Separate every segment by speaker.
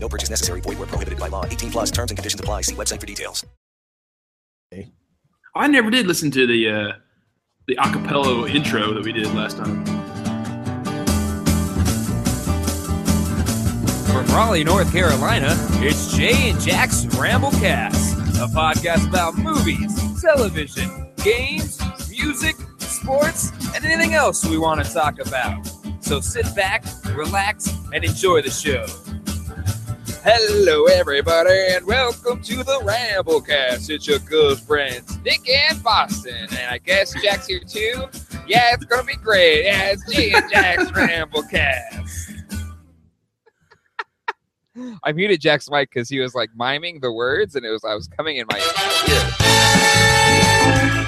Speaker 1: No purchase necessary. Void where prohibited by law. 18 plus terms and conditions apply. See website for details.
Speaker 2: I never did listen to the uh, the acapella intro that we did last time.
Speaker 3: From Raleigh, North Carolina, it's Jay and Jack's Ramblecast, a podcast about movies, television, games, music, sports, and anything else we want to talk about. So sit back, relax, and enjoy the show. Hello, everybody, and welcome to the Ramblecast. It's your good friends, Nick and Boston, and I guess Jack's here too. Yeah, it's gonna be great. Yeah, it's Jay and Jack's Ramblecast. I muted Jack's mic because he was like miming the words, and it was I was coming in my ear.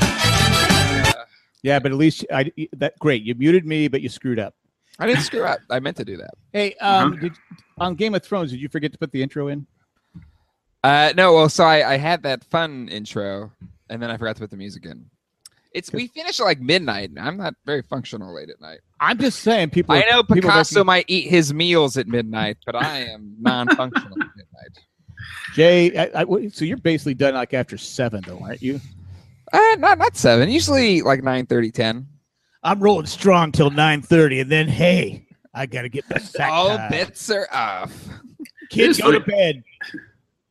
Speaker 3: Uh,
Speaker 4: Yeah, but at least I that great. You muted me, but you screwed up.
Speaker 3: I didn't screw up. I meant to do that.
Speaker 4: Hey,
Speaker 2: Uh-huh.
Speaker 4: um, did, on Game of Thrones, did you forget to put the intro in?
Speaker 3: Uh, no, well, so I, I had that fun intro, and then I forgot to put the music in. It's we finish at like midnight, and I'm not very functional late at night.
Speaker 4: I'm just saying, people.
Speaker 3: I know
Speaker 4: people
Speaker 3: Picasso
Speaker 4: working-
Speaker 3: might eat his meals at midnight, but I am non-functional at midnight.
Speaker 4: Jay, I, I, what- so you're basically done like after seven, though, aren't you?
Speaker 3: Uh, not not seven. Usually like 9, 10.
Speaker 5: I'm rolling strong till 9:30, and then hey, I gotta get my sack.
Speaker 3: All
Speaker 5: time.
Speaker 3: bets are off.
Speaker 5: Kids,
Speaker 2: It Oh,
Speaker 5: go
Speaker 2: is
Speaker 5: to
Speaker 2: funny.
Speaker 5: bed.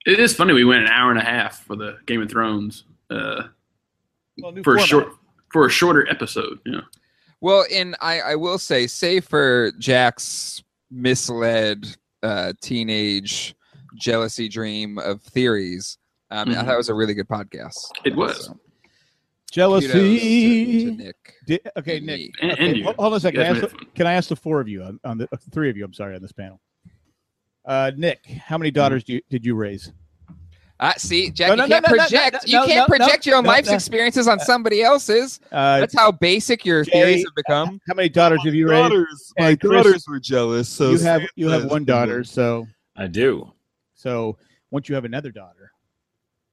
Speaker 2: It is funny we went an hour and a half for the Game of Thrones uh,
Speaker 4: Well, new
Speaker 2: for a
Speaker 4: format.
Speaker 2: short for a shorter episode. Yeah,
Speaker 3: Well, and I I will say, save for Jack's misled uh, teenage jealousy dream of theories. Um, I
Speaker 6: Mm-hmm.
Speaker 3: thought it was a really good podcast.
Speaker 2: It was.
Speaker 3: So, kudos to- to
Speaker 4: jealousy.
Speaker 3: Nick.
Speaker 4: Di- okay,
Speaker 3: and
Speaker 4: Nick.
Speaker 3: me.
Speaker 2: and,
Speaker 4: Okay,
Speaker 2: and you.
Speaker 4: hol- Hold on a second.
Speaker 2: You
Speaker 4: Can I,
Speaker 2: guys made
Speaker 4: ask the,
Speaker 2: it fun.
Speaker 4: can I ask the four of you on, on the uh, three of you? I'm sorry, on this panel. Uh, Nick, how many
Speaker 2: Mm-hmm.
Speaker 4: daughters do you, did you raise?
Speaker 3: Ah, see, Jack,
Speaker 4: No, no,
Speaker 3: you
Speaker 4: no,
Speaker 3: can't
Speaker 4: no, no,
Speaker 3: project.
Speaker 4: no,
Speaker 3: you
Speaker 4: no,
Speaker 3: can't
Speaker 4: no, no,
Speaker 3: project your own
Speaker 4: no,
Speaker 3: life's
Speaker 4: no.
Speaker 3: experiences on somebody else's.
Speaker 4: Uh,
Speaker 3: That's how basic your
Speaker 4: Jay,
Speaker 3: theories have become.
Speaker 4: how many daughters have you raised?
Speaker 6: my
Speaker 4: And Chris,
Speaker 6: daughters were jealous. So
Speaker 4: you have
Speaker 6: Sam
Speaker 4: you have
Speaker 6: says-
Speaker 4: one daughter, so
Speaker 7: I do.
Speaker 4: So once you have another daughter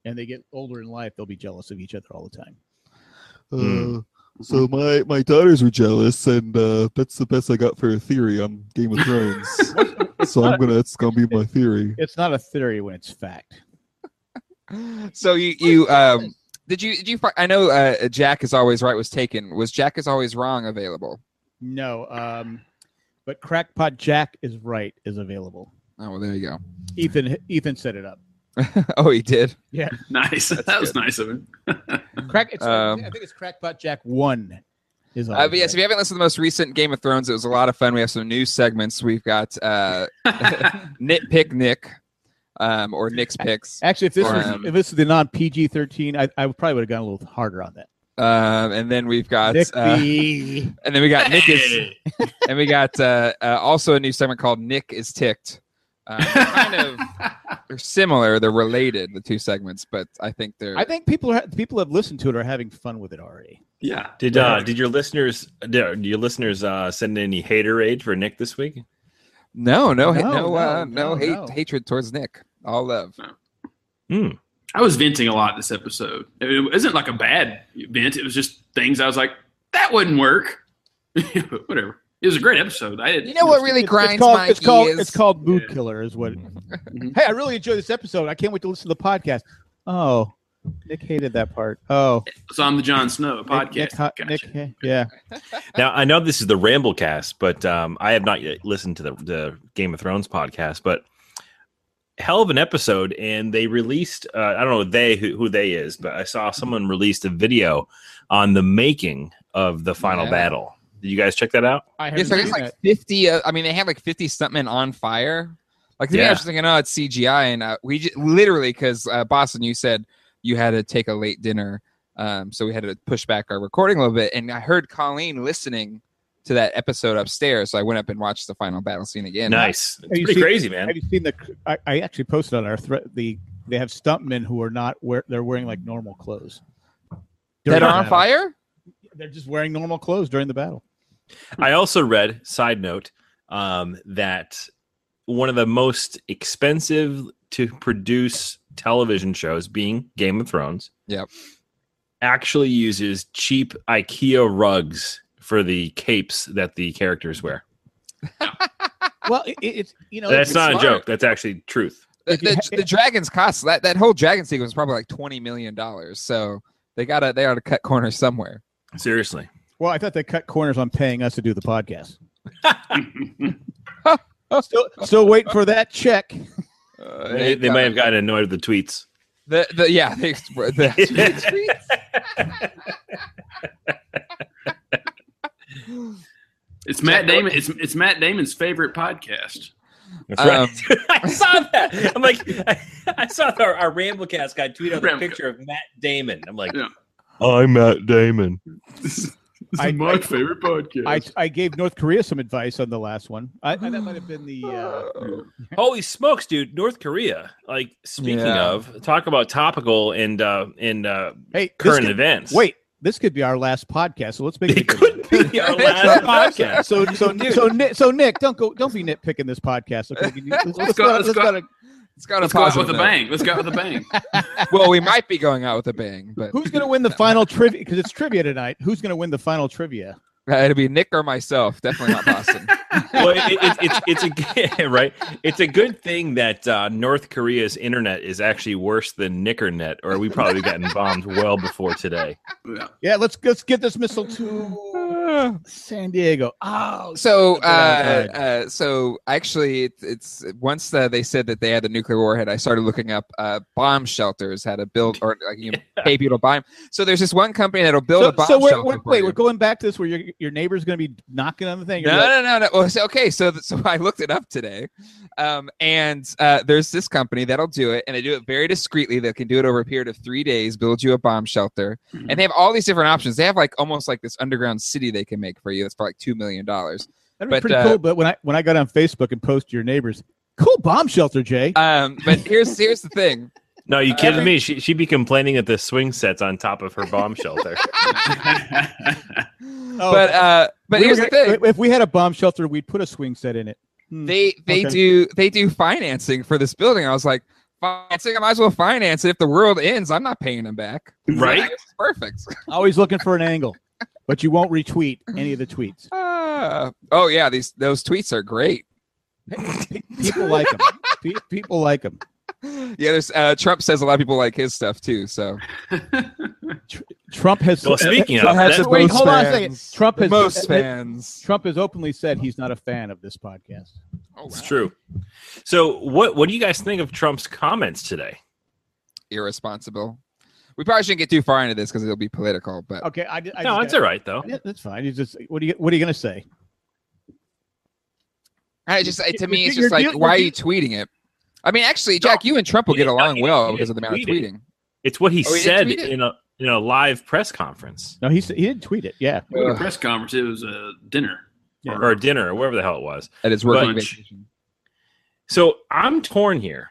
Speaker 4: and they get older in life, they'll be jealous of each other all the time.
Speaker 6: Uh,
Speaker 7: Hmm.
Speaker 6: So my my daughters were jealous, and uh, that's the best I got for a theory on Game of Thrones. so I'm gonna that's gonna be my theory.
Speaker 4: It's not a theory when it's fact.
Speaker 3: So you you um did you did you fi- I know uh, Jack is always right was taken. Was Jack is always wrong available?
Speaker 4: No, um, but Crackpot Jack is right is available.
Speaker 3: Oh well, there you go.
Speaker 4: Ethan Ethan set it up.
Speaker 3: oh, he did.
Speaker 2: Nice. that was nice of him.
Speaker 4: Crack. It's,
Speaker 3: Um,
Speaker 4: I think it's Crackpot Jack one. Is
Speaker 3: Uh,
Speaker 4: always
Speaker 3: but yes, if
Speaker 4: right.
Speaker 3: you haven't listened to the most recent Game of Thrones, it was a lot of fun. We have some new segments. We've got uh, nitpick Nick, um, or Nick's picks,
Speaker 4: Actually, if this
Speaker 3: or,
Speaker 4: was
Speaker 3: um,
Speaker 4: if this is the non PG thirteen, I, I probably would have gone a little harder on that.
Speaker 3: um, and then we've got
Speaker 4: Nick
Speaker 3: uh,
Speaker 4: B.
Speaker 3: and then we got Nick is
Speaker 2: Hey.
Speaker 3: and we got uh, uh, also a new segment called Nick is ticked. Um, kind of they're similar, they're related, the two segments, but I think they're.
Speaker 4: I think people are, people have listened to it are having fun with it already.
Speaker 2: yeah.
Speaker 7: Did uh, did your listeners did your listeners uh, send any haterade for Nick this week?
Speaker 3: no, no, no,
Speaker 4: No,
Speaker 3: no, uh, no,
Speaker 4: no, no,
Speaker 3: hate,
Speaker 4: no.
Speaker 3: hatred towards Nick. All love.
Speaker 2: I was venting a lot this episode. It isn't like a bad vent. It was just things I was like, that wouldn't work. But Whatever. It was a great episode. I didn't,
Speaker 3: You know what really grinds
Speaker 4: it's called,
Speaker 3: my
Speaker 4: it's called,
Speaker 3: gears?
Speaker 4: It's called Mood
Speaker 2: Yeah.
Speaker 4: Killer, is what. Hey, I really enjoyed this episode. I can't wait to listen to the podcast. Oh, Nick hated that part. Oh,
Speaker 2: So I'm the John Snow of
Speaker 4: Nick-
Speaker 2: podcast.
Speaker 4: Nick, ha-
Speaker 2: Gotcha.
Speaker 4: Nick, ha- yeah. Uh,
Speaker 7: Now I know this is the Ramblecast, but um, I have not yet listened to the, the Game of Thrones podcast, but hell of an episode. And they released uh, I don't know they who, who they is, but I saw someone released a video on the making of the final
Speaker 3: Yeah.
Speaker 7: battle. Did you guys check that out?
Speaker 4: I
Speaker 3: Yes, I guess like fifty. Uh, I mean, they had like fifty stuntmen on fire. Like to me, I
Speaker 7: Yeah.
Speaker 3: was just thinking, oh, it's CGI, and uh, we just, literally because uh, Boston, you said you had to take a late dinner, um, so we had to push back our recording a little bit. And I heard Colleen listening to that episode upstairs, so I went up and watched the final battle scene again.
Speaker 7: Nice, it's
Speaker 4: you
Speaker 7: pretty
Speaker 4: seen-
Speaker 7: crazy, man.
Speaker 4: Have you seen the? I, I actually posted on our thread the they have stuntmen who are not wear they're wearing like normal clothes.
Speaker 3: that
Speaker 4: during the
Speaker 3: are on
Speaker 4: battle.
Speaker 3: fire?
Speaker 4: They're just wearing normal clothes during the battle.
Speaker 7: I also read, side note, um, that one of the most expensive to produce television shows, being Game of Thrones,
Speaker 3: Yep.
Speaker 7: actually uses cheap IKEA rugs for the capes that the characters wear.
Speaker 4: Well, it, it- it's you know
Speaker 7: That's
Speaker 4: it's-
Speaker 7: not
Speaker 3: smart.
Speaker 7: a joke. That's actually truth.
Speaker 3: The,
Speaker 4: If you
Speaker 3: the,
Speaker 4: ha-
Speaker 3: the dragons cost that that whole dragon sequence was probably like twenty million dollars. So they gotta they gotta cut corners somewhere.
Speaker 7: Seriously.
Speaker 4: Well, I thought they cut corners on paying us to do the podcast. Still, still waiting for that check.
Speaker 3: Uh,
Speaker 7: They, they might have gotten annoyed with the tweets.
Speaker 3: The, the, yeah, they, the,
Speaker 2: It's Matt Damon. It's it's Matt Damon's favorite podcast.
Speaker 7: That's
Speaker 3: Um,
Speaker 7: I saw that. I'm like, I, I saw our, our Ramblecast guy tweet out a
Speaker 2: Ramblecast.
Speaker 7: picture of Matt Damon. I'm like,
Speaker 2: Yeah.
Speaker 6: I'm Matt Damon.
Speaker 2: This
Speaker 4: I-
Speaker 2: is my
Speaker 4: I-
Speaker 2: favorite podcast.
Speaker 4: I, I gave North Korea some advice on the last one. I, I- that might have been the uh,
Speaker 7: holy smokes, dude! North Korea. Like, speaking
Speaker 3: Yeah.
Speaker 7: of, talk about topical and uh and uh
Speaker 4: hey this
Speaker 7: current
Speaker 4: could-
Speaker 7: events.
Speaker 4: Wait, this could be our last podcast. So let's make it. a
Speaker 7: it
Speaker 4: good
Speaker 7: could be our last podcast.
Speaker 4: So so so Nick, so Nick, don't go, don't be nitpicking this podcast. Okay, Can you- let's, let's
Speaker 2: go-
Speaker 4: not-
Speaker 2: let's
Speaker 4: let's
Speaker 2: go-
Speaker 4: not-
Speaker 3: it's got
Speaker 2: Let's
Speaker 3: a
Speaker 2: go out with
Speaker 3: positive
Speaker 2: a
Speaker 3: note.
Speaker 2: bang. Let's go out with a bang.
Speaker 3: Well, we might be going out with a bang, but
Speaker 4: Who's going to win the final trivia? Because it's trivia tonight. Who's going to win the final trivia?
Speaker 3: uh, it'll be Nick or myself. Definitely not Boston.
Speaker 7: well, it, it, it's it's a right. It's a good thing that uh, North Korea's internet is actually worse than Nickernet, or we probably gotten bombed well before today.
Speaker 2: Yeah.
Speaker 4: Yeah, let's let's get this missile to San Diego. Oh,
Speaker 3: so, uh,
Speaker 4: That's what
Speaker 3: uh, so actually, it, it's once uh, they said that they had the nuclear warhead, I started looking up uh, bomb shelters, how to build or like you know, pay people to buy 'em. So there's this one company that'll build a
Speaker 4: so,
Speaker 3: bomb
Speaker 4: so we're,
Speaker 3: shelter.
Speaker 4: we're,
Speaker 3: for
Speaker 4: wait,
Speaker 3: you.
Speaker 4: we're going back to this where your your neighbor's going to be knocking on the thing. You're
Speaker 3: No,
Speaker 4: gonna be
Speaker 3: no, no, no. Well, so, okay, so th- so I looked it up today, um, and uh, there's this company that'll do it, and they do it very discreetly. They can do it over a period of three days, build you a bomb shelter,
Speaker 4: Mm-hmm.
Speaker 3: and they have all these different options. They have like almost like this underground city they can make for you. That's for like two million dollars.
Speaker 4: That'd
Speaker 3: But,
Speaker 4: be pretty
Speaker 3: uh,
Speaker 4: cool. But when I when I got on Facebook and posted to your neighbors, cool bomb shelter, Jay.
Speaker 3: Um, but here's here's the thing.
Speaker 7: No, you
Speaker 3: Uh,
Speaker 7: kidding
Speaker 3: every-
Speaker 7: me? She she'd be complaining that the swing set's on top of her bomb shelter.
Speaker 4: Oh,
Speaker 3: but uh, but
Speaker 4: we were
Speaker 3: here's the
Speaker 4: gonna-
Speaker 3: thing.
Speaker 4: If we had a bomb shelter, we'd put a swing set in it. Hmm.
Speaker 3: they they
Speaker 4: Okay.
Speaker 3: do they do financing for this building. I was like. Financing, I might as well finance it. If the world ends, I'm not paying them back.
Speaker 7: Right?
Speaker 3: Perfect.
Speaker 4: Always looking for an angle, but you won't retweet any of the tweets.
Speaker 3: Ah. oh yeah, these those tweets are great.
Speaker 4: People like them. people like them.
Speaker 3: yeah, there's uh, Trump says a lot of people like his stuff too. So
Speaker 4: Trump has.
Speaker 7: Well, speaking
Speaker 3: Well,
Speaker 7: of,
Speaker 3: that's
Speaker 7: that,
Speaker 3: the
Speaker 4: wait,
Speaker 3: most
Speaker 4: hold on a second.
Speaker 3: fans.
Speaker 4: Trump
Speaker 3: the
Speaker 4: has
Speaker 3: most fans.
Speaker 4: Trump has openly said he's not a fan of this podcast.
Speaker 3: Oh,
Speaker 7: It's
Speaker 3: wow.
Speaker 7: true. So, what what do you guys think of Trump's comments today?
Speaker 3: Irresponsible. We probably shouldn't get too far into this because it'll be political. But
Speaker 4: Okay, I, did- I
Speaker 7: no, it's
Speaker 4: just
Speaker 7: all right though.
Speaker 4: Yeah, that's fine. He's just what are you what are you gonna say?
Speaker 3: I just I- to
Speaker 4: You're-
Speaker 3: me, it's
Speaker 4: you're-
Speaker 3: just like,
Speaker 4: you're-
Speaker 3: why are
Speaker 4: you're-
Speaker 3: you tweeting it? I mean, actually, Jack, you and Trump will
Speaker 7: you
Speaker 3: get
Speaker 7: didn't-
Speaker 3: along
Speaker 7: you
Speaker 3: well
Speaker 7: didn't
Speaker 3: because of the amount of
Speaker 7: tweet it.
Speaker 3: tweeting.
Speaker 7: It's what he
Speaker 3: Oh, he didn't
Speaker 7: said
Speaker 3: tweet it?
Speaker 7: in a in a live press conference
Speaker 4: No, he s- he did tweet it. Yeah,
Speaker 2: It wasn't a
Speaker 3: Ugh,
Speaker 2: press conference. It was a dinner.
Speaker 4: Yeah.
Speaker 7: or dinner or wherever the hell it was.
Speaker 3: At his working
Speaker 2: Bunch.
Speaker 3: vacation.
Speaker 7: So I'm torn here.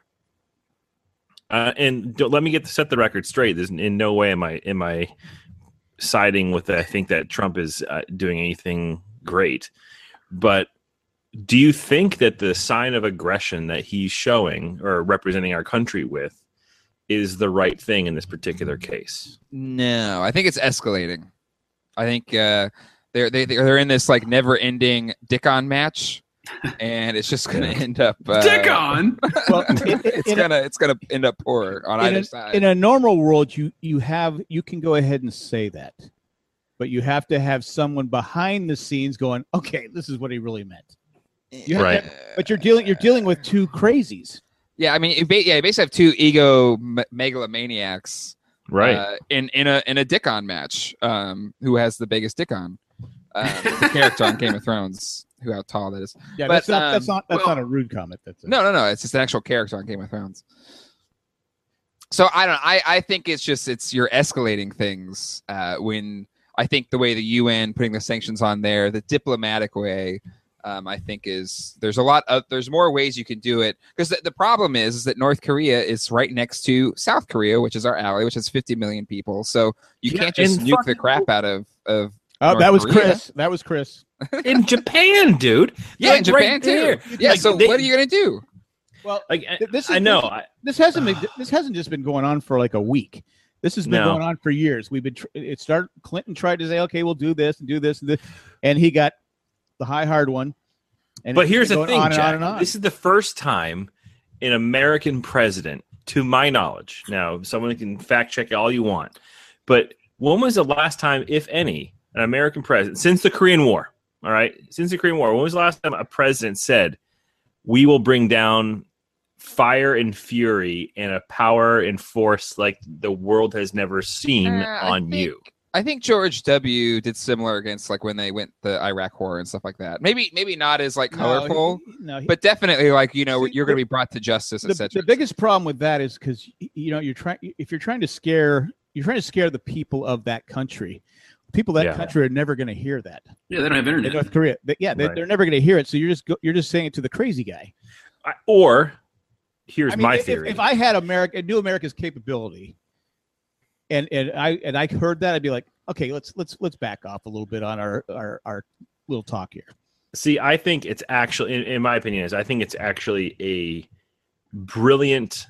Speaker 7: Uh, and do let me get set the record straight. There's in no way am I am I siding with. I think that Trump is uh, doing anything great, but do you think that the sign of aggression that he's showing or representing our country with is the right thing in this particular case?
Speaker 3: No, I think it's escalating. I think uh, they're they, they're in this like never-ending dick-on match, and it's just gonna end up uh,
Speaker 2: Dick on.
Speaker 4: well, in,
Speaker 3: it's
Speaker 4: in a-
Speaker 3: gonna it's gonna end up poor on
Speaker 4: in
Speaker 3: either
Speaker 4: a-
Speaker 3: side.
Speaker 4: in a normal world, you you have you can go ahead and say that, but you have to have someone behind the scenes going, okay, this is what he really meant. You have
Speaker 7: Right.
Speaker 4: to- but you're dealing you're dealing with two crazies.
Speaker 3: Yeah, I mean, you ba- yeah, you basically have two ego me- megalomaniacs, Uh, in in a in a Dickon match, um, who has the biggest Dickon, um, the character on Game of Thrones, who how tall that is.
Speaker 4: Yeah,
Speaker 3: But,
Speaker 4: that's not that's
Speaker 3: um,
Speaker 4: not that's
Speaker 2: well-
Speaker 4: not a rude comment. That's a,
Speaker 3: No, no, no, it's just an actual character on Game of Thrones. So I don't. I I think it's just it's you're escalating things uh, when I think the way the UN putting the sanctions on there, the diplomatic way. um, I think is there's a lot of there's more ways you can do it because the, the problem is, is that North Korea is right next to South Korea, which is our ally, which has 50 million people. So you
Speaker 7: Yeah,
Speaker 3: can't just
Speaker 7: and
Speaker 3: nuke the
Speaker 7: fucking-
Speaker 3: crap out of of.
Speaker 4: Oh, that
Speaker 3: North
Speaker 4: was
Speaker 3: Korea.
Speaker 4: Chris. That was Chris.
Speaker 7: in Japan, dude.
Speaker 3: Yeah, in
Speaker 7: Like,
Speaker 3: Japan
Speaker 7: right there.
Speaker 3: too. Yeah.
Speaker 7: Like,
Speaker 3: so
Speaker 7: they-
Speaker 3: what are you gonna do?
Speaker 4: Well,
Speaker 7: Like, I-
Speaker 4: th- this is,
Speaker 7: I know. I-
Speaker 4: This hasn't been, this hasn't just been going on for like a week. This has been
Speaker 7: No.
Speaker 4: going on for years. We've been tr- it started. Clinton tried to say, "Okay, we'll do this and do this and this," and he got the high hard one. And
Speaker 7: But
Speaker 4: it's
Speaker 7: here's the
Speaker 4: going
Speaker 7: thing,
Speaker 4: on and
Speaker 7: Jack.
Speaker 4: on and on.
Speaker 7: This is the first time an American president, to my knowledge, now someone can fact check all you want, but when was the last time, if any, an American president since the Korean War? All right, since the Korean War, when was the last time a president said, "We will bring down fire and fury and a power and force like the world has never seen
Speaker 3: Uh, I
Speaker 7: on you"?
Speaker 3: think- I think George W. did similar against like when they went the Iraq War and stuff like that. Maybe maybe not as like
Speaker 4: No, he-
Speaker 3: colorful,
Speaker 4: no, he-
Speaker 3: but definitely like you know
Speaker 4: See,
Speaker 3: you're going
Speaker 4: the-
Speaker 3: to be brought to justice,
Speaker 4: the,
Speaker 3: etc.
Speaker 4: the biggest problem with that is because you know you're trying if you're trying to scare you're trying to scare the people of that country. People of that
Speaker 7: Yeah.
Speaker 4: country are never going to hear that.
Speaker 2: Yeah, they don't have
Speaker 4: In
Speaker 2: internet.
Speaker 4: North Korea, They- yeah, they,
Speaker 7: Right.
Speaker 4: they're never going to hear it. So you're just go, you're just saying it to the crazy guy.
Speaker 7: I- or here's
Speaker 4: I mean,
Speaker 7: my
Speaker 4: if,
Speaker 7: theory:
Speaker 4: If I had America, knew America's capability, and and I and I heard that, I'd be like, okay, let's let's let's back off a little bit on our our our little talk here.
Speaker 7: See, I think it's actually, in, in my opinion, is I think it's actually a brilliant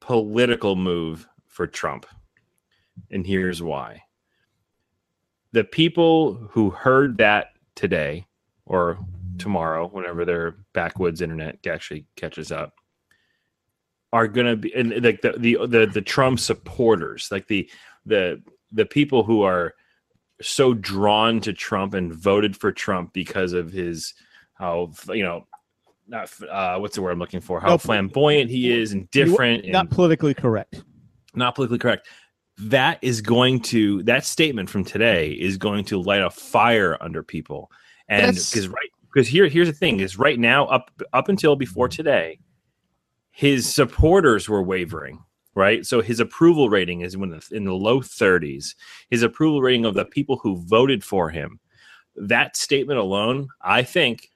Speaker 7: political move for Trump, and here's why: the people who heard that today or tomorrow, whenever their backwoods internet actually catches up, are going to be and like the, the the the Trump supporters, like the the the people who are so drawn to Trump and voted for Trump because of his how you know not f- uh, what's the word I'm looking for how
Speaker 4: No,
Speaker 7: flamboyant he is and
Speaker 4: You-
Speaker 7: different and
Speaker 4: not politically correct.
Speaker 7: not politically correct. That is going to that statement from today is going to light a fire under people, and
Speaker 3: That's-
Speaker 7: because right because here here's the thing is right now up up until before
Speaker 3: Mm-hmm.
Speaker 7: today, his supporters were wavering. Right, so his approval rating is in the, in the low 30s. His approval rating of the people who voted for him. That statement alone, I think,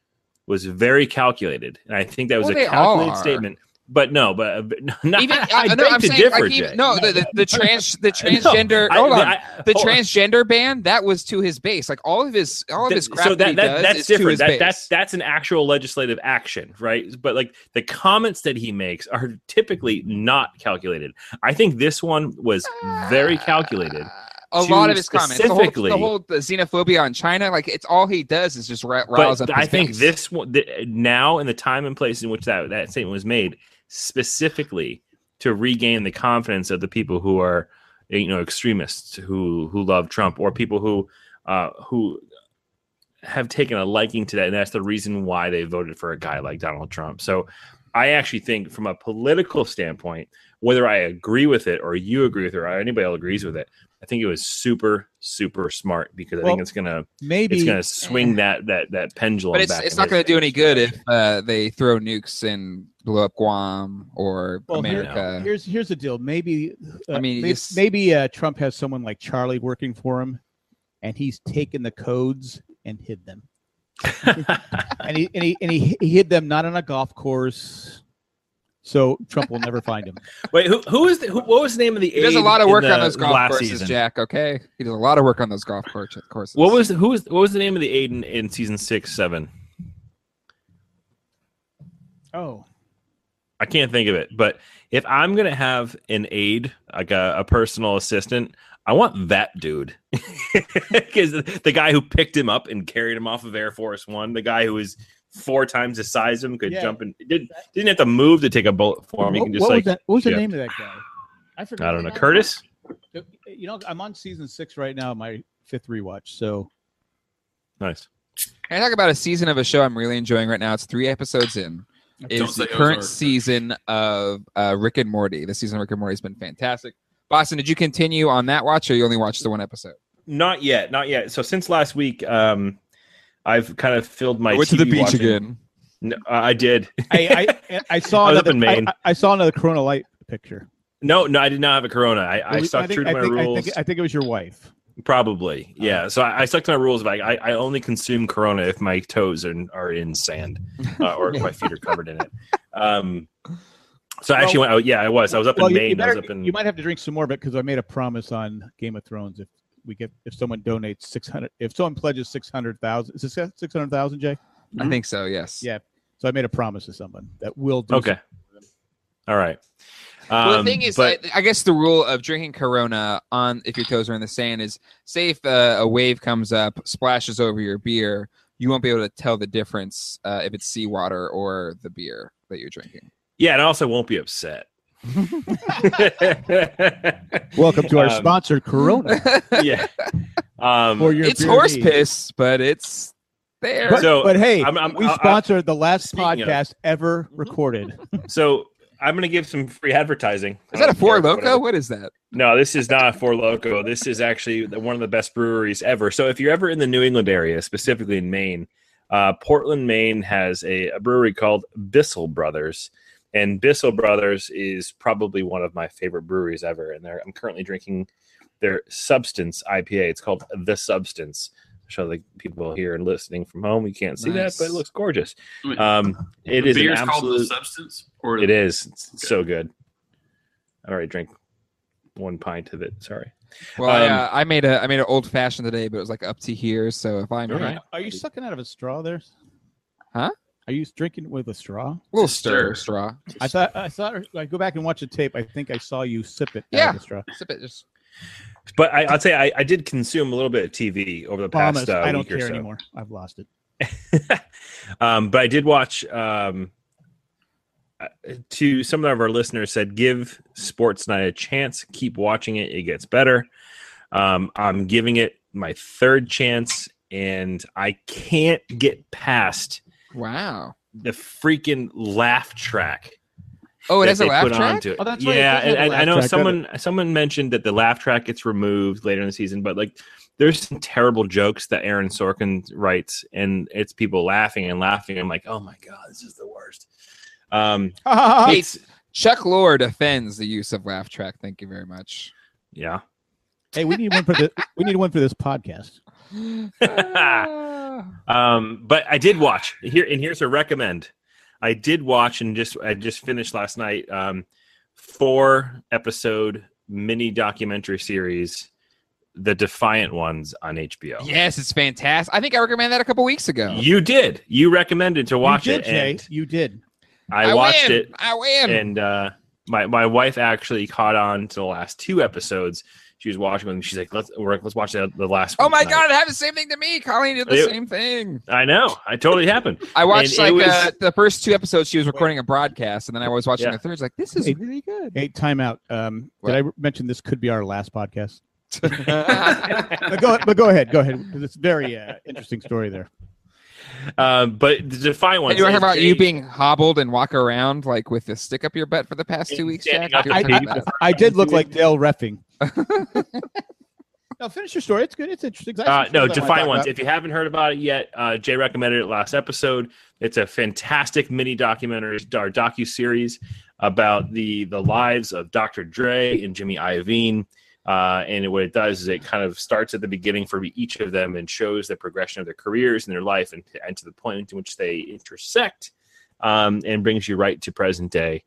Speaker 7: was very calculated, and I think that was
Speaker 3: Well,
Speaker 7: a
Speaker 3: they
Speaker 7: calculated
Speaker 3: are.
Speaker 7: statement. But no, but not,
Speaker 3: even
Speaker 7: I,
Speaker 3: I, no,
Speaker 7: beg
Speaker 3: I'm
Speaker 7: to
Speaker 3: saying
Speaker 7: differ,
Speaker 3: like
Speaker 7: Jay.
Speaker 3: even, no the, the, the trans the
Speaker 7: No,
Speaker 3: transgender
Speaker 7: I-
Speaker 3: hold on
Speaker 7: I-
Speaker 3: the
Speaker 7: hold on.
Speaker 3: transgender ban that was to his base like all of his all of his crap that, he does
Speaker 7: that's
Speaker 3: is to
Speaker 7: different.
Speaker 3: his
Speaker 7: That,
Speaker 3: base.
Speaker 7: that's that's an actual legislative action, right? But like the comments that he makes are typically not calculated. I think this one was
Speaker 3: Ah.
Speaker 7: very calculated.
Speaker 3: a
Speaker 7: to
Speaker 3: lot of his comments the whole,
Speaker 7: specifically-
Speaker 3: the whole xenophobia on china like it's all he does is just ri- riles
Speaker 7: But
Speaker 3: up
Speaker 7: I
Speaker 3: his
Speaker 7: think
Speaker 3: base.
Speaker 7: this one the, now and the time and place in which that that statement was made specifically to regain the confidence of the people who are you know extremists who who love Trump or people who uh, who have taken a liking to that, and that's the reason why they voted for a guy like Donald Trump. So I actually think, from a political standpoint, whether I agree with it or you agree with it or anybody else agrees with it, I think it was super super smart because I
Speaker 4: Well,
Speaker 7: think it's gonna
Speaker 4: Maybe
Speaker 7: it's going to swing that that that pendulum.
Speaker 3: but it's,
Speaker 7: back
Speaker 3: it's
Speaker 7: in
Speaker 3: not
Speaker 7: his
Speaker 3: going to do any good if
Speaker 7: direction.
Speaker 3: uh, they throw nukes and blow up guam or
Speaker 4: Well, here-
Speaker 3: america
Speaker 4: here's here's the deal. Maybe uh,
Speaker 3: I mean,
Speaker 4: may-
Speaker 3: it's-
Speaker 4: maybe, uh, Trump has someone like Charlie working for him, and he's taken the codes and hid them, and he and he and he, he hid them not on a golf course, so Trump will never find him.
Speaker 7: Wait, who who is the, who, what was the name of the?
Speaker 3: he does a
Speaker 7: aide
Speaker 3: lot of
Speaker 7: in
Speaker 3: work
Speaker 7: the
Speaker 3: on those golf
Speaker 7: last
Speaker 3: courses
Speaker 7: season?
Speaker 3: jack okay he does a lot of work on those golf cour- courses
Speaker 7: What was who was what was the name of the aide in, in season six seven?
Speaker 4: Oh,
Speaker 7: I can't think of it. But if I'm going to have an aide, like a, a personal assistant, I want that dude because the guy who picked him up and carried him off of Air Force One, the guy who was four times the size of him, could
Speaker 4: Yeah.
Speaker 7: jump and didn't didn't have to move to take a bullet for him. He
Speaker 4: what,
Speaker 7: can just
Speaker 4: what
Speaker 7: like
Speaker 4: was that? What was the
Speaker 7: shift.
Speaker 4: name of that guy? I forgot. Uh,
Speaker 7: I don't know, Curtis.
Speaker 4: You know, I'm on season six right now, my fifth rewatch. So
Speaker 7: Nice.
Speaker 3: Can I talk about a season of a show I'm really enjoying right now? It's three episodes in.
Speaker 2: Don't
Speaker 3: Is
Speaker 2: say
Speaker 3: the current
Speaker 2: Ozark.
Speaker 3: season of uh, Rick and Morty. The season of Rick and Morty has been fantastic. Boston, did you continue on that watch, or you only watched the one episode?
Speaker 7: Not yet, not yet. So since last week, um, I've kind of filled my.
Speaker 3: I went to the
Speaker 7: TV
Speaker 3: beach
Speaker 7: watching-
Speaker 3: again.
Speaker 7: No, I I did.
Speaker 4: I I, I saw
Speaker 7: I was up
Speaker 4: another.
Speaker 7: in Maine.
Speaker 4: I, I saw another Corona Light picture.
Speaker 7: no, no, I did not have a Corona. I, I stuck
Speaker 4: think-
Speaker 7: true to my
Speaker 4: think- uh,
Speaker 7: rules.
Speaker 4: I think, I think it was your wife.
Speaker 7: Probably, yeah. So I, I stuck to my rules. Of like, I, I only consume Corona if my toes are, are in sand, uh, or if my feet are covered in it. Um, so I actually went. Oh, yeah, I was. I was up
Speaker 4: Well,
Speaker 7: in
Speaker 4: you,
Speaker 7: Maine.
Speaker 4: you better-
Speaker 7: I was up in.
Speaker 4: you might have to drink some more of it because I made a promise on Game of Thrones if we get if someone donates six hundred if someone pledges six hundred thousand is it six hundred thousand Jay?
Speaker 3: I think so. Yes.
Speaker 4: Yeah. So I made a promise to someone that will do
Speaker 7: okay. All right. Um,
Speaker 3: Well, the thing is,
Speaker 7: but,
Speaker 3: I, I guess the rule of drinking Corona on if your toes are in the sand is, say, if uh, a wave comes up, splashes over your beer, you won't be able to tell the difference uh, if it's seawater or the beer that you're drinking.
Speaker 7: yeah, and I also won't be upset.
Speaker 4: Welcome to our
Speaker 7: Um,
Speaker 4: sponsor Corona
Speaker 7: yeah. Um,
Speaker 4: for your
Speaker 3: it's
Speaker 4: beer
Speaker 3: horse
Speaker 4: needs.
Speaker 3: piss, but it's there.
Speaker 4: But,
Speaker 7: So,
Speaker 4: but hey,
Speaker 7: I'm- I'm-
Speaker 4: we
Speaker 7: I- I-
Speaker 4: sponsored the last
Speaker 7: Speaking of-
Speaker 4: podcast ever recorded.
Speaker 7: so I'm going to give some free advertising. Um,
Speaker 3: is that a four
Speaker 7: Whatever.
Speaker 3: loco? What is that?
Speaker 7: No, this is not Four Loco. This is actually the- one of the best breweries ever. So if you're ever in the New England area, specifically in Maine, uh, Portland, Maine has a, a brewery called Bissell Brothers, and Bissell Brothers is probably one of my favorite breweries ever. And they're, I'm currently drinking their Substance IPA. It's called The Substance. Show the people here and listening from home, you can't see
Speaker 3: Nice.
Speaker 7: that, but it looks gorgeous.
Speaker 2: I mean,
Speaker 7: Um, it
Speaker 2: the
Speaker 7: is an
Speaker 2: beer's called the
Speaker 7: absolute.
Speaker 2: substance, or
Speaker 7: It is It's
Speaker 2: Okay.
Speaker 7: so good. I already drank one pint of it. Sorry.
Speaker 3: Well, I,
Speaker 7: Um,
Speaker 3: uh, I made a I made an old fashioned today, but it was like up to here. So if I'm
Speaker 7: All right.
Speaker 3: a
Speaker 4: Are you sucking out of a straw there?
Speaker 3: Huh?
Speaker 4: Are you drinking with a straw?
Speaker 3: little stir,
Speaker 2: Stir.
Speaker 3: straw,
Speaker 4: I thought I thought I go back and watch the tape. I think I saw you sip it out
Speaker 3: Yeah.
Speaker 4: of the straw.
Speaker 3: sip it. Just
Speaker 7: But I, I'll say I, I did consume a little bit of TV over the past
Speaker 4: Promise.
Speaker 7: uh,
Speaker 4: I don't
Speaker 7: week or
Speaker 4: care
Speaker 7: so.
Speaker 4: anymore. I've lost it.
Speaker 7: um, but I did watch. Um, uh, to some of our listeners, said give Sports Night a chance. Keep watching it; it gets better. Um, I'm giving it my third chance, and I can't get past
Speaker 3: wow.
Speaker 7: the freaking laugh track.
Speaker 3: Oh, it
Speaker 7: that
Speaker 3: has a
Speaker 7: they
Speaker 3: laugh
Speaker 7: put
Speaker 3: track.
Speaker 7: onto it.
Speaker 4: Oh, that's right, it
Speaker 7: yeah,
Speaker 4: does have
Speaker 7: and
Speaker 4: a
Speaker 7: I, I
Speaker 4: laugh
Speaker 7: know
Speaker 4: track, doesn't
Speaker 7: someone someone mentioned that the laugh track gets removed later in the season, but like there's some terrible jokes that Aaron Sorkin writes, and it's people laughing and laughing. I'm like, oh my god, this is the worst. Um,
Speaker 3: Hey,
Speaker 7: it's-
Speaker 3: Chuck Lord offends the use of laugh track. Thank you very much.
Speaker 7: yeah,
Speaker 4: hey, we need one for the we need one for this podcast.
Speaker 3: Ah.
Speaker 7: um, but I did watch here, and here's a recommend. I did watch and just I just finished last night um, four episode mini documentary series, The Defiant Ones on HBO.
Speaker 3: yes, it's fantastic. I think I recommended that a couple weeks ago.
Speaker 7: You did. You recommended to watch
Speaker 4: you did,
Speaker 7: it,
Speaker 4: Jay.
Speaker 7: and
Speaker 4: You did.
Speaker 7: I, watched
Speaker 3: win.
Speaker 7: it,
Speaker 3: I win.
Speaker 7: and uh, my my wife actually caught on to the last two episodes. She was watching them. She's like, "Let's we're, let's watch the, the last."
Speaker 3: oh
Speaker 7: one
Speaker 3: my
Speaker 7: tonight."
Speaker 3: god, it happened the same thing to me. Colleen did the
Speaker 7: It-
Speaker 3: same thing.
Speaker 7: I know. I totally happened.
Speaker 3: I watched
Speaker 7: and
Speaker 3: like
Speaker 7: it was-
Speaker 3: uh, the first two episodes. She was recording a broadcast, and then I was watching
Speaker 7: Yeah.
Speaker 3: the third. It's like this is
Speaker 4: Hey.
Speaker 3: really good.
Speaker 4: Hey, time out. Um,
Speaker 3: What?
Speaker 4: did I mention this could be our last podcast?
Speaker 3: I
Speaker 4: But go, but go ahead, go ahead. 'cause It's very uh, interesting story there.
Speaker 7: Um, but the Defiant ones.
Speaker 3: you were talking
Speaker 7: and
Speaker 3: about
Speaker 7: Jay-
Speaker 3: you being hobbled and walk around like with a stick up your butt for the past two weeks, Jack.
Speaker 7: Standing
Speaker 3: I
Speaker 7: up
Speaker 3: do
Speaker 4: I,
Speaker 3: remember
Speaker 4: I,
Speaker 3: that.
Speaker 4: I did look like Dale Reffing. now finish your story. It's good. It's interesting. 'cause I
Speaker 7: Uh,
Speaker 4: actually
Speaker 7: no,
Speaker 4: feel that when I
Speaker 7: Defiant
Speaker 4: talk
Speaker 7: Ones.
Speaker 4: about-
Speaker 7: If you haven't heard about it yet, uh, Jay recommended it last episode. It's a fantastic mini documentary or docu series about the the lives of Dr. Dre and Jimmy Iovine. Uh, and what it does is it kind of starts at the beginning for each of them and shows the progression of their careers and their life and, and to the point in which they intersect um, and brings you right to present day.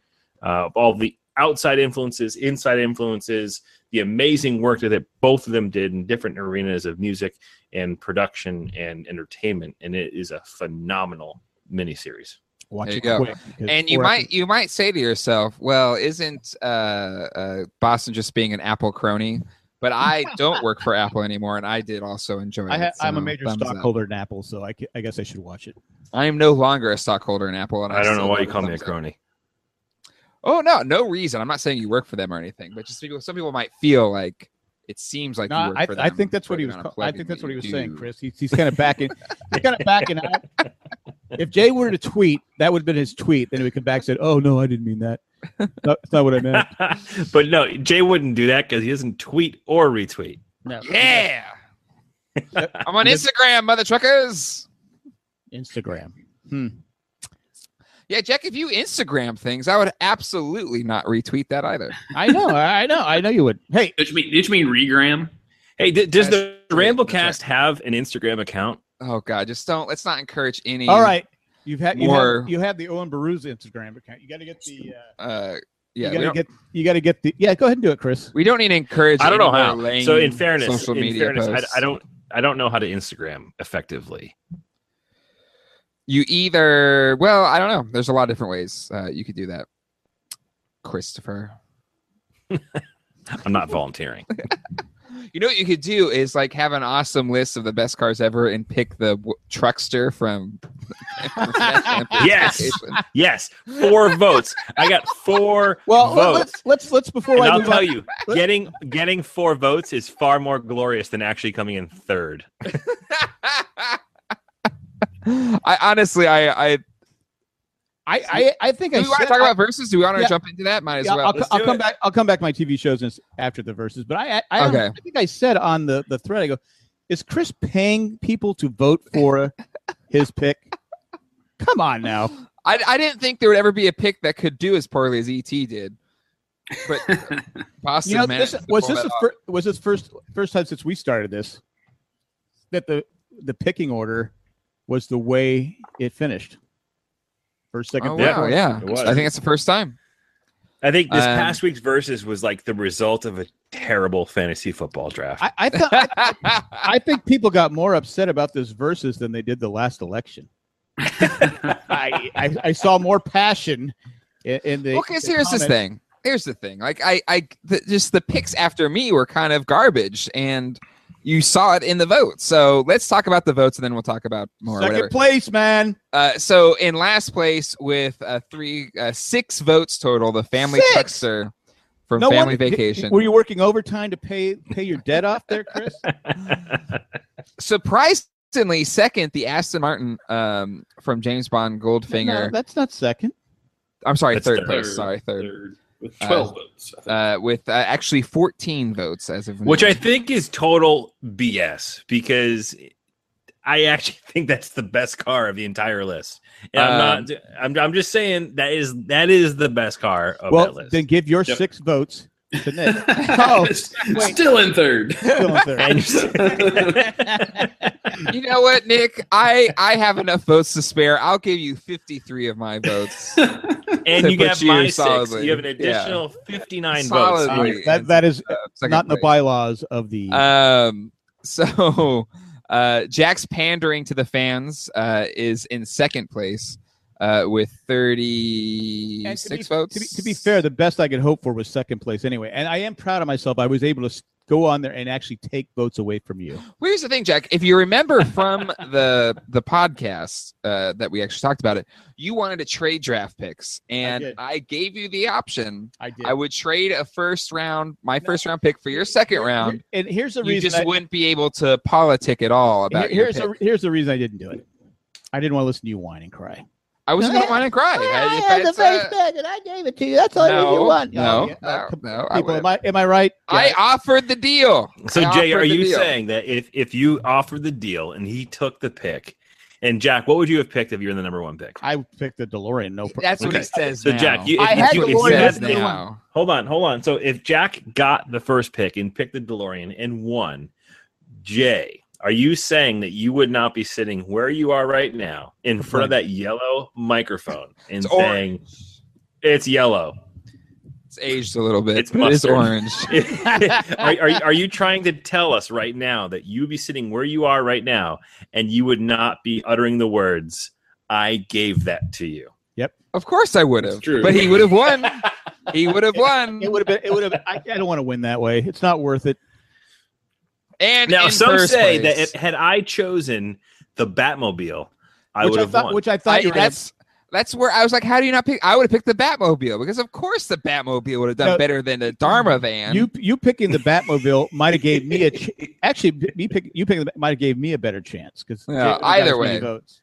Speaker 7: Uh, of all the outside influences, inside influences, the amazing work that both of them did in different arenas of music and production and entertainment, and it is a phenomenal miniseries.
Speaker 4: Watch
Speaker 3: There you
Speaker 4: it
Speaker 3: go.
Speaker 4: quick, 'cause
Speaker 3: and you
Speaker 4: four
Speaker 3: might you might say to yourself, "Well, isn't uh, uh, Boston just being an Apple crony?" But I don't work for Apple anymore, and I did also enjoy
Speaker 4: I
Speaker 3: it.
Speaker 4: ha- I'm
Speaker 3: so
Speaker 4: a major
Speaker 3: thumbs up.
Speaker 4: stockholder in Apple, so I, ca- I guess I should watch it.
Speaker 3: I am no longer a stockholder in Apple, and
Speaker 7: I don't know
Speaker 3: still
Speaker 7: why you
Speaker 3: give
Speaker 7: call me a
Speaker 3: thumbs up.
Speaker 7: crony.
Speaker 3: Oh no, no reason. I'm not saying you work for them or anything, but just people, some people might feel like it seems like
Speaker 4: No,
Speaker 3: you work
Speaker 4: I,
Speaker 3: for them.
Speaker 4: I think that's
Speaker 3: but
Speaker 4: what he
Speaker 3: you're
Speaker 4: was.
Speaker 3: not
Speaker 4: ca- I
Speaker 3: plugging
Speaker 4: think that's
Speaker 3: what
Speaker 4: what he
Speaker 3: you
Speaker 4: was saying,
Speaker 3: do.
Speaker 4: Chris. He's, he's kind of backing. he's kind of backing out. If Jay were to tweet, that would have been his tweet. Then we come back and said, "Oh no, I didn't mean that. No, That's not what I meant."
Speaker 7: but no, Jay wouldn't do that because he doesn't tweet or retweet.
Speaker 3: Yeah, I'm on Instagram, mother truckers.
Speaker 4: Instagram.
Speaker 3: Yeah, Jack, if you Instagram things, I would absolutely not retweet that either.
Speaker 4: I know. I know. I know you would. Hey,
Speaker 2: Did you mean did you mean regram?
Speaker 7: Hey, d- does the
Speaker 3: That's right,
Speaker 7: Ramblecast
Speaker 3: that's
Speaker 7: have an Instagram account?
Speaker 3: Oh God, just don't. Let's not encourage any.
Speaker 4: All right. You've had you
Speaker 3: More-
Speaker 4: have, you have the Owen Baruz Instagram account. You got to get the uh,
Speaker 3: Uh, yeah,
Speaker 4: you
Speaker 3: we
Speaker 4: got to
Speaker 3: don't,
Speaker 4: get you got to get the yeah. Go ahead and do it, Chris.
Speaker 3: we don't need to encourage.
Speaker 7: I don't know
Speaker 3: any more
Speaker 7: how.
Speaker 3: lame
Speaker 7: So in fairness,
Speaker 3: social
Speaker 7: in
Speaker 3: media
Speaker 7: fairness,
Speaker 3: posts.
Speaker 7: I, I don't. I don't know how to Instagram effectively.
Speaker 3: You either. Well, I don't know. There's a lot of different ways uh, you could do that, Christopher.
Speaker 7: I'm not volunteering.
Speaker 3: You know what you could do is like have an awesome list of the best cars ever and pick the w- truckster from. from that
Speaker 7: Yes.
Speaker 3: application.
Speaker 7: yes, four votes. I got four
Speaker 4: Well, let-
Speaker 7: votes.
Speaker 4: let's let's let's before
Speaker 7: and
Speaker 4: I
Speaker 7: I'll
Speaker 4: move
Speaker 7: tell
Speaker 4: on-
Speaker 7: you, getting getting four votes is far more glorious than actually coming in third.
Speaker 3: I honestly, I, I.
Speaker 4: I, I I think I
Speaker 3: Do we want to
Speaker 4: said-
Speaker 3: talk about verses? Do we want to
Speaker 4: Yeah.
Speaker 3: jump into that? Might as
Speaker 4: Yeah,
Speaker 3: well.
Speaker 4: I'll, co-
Speaker 7: Let's
Speaker 4: I'll
Speaker 7: do
Speaker 4: come
Speaker 7: it.
Speaker 4: back. I'll come back to my TV shows and s- after the verses. But I, I, I,
Speaker 3: Okay.
Speaker 4: I think I said on the the thread. I go, is Chris paying people to vote for his pick? Come on now.
Speaker 3: I, I didn't think there would ever be a pick that could do as poorly as ET did. But Boston
Speaker 4: You know,
Speaker 3: managed
Speaker 4: this,
Speaker 3: to
Speaker 4: was
Speaker 3: pull
Speaker 4: this
Speaker 3: that
Speaker 4: the
Speaker 3: off.
Speaker 4: fir- was this first first time since we started this that the the picking order was the way it finished. First, second,
Speaker 3: Oh,
Speaker 4: third,
Speaker 3: wow,
Speaker 4: fourth.
Speaker 3: yeah.
Speaker 7: It was.
Speaker 3: I think it's the first time.
Speaker 7: I think this
Speaker 3: Um,
Speaker 7: past week's versus was like the result of a terrible fantasy football draft.
Speaker 4: I, I thought. I,
Speaker 3: I,
Speaker 4: I think people got more upset about this versus than they did the last election. I, I, I saw more passion in, in the.
Speaker 3: well, because
Speaker 4: the
Speaker 3: here's the
Speaker 4: comments.
Speaker 3: thing. Here's the thing. Like I, I the, just the picks after me were kind of garbage, and you saw it in the vote. So let's talk about the votes, and then we'll talk about more.
Speaker 4: Second
Speaker 3: whatever.
Speaker 4: place, man.
Speaker 3: Uh, so in last place with uh, three, uh, six votes total, the family
Speaker 4: Six!
Speaker 3: truckster from
Speaker 4: No
Speaker 3: Family
Speaker 4: wonder- d-
Speaker 3: Vacation.
Speaker 4: Were you working overtime to pay pay your debt off there, Chris?
Speaker 3: Surprisingly, second, the Aston Martin um, from James Bond Goldfinger.
Speaker 4: No, that's not second.
Speaker 3: I'm sorry,
Speaker 7: That's
Speaker 3: third,
Speaker 7: third.
Speaker 3: place. Sorry, third.
Speaker 2: Third with 12 votes. I think.
Speaker 3: Uh, with uh, actually 14 votes as of
Speaker 7: which
Speaker 3: now.
Speaker 7: I think is total BS because I actually think that's the best car of the entire list. And I'm not. I'm, I'm just saying that is that is the best car of that
Speaker 4: well,
Speaker 7: list.
Speaker 4: then give your
Speaker 2: Yep.
Speaker 4: six votes to Nick.
Speaker 3: uh,
Speaker 4: oh, wait.
Speaker 2: Still in third.
Speaker 4: Still in third.
Speaker 7: And you're-
Speaker 3: you know what, Nick? I I have enough votes to spare. I'll give you 53 of my votes. uh,
Speaker 7: and
Speaker 3: To
Speaker 7: you
Speaker 3: put
Speaker 7: have
Speaker 3: you
Speaker 7: my six.
Speaker 3: solidly.
Speaker 7: You have an
Speaker 3: Yeah.
Speaker 7: additional 59
Speaker 3: Solidly.
Speaker 7: votes.
Speaker 4: Sorry, that that is
Speaker 3: Uh, second
Speaker 4: not in the
Speaker 3: place.
Speaker 4: bylaws of the.
Speaker 3: Um, so uh, Jack's pandering to the fans uh, is in second place uh, with
Speaker 4: And to
Speaker 3: 36
Speaker 4: be-
Speaker 3: votes.
Speaker 4: To be, to be fair, the best I could hope for was second place anyway, and I am proud of myself. I was able to s- go on there and actually take votes away from you.
Speaker 3: Well, here's the thing, Jack. If you remember from the the podcast uh, that we actually talked about it, you wanted to trade draft picks, and I,
Speaker 4: did.
Speaker 3: gave you the option.
Speaker 4: I did.
Speaker 3: I would trade a first round, my first round pick for your second round.
Speaker 4: And here's the
Speaker 3: You
Speaker 4: reason.
Speaker 3: just
Speaker 4: I-
Speaker 3: wouldn't be able to politic at all
Speaker 4: here-
Speaker 3: about your
Speaker 4: here's
Speaker 3: pick.
Speaker 4: the, here's the reason I didn't do it. I didn't want to listen to you whine and cry.
Speaker 3: I wasn't going to want to cry. I- if it's, uh,
Speaker 4: pick, and I gave it to you. That's
Speaker 3: no,
Speaker 4: Oh,
Speaker 3: no, no, no, I
Speaker 4: Uh, people,
Speaker 3: would've-
Speaker 4: am I am I right?
Speaker 3: I offered the deal.
Speaker 7: So,
Speaker 3: I
Speaker 7: Jay,
Speaker 3: offered
Speaker 7: are
Speaker 3: the
Speaker 7: you
Speaker 3: deal.
Speaker 7: saying that if, if you offered the deal and he took the pick, and Jack, what would you have picked if you were the number one pick?
Speaker 4: I picked the DeLorean. No problem.
Speaker 3: That's what
Speaker 7: Okay.
Speaker 3: he says.
Speaker 7: So,
Speaker 3: now.
Speaker 7: Jack, you-
Speaker 3: I
Speaker 7: if
Speaker 3: had
Speaker 7: you-
Speaker 3: the
Speaker 7: if you
Speaker 3: Lord
Speaker 7: had
Speaker 3: says
Speaker 7: the deal-
Speaker 3: now.
Speaker 7: Hold on, hold on. So if Jack got the first pick and picked the DeLorean and won, Jay, are you saying that you would not be sitting where you are right now in front of that yellow microphone and
Speaker 3: It's
Speaker 7: saying it's yellow?
Speaker 3: It's aged a little bit.
Speaker 7: It's
Speaker 3: but it is
Speaker 7: mustard.
Speaker 3: orange.
Speaker 7: are, are, are you trying to tell us right now that you would be sitting where you are right now and you would not be uttering the words, I gave that to you?
Speaker 3: Of course, I would have.
Speaker 2: It's true.
Speaker 3: But he would have won. he would have won.
Speaker 4: It would have been. It would have. I, I don't want to win that way. It's not worth it.
Speaker 3: And
Speaker 7: Now,
Speaker 3: in
Speaker 7: some
Speaker 3: first
Speaker 7: say
Speaker 3: place.
Speaker 7: that if, had I chosen the Batmobile, I
Speaker 4: which
Speaker 7: would
Speaker 4: I
Speaker 7: have
Speaker 4: thought.
Speaker 7: won.
Speaker 4: Which I thought.
Speaker 3: I-
Speaker 4: you were gonna-
Speaker 3: that's that's where I was like, how do you not pick? I would have picked the Batmobile because, of course, the Batmobile would have done
Speaker 4: No.
Speaker 3: better than the Dharma van.
Speaker 4: you you picking the Batmobile might have gave me a ch- actually me pick you picking the, might have gave me a better chance because
Speaker 3: Yeah, either way.
Speaker 4: votes.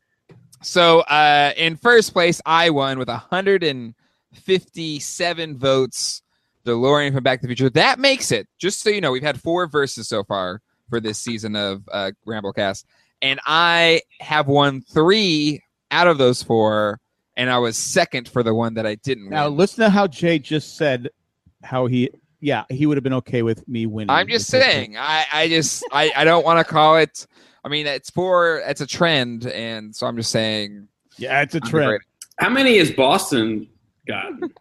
Speaker 3: So uh, in first place, I won with 157 votes. DeLorean from Back to the Future. That makes it. Just so you know, we've had four verses so far for this season of uh, Ramblecast, and I have won three out of those four, and I was second for the one that I didn't
Speaker 4: Now
Speaker 3: win.
Speaker 4: listen to how Jay just said how he yeah, he would have been okay with me winning.
Speaker 3: I'm just
Speaker 4: It's okay.
Speaker 3: saying. I, I just I, I don't want to call it. I mean, it's for it's a trend, and so I'm just saying.
Speaker 5: Yeah, it's a
Speaker 3: I'm
Speaker 5: trend.
Speaker 3: great-
Speaker 2: How many has Boston gotten?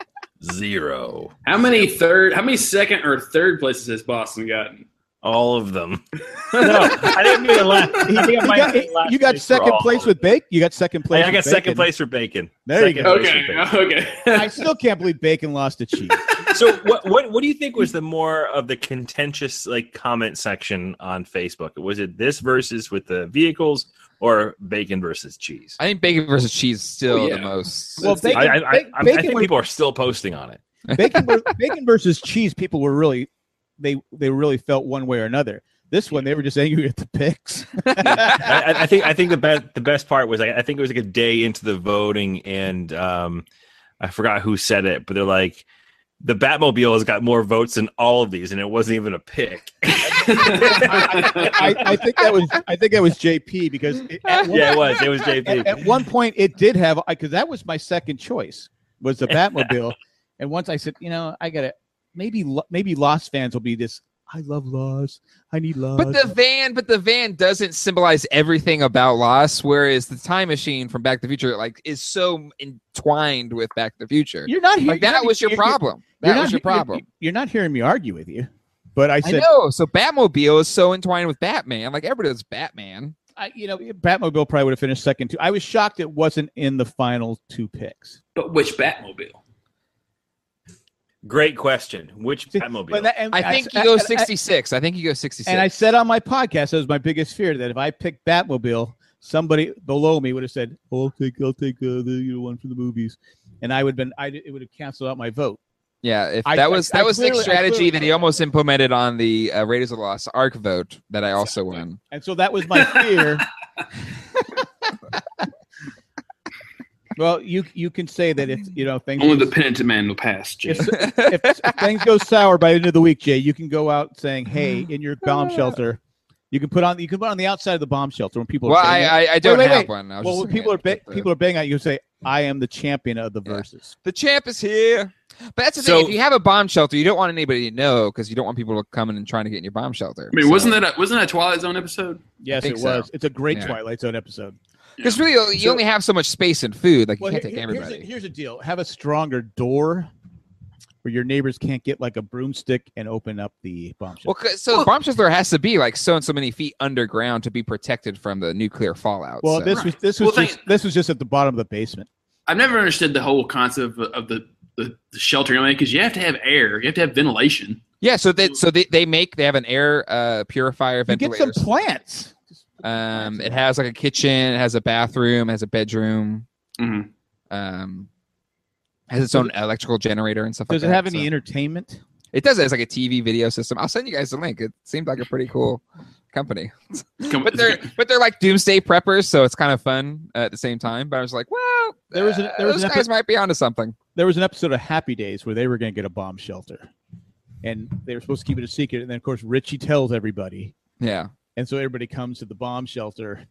Speaker 7: Zero.
Speaker 2: How many third? How many second or third places has Boston gotten?
Speaker 7: All of them.
Speaker 2: No,
Speaker 7: I didn't mean last.
Speaker 4: He- you got, you got second place with Bake. You got second place.
Speaker 7: I
Speaker 4: with
Speaker 7: got second
Speaker 4: Bacon.
Speaker 7: place for bacon.
Speaker 4: There you
Speaker 7: Second
Speaker 4: go.
Speaker 7: place for
Speaker 2: Okay,
Speaker 7: bacon.
Speaker 4: I
Speaker 2: okay.
Speaker 4: still can't believe Bacon lost to Chief.
Speaker 7: so what, what what do you think was the more of the contentious like comment section on Facebook? Was it this versus with the vehicles or bacon versus cheese?
Speaker 3: I think bacon versus cheese is still
Speaker 2: Oh, yeah.
Speaker 3: the most.
Speaker 4: Well,
Speaker 7: I,
Speaker 4: Bacon,
Speaker 7: I, I,
Speaker 4: Ba-
Speaker 7: I, I
Speaker 4: Bacon
Speaker 7: think
Speaker 4: was-
Speaker 7: people are still posting on it.
Speaker 4: bacon, ver- bacon versus cheese. People were really they they really felt one way or another. This one, they were just angry at the picks.
Speaker 7: I, I- I think I think the best the best part was like, I think it was like a day into the voting and um, I forgot who said it, but they're like the Batmobile has got more votes than all of these, and it wasn't even a pick.
Speaker 4: I, I think that was I think that was JP because it, at, one,
Speaker 7: yeah, it was. It was
Speaker 4: at, at
Speaker 7: JP.
Speaker 4: one point it did have because that was my second choice was the Batmobile, and once I said you know I gotta maybe Lo- maybe Lost fans will be this I love Lost I need Lost
Speaker 3: But the van, but the van doesn't symbolize everything about loss, whereas the time machine from Back to the Future, like, is so entwined with Back to the Future.
Speaker 4: you're not here
Speaker 3: Like that was your
Speaker 4: you're- you're-
Speaker 3: problem.
Speaker 4: you're
Speaker 3: That
Speaker 4: not
Speaker 3: was your
Speaker 4: he- you're-
Speaker 3: problem.
Speaker 4: You're not hearing me argue with you, but I
Speaker 3: I
Speaker 4: said
Speaker 3: know. So Batmobile is so entwined with Batman. Like everybody does Batman.
Speaker 4: I, you know, Batmobile probably would have finished second too. I was shocked it wasn't in the final two picks.
Speaker 2: but which Batmobile?
Speaker 7: Great question. Which
Speaker 4: See,
Speaker 7: Batmobile?
Speaker 4: But that- and
Speaker 3: I think
Speaker 4: I-
Speaker 3: you go
Speaker 4: and I-
Speaker 3: sixty six. I think you go sixty six.
Speaker 4: And I said on my podcast, that was my biggest fear that if I picked Batmobile, somebody below me would have said, oh, "I'll take, I'll take uh, the you know, one from the movies," and I would have been, I it would have canceled out my vote.
Speaker 3: yeah, if
Speaker 4: I-
Speaker 3: that
Speaker 4: I-
Speaker 3: was
Speaker 4: I
Speaker 3: that was
Speaker 4: clearly- I
Speaker 3: the strategy
Speaker 4: clearly-
Speaker 3: that he almost implemented on the uh, Raiders of the Lost Ark vote that I also won.
Speaker 4: And so that was my fear. well, you you can say that if you know things
Speaker 2: Only the penitent man will pass. Jay.
Speaker 4: if, if, if things go sour by the end of the week, Jay, you can go out saying, "Hey, in your bomb shelter, you can put on you can put on the outside of the bomb shelter when people
Speaker 3: Well,
Speaker 4: are
Speaker 3: I,
Speaker 4: banging-
Speaker 3: I, I don't
Speaker 4: wait,
Speaker 3: have
Speaker 4: wait.
Speaker 3: one. I was
Speaker 4: well
Speaker 3: just
Speaker 4: when
Speaker 3: looking
Speaker 4: people are
Speaker 3: at
Speaker 4: ba-
Speaker 3: it, but-
Speaker 4: people are banging at you. Say, I am the champion of the
Speaker 3: Yeah.
Speaker 4: verses.
Speaker 3: the champ is here. But that's the
Speaker 7: So-
Speaker 3: thing. If you have a bomb shelter, you don't want anybody to know because you don't want people to come in and trying to get in your bomb shelter.
Speaker 2: I mean, wasn't that a, wasn't that a Twilight Zone episode?
Speaker 4: Yes,
Speaker 3: think
Speaker 4: it
Speaker 3: so.
Speaker 4: was. It's a great
Speaker 3: Yeah.
Speaker 4: Twilight Zone episode.
Speaker 3: Because really, you only have so much space and food. Like you
Speaker 4: Well,
Speaker 3: can't
Speaker 4: here-
Speaker 3: take
Speaker 4: here- here's, a,
Speaker 3: everybody.
Speaker 4: here's a deal: have a stronger door. Where your neighbors can't get like a broomstick and open up the bomb
Speaker 3: Well,
Speaker 4: shelter.
Speaker 3: 'cause- so the bomb shelter has to be like so and so many feet underground to be protected from the nuclear fallout.
Speaker 4: Well,
Speaker 3: so-
Speaker 4: this was this was
Speaker 2: Well, thank-
Speaker 4: just, this was just at the bottom of the basement.
Speaker 2: I've never understood the whole concept of, of the, the, the sheltering. I mean, because you have to have air, you have to have ventilation.
Speaker 3: yeah. So they so they, they make they have an air uh, purifier
Speaker 4: You get some
Speaker 3: ventilator.
Speaker 4: plants.
Speaker 3: Um, it has like a kitchen, it has a bathroom, it has a bedroom,
Speaker 2: Mhm.
Speaker 3: um, has its own electrical generator and stuff.
Speaker 4: Does
Speaker 3: like
Speaker 4: it have
Speaker 3: that,
Speaker 4: any
Speaker 3: so-
Speaker 4: entertainment?
Speaker 3: It does. It has like a TV video system. I'll send you guys the link. It seemed like a pretty cool company,
Speaker 2: Come-
Speaker 3: but they're but they're like doomsday preppers, so it's kind of fun uh, at the same time. But I was like, well,
Speaker 4: There was an-
Speaker 3: uh,
Speaker 4: there was
Speaker 3: those
Speaker 4: an epi-
Speaker 3: guys might be onto something.
Speaker 4: there was an episode of Happy Days where they were going to get a bomb shelter, and they were supposed to keep it a secret. And then, of course, Richie tells everybody,
Speaker 3: Yeah.
Speaker 4: and so everybody comes to the bomb shelter,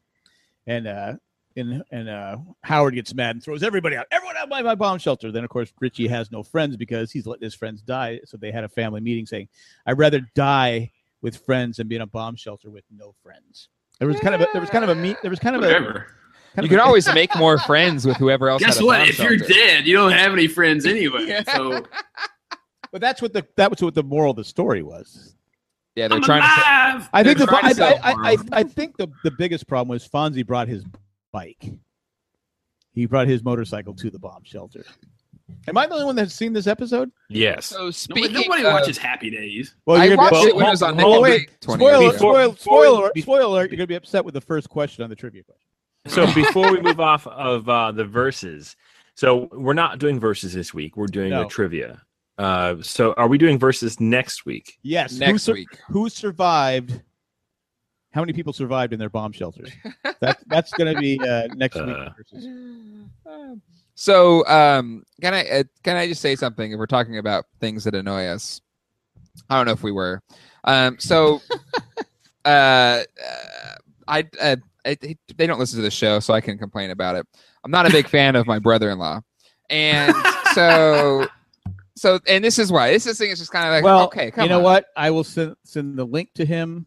Speaker 4: and uh, and and uh, Howard gets mad and throws everybody out. Everyone out by my bomb shelter. Then, of course, Richie has no friends because he's letting his friends die. So they had a family meeting saying, "I'd rather die with friends than be in a bomb shelter with no friends." There was kind of a, there was kind of a meet there was kind of a
Speaker 2: Whatever.
Speaker 3: You
Speaker 4: kind of
Speaker 3: can
Speaker 4: a-
Speaker 3: always make more friends with whoever else.
Speaker 2: Guess
Speaker 3: had a
Speaker 2: what?
Speaker 3: bomb
Speaker 2: If you're
Speaker 3: shelter.
Speaker 2: dead, you don't have any friends anyway. So
Speaker 4: but that's what the that was what the moral of the story was.
Speaker 3: yeah, they're
Speaker 2: I'm
Speaker 3: trying to.
Speaker 2: alive.
Speaker 4: I think
Speaker 3: They're
Speaker 4: the I,
Speaker 3: trying to
Speaker 4: I,
Speaker 3: sell
Speaker 4: I, I, I think the, the biggest problem was Fonzie brought his bike. He brought his motorcycle to the bomb shelter. Am I the only one that's seen this episode?
Speaker 7: yes.
Speaker 3: So
Speaker 2: Nobody,
Speaker 3: speaking,
Speaker 2: nobody
Speaker 3: of-
Speaker 2: watches Happy Days.
Speaker 4: Well,
Speaker 3: I
Speaker 4: Oh, you're gonna
Speaker 3: watched
Speaker 4: be
Speaker 3: it when it was on
Speaker 4: oh,
Speaker 3: Nickelodeon
Speaker 4: wait,
Speaker 3: 20 years
Speaker 4: spoiler,
Speaker 3: ago.
Speaker 4: spoiler,
Speaker 7: Before-
Speaker 4: spoiler, spoiler alert! You're gonna be upset with the first question on the trivia question.
Speaker 7: So before we move off of uh, the verses, so we're not doing verses this week. We're doing
Speaker 4: No.
Speaker 7: the trivia. Uh, so are we doing verses next week?
Speaker 4: Yes. who
Speaker 3: next
Speaker 4: sur-
Speaker 3: week.
Speaker 4: who survived? How many people survived in their bomb shelters? That's that's gonna be uh, next week.
Speaker 7: Uh,
Speaker 4: versus-
Speaker 3: So, um, can I uh, can I just say something? If we're talking about things that annoy us, I don't know if we were. Um, so, uh, uh, I, uh, I they don't listen to the show, so I can complain about it. I'm not a big fan of my brother-in-law, and so So, and this is why this, this thing is just kind of like,
Speaker 4: well,
Speaker 3: okay, come
Speaker 4: you know
Speaker 3: on.
Speaker 4: what? I will send send the link to him.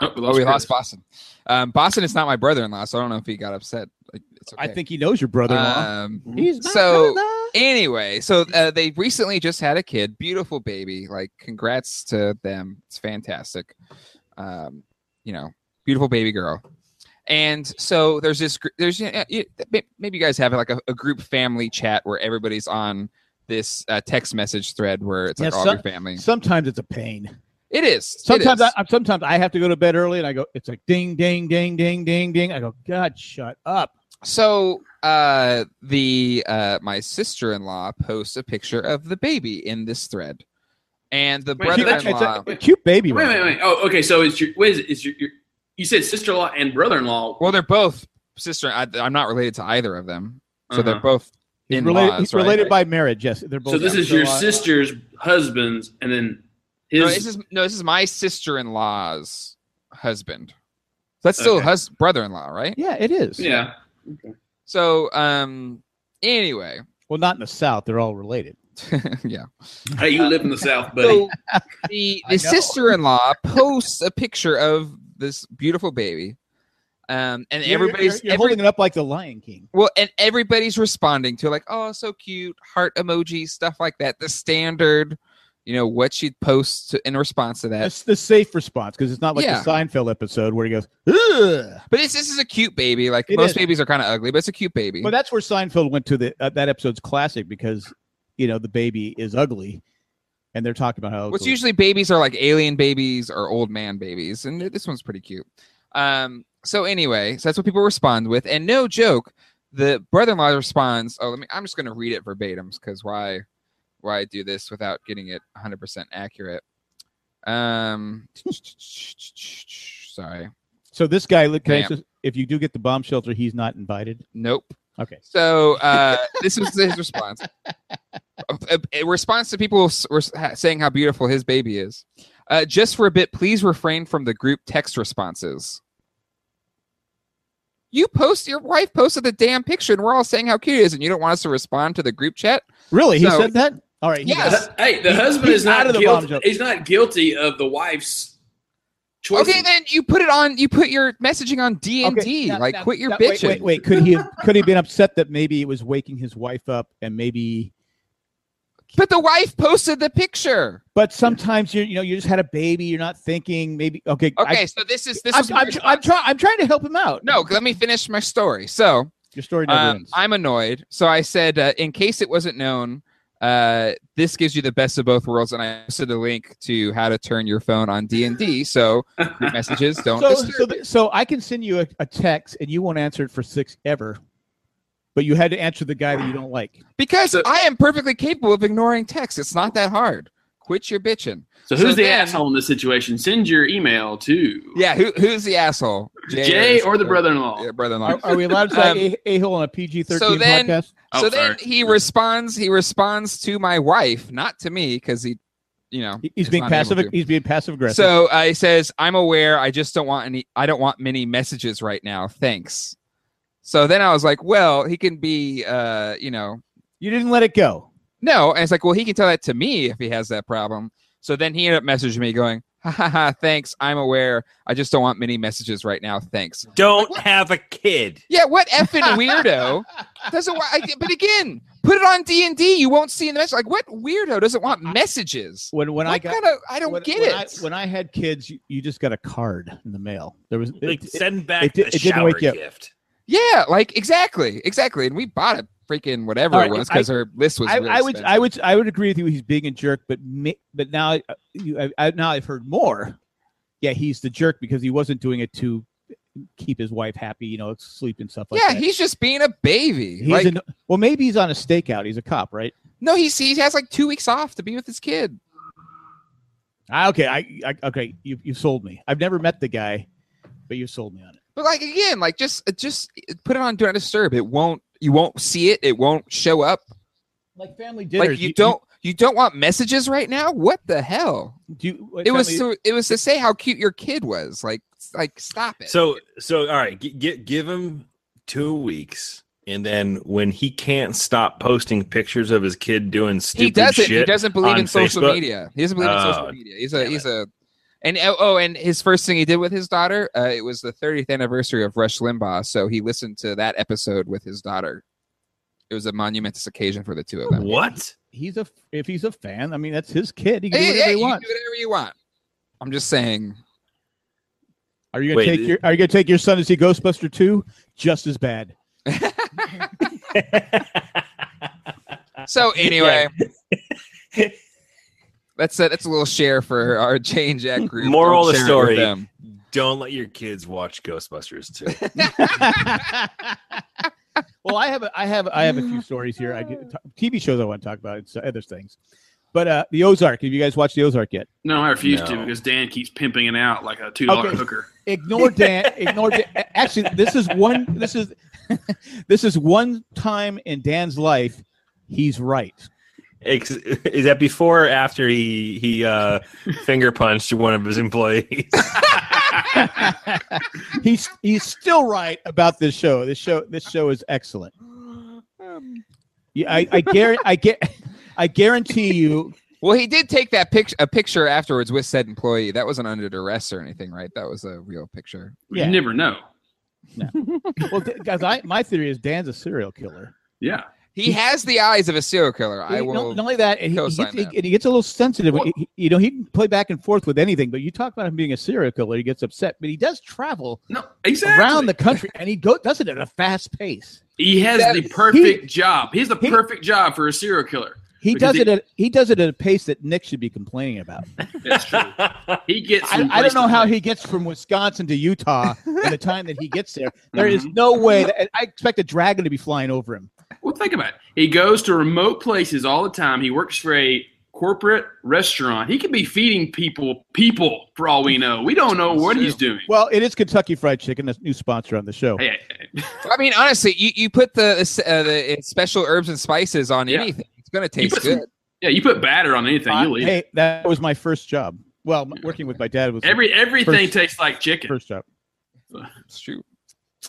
Speaker 2: Oh, we
Speaker 3: Oh,
Speaker 2: lost
Speaker 3: we lost
Speaker 2: Chris.
Speaker 3: Boston. Um, Boston is not my brother-in-law, so I don't know if he got upset. Like, It's okay.
Speaker 4: I think he knows your brother-in-law.
Speaker 3: Um,
Speaker 4: He's my
Speaker 3: so-
Speaker 4: brother.
Speaker 3: anyway, so uh, they recently just had a kid, beautiful baby. Like, congrats to them. It's fantastic. Um, you know, beautiful baby girl. And so there's this. gr- There's uh, you- may- maybe you guys have like a, a group family chat where everybody's on this uh, text message thread where it's like
Speaker 4: Yeah,
Speaker 3: all
Speaker 4: some-
Speaker 3: your family.
Speaker 4: Sometimes it's a pain.
Speaker 3: It is. It
Speaker 4: Sometimes
Speaker 3: is.
Speaker 4: I, I'm- sometimes I have to go to bed early, and I go. It's like ding, ding, ding, ding, ding, ding. I go. God, shut up.
Speaker 3: So uh the uh my sister-in-law posts a picture of the baby in this thread. And the
Speaker 2: Wait, she-
Speaker 4: It's
Speaker 3: brother-in-law
Speaker 4: a, a cute baby.
Speaker 2: Wait,
Speaker 4: right
Speaker 2: wait,
Speaker 4: now.
Speaker 2: wait. Oh, okay. So it's your. What is it? It's your, your. You said sister-in-law and brother-in-law.
Speaker 3: Well, they're both sister I, I'm not related to either of them. So they're
Speaker 2: Uh-huh.
Speaker 3: both
Speaker 4: He's
Speaker 3: in
Speaker 4: related,
Speaker 3: laws,
Speaker 4: he's
Speaker 3: right?
Speaker 4: related by marriage. Yes, they're both.
Speaker 2: So this
Speaker 4: yeah,
Speaker 2: is your
Speaker 4: uh,
Speaker 2: sister's husband's, and then his.
Speaker 3: No, this is no, this is my sister-in-law's husband. That's still
Speaker 2: Okay.
Speaker 3: hus- brother-in-law, right?
Speaker 4: Yeah, it is.
Speaker 2: yeah.
Speaker 3: So um anyway,
Speaker 4: Well, not in the South. They're all related.
Speaker 3: yeah.
Speaker 2: Hey, you live in the South, buddy.
Speaker 3: So the the
Speaker 4: know.
Speaker 3: sister in law posts a picture of this beautiful baby, um, and
Speaker 4: You're-
Speaker 3: everybody's
Speaker 4: you're, you're
Speaker 3: every-
Speaker 4: holding it up like the Lion King.
Speaker 3: well, and everybody's responding to it, like, oh, so cute, heart emoji, stuff like that. The standard, you know, what she posts to, in response to that.
Speaker 4: That's the safe response because it's not like
Speaker 3: Yeah.
Speaker 4: the Seinfeld episode where he goes, Ugh!
Speaker 3: But it's, this is a cute baby. Like
Speaker 4: It
Speaker 3: most
Speaker 4: is.
Speaker 3: babies are kind of ugly, but it's a cute baby.
Speaker 4: Well, that's where Seinfeld went to the uh, that episode's classic because you know the baby is ugly, and they're talking about how
Speaker 3: What's
Speaker 4: ugly-
Speaker 3: usually babies are like alien babies or old man babies, and this one's pretty cute. Um, so anyway, so that's what people respond with, and no joke, the brother-in-law responds. Oh, let me. I'm just going to read it verbatim because why, why do this without getting it 100 percent accurate? Um, sorry,
Speaker 4: So this guy, look, can I
Speaker 3: Yeah.
Speaker 4: just- if you do get the bomb shelter, he's not invited.
Speaker 3: nope.
Speaker 4: Okay,
Speaker 3: So uh, this was his response. A, a- a response to people s- were s- ha- saying how beautiful his baby is. Uh, just for a bit, please refrain from the group text responses. You post your wife posted the damn picture, and we're all saying how cute it is, and you don't want us to respond to the group chat.
Speaker 4: really? He
Speaker 3: So-
Speaker 4: said that. All right. he
Speaker 3: Yes.
Speaker 4: got it.
Speaker 2: The- hey, the
Speaker 4: He-
Speaker 2: husband
Speaker 4: he's
Speaker 2: is not
Speaker 4: out of the
Speaker 2: guilty.
Speaker 4: bomb joke.
Speaker 2: He's not guilty of the wife's choice.
Speaker 3: Okay, then you put it on. You put your messaging on D and
Speaker 4: Okay,
Speaker 3: D.
Speaker 4: now-
Speaker 3: Like,
Speaker 4: now-
Speaker 3: quit your
Speaker 4: now- wait,
Speaker 3: bitching.
Speaker 4: Wait, wait, could he have, could he have been upset that maybe it was waking his wife up and maybe?
Speaker 3: But the wife posted the picture.
Speaker 4: But sometimes you you know you just had a baby, you're not thinking. Maybe okay. I-
Speaker 3: Okay, so this is this
Speaker 4: I'm,
Speaker 3: is my
Speaker 4: I'm, I'm
Speaker 3: response.
Speaker 4: trying. I'm trying to help him out.
Speaker 3: no. Let me finish my story. So.
Speaker 4: your story never
Speaker 3: Um,
Speaker 4: ends.
Speaker 3: I'm annoyed. So I said, uh, in case it wasn't known, uh, this gives you the best of both worlds, and I posted a link to how to turn your phone on D and D. So group messages don't.
Speaker 4: so,
Speaker 3: disturb
Speaker 4: so, th- so I can send you a, a text and you won't answer it for six ever, but you had to answer the guy that you don't like.
Speaker 3: because
Speaker 2: So-
Speaker 3: I am perfectly capable of ignoring text. It's not that hard. Quit your bitching.
Speaker 2: So who's
Speaker 3: So
Speaker 2: the
Speaker 3: then-
Speaker 2: asshole in this situation? Send your email to
Speaker 3: Yeah, who, who's the asshole?
Speaker 2: Jay or the brother-in-law.
Speaker 3: Yeah, brother-in-law.
Speaker 4: Are, are we allowed to say
Speaker 3: Um,
Speaker 4: a- a hole on a PG thirteen
Speaker 3: so then-
Speaker 4: podcast?
Speaker 2: Oh,
Speaker 3: so
Speaker 2: sorry.
Speaker 3: then he responds. He responds to my wife, not to me, because he, you know,
Speaker 4: He- He's being
Speaker 3: not able
Speaker 4: passive.
Speaker 3: to.
Speaker 4: He's being passive aggressive.
Speaker 3: So uh, he says, "I'm aware. I just don't want any. I don't want many messages right now. Thanks." So then I was like, "Well, he can be, uh, you know,
Speaker 4: you didn't let it go.
Speaker 3: no." And it's like, "Well, he can tell that to me if he has that problem." So then he ended up messaging me going, "Ha ha ha! Thanks. I'm aware. I just don't want many messages right now. Thanks."
Speaker 7: Don't have a kid.
Speaker 3: Yeah, what effing weirdo doesn't want? I, but again, put it on D and D. You won't see in the message. Like, what weirdo doesn't want messages?
Speaker 4: When when I
Speaker 3: What
Speaker 4: got
Speaker 3: kind of- I don't
Speaker 4: when-
Speaker 3: get
Speaker 4: when
Speaker 3: it.
Speaker 4: I, when I had kids, you, you just got a card in the mail. There was it-
Speaker 7: Like
Speaker 4: it-
Speaker 7: send back
Speaker 4: it di-
Speaker 7: the
Speaker 4: it didn't
Speaker 7: shower
Speaker 4: wake you up.
Speaker 7: gift.
Speaker 3: Yeah, like exactly, exactly. And we bought a freaking whatever
Speaker 4: All
Speaker 3: it
Speaker 4: right,
Speaker 3: was because her list was.
Speaker 4: I,
Speaker 3: really
Speaker 4: I would
Speaker 3: expensive.
Speaker 4: I would I would agree with you. He's being a jerk, but ma- but now I- you, I, I, now I've heard more. Yeah, he's the jerk because he wasn't doing it to keep his wife happy, you know, sleep and stuff like
Speaker 3: yeah,
Speaker 4: that.
Speaker 3: he's just being a baby.
Speaker 4: he's
Speaker 3: like,
Speaker 4: an, well, maybe he's on a stakeout. He's a cop, right?
Speaker 3: no, he's he has like two weeks off to be with his kid.
Speaker 4: I, okay, I, I okay, you you sold me. I've never met the guy, but you sold me on it.
Speaker 3: But like again, like just uh, just put it on do not disturb. It won't. You won't see it. It won't show up.
Speaker 4: Like family dinners,
Speaker 3: like you, don't. You don't want messages right now. What the hell?
Speaker 4: do. You,
Speaker 3: It was
Speaker 4: family-
Speaker 3: to it was to say how cute your kid was. Like like stop it.
Speaker 7: So so all right, g- g- give him two weeks. And then when he can't stop posting pictures of his kid doing stupid
Speaker 3: he doesn't.
Speaker 7: shit,
Speaker 3: He doesn't believe
Speaker 7: on
Speaker 3: in social
Speaker 7: Facebook.
Speaker 3: media. He doesn't believe in
Speaker 7: Oh,
Speaker 3: social media. He's a he's a and oh, oh, and his first thing he did with his daughter, uh, it was the 30th anniversary of Rush Limbaugh, so he listened to that episode with his daughter. It was a momentous occasion for the two of them.
Speaker 7: What?
Speaker 4: He's a if he's a fan. I mean, that's his kid. He can
Speaker 3: Hey,
Speaker 4: do whatever
Speaker 3: hey,
Speaker 4: he
Speaker 3: you can
Speaker 4: wants.
Speaker 3: do whatever you want. I'm just saying.
Speaker 4: Are you gonna
Speaker 7: Wait,
Speaker 4: take
Speaker 7: it-
Speaker 4: your Are you gonna take your son to see Ghostbuster two? Just as bad.
Speaker 7: Uh,
Speaker 3: So anyway, that's it. That's a little share for our Jane Jack group.
Speaker 7: Moral of the
Speaker 3: Don't share it with
Speaker 7: story.
Speaker 3: them.
Speaker 7: Don't let your kids watch Ghostbusters too.
Speaker 4: well, I have a, I have I have a few stories here. I get, t- TV shows I want to talk about. It's other things, but uh, the Ozark. Have you guys watched the Ozark yet?
Speaker 2: No, I refuse to
Speaker 7: No.
Speaker 2: because Dan keeps pimping it out like a two dollar
Speaker 4: Okay.
Speaker 2: hooker.
Speaker 4: Ignore Dan. ignore Dan. Actually, this is one. This is this is one time in Dan's life he's right.
Speaker 7: Ex- Is that before or after he he uh, finger punched one of his employees?
Speaker 4: He's he's still right about this show. This show this show is excellent. Yeah, I I guarantee I get I guarantee you.
Speaker 3: Well, he did take that picture a picture afterwards with said employee. That wasn't under duress or anything, right? That was a real picture.
Speaker 4: Yeah.
Speaker 2: You never know.
Speaker 4: Well, th- guys, I my theory is Dan's a serial killer.
Speaker 2: Yeah.
Speaker 3: He has the eyes of a serial killer. I
Speaker 4: He- no-
Speaker 3: will.
Speaker 4: Not, only that, and he, he,
Speaker 3: co-sign
Speaker 4: gets, he-
Speaker 3: that.
Speaker 4: and he gets a little sensitive.
Speaker 3: Well-
Speaker 4: He- you know, he can play back and forth with anything, but you talk about him being a serial killer, he gets upset. But he does travel
Speaker 2: No, exactly.
Speaker 4: around the country, and he go, does it at a fast pace.
Speaker 2: he has
Speaker 3: That-
Speaker 2: the perfect job. He's the
Speaker 4: he-
Speaker 2: perfect job for a serial killer.
Speaker 4: He
Speaker 2: Because
Speaker 4: does
Speaker 2: he-
Speaker 4: it at he does it at a pace that Nick should be complaining about.
Speaker 2: That's true. He gets.
Speaker 4: I,
Speaker 2: from
Speaker 4: I
Speaker 2: place
Speaker 4: don't know
Speaker 2: to
Speaker 4: how
Speaker 2: place.
Speaker 4: he gets from Wisconsin to Utah in the time that he gets there. There is
Speaker 2: Mm-hmm.
Speaker 4: no way that I expect a dragon to be flying over him.
Speaker 2: Well, think about it. He goes to remote places all the time. He works for a corporate restaurant. He could be feeding people people for all we know. We don't know what he's doing.
Speaker 4: Well, it is Kentucky Fried Chicken, a new sponsor on the show.
Speaker 2: Hey, hey, hey.
Speaker 3: I mean, honestly, you, you put the uh, the special herbs and spices on
Speaker 2: Yeah.
Speaker 3: anything, it's gonna taste
Speaker 2: put some-
Speaker 3: good.
Speaker 2: yeah, you put batter on anything,
Speaker 4: Uh,
Speaker 2: you leave.
Speaker 4: hey, that was my first job. Well, m- working with my dad was
Speaker 2: Every everything
Speaker 4: First-
Speaker 2: tastes like chicken.
Speaker 4: first job.
Speaker 3: It's true.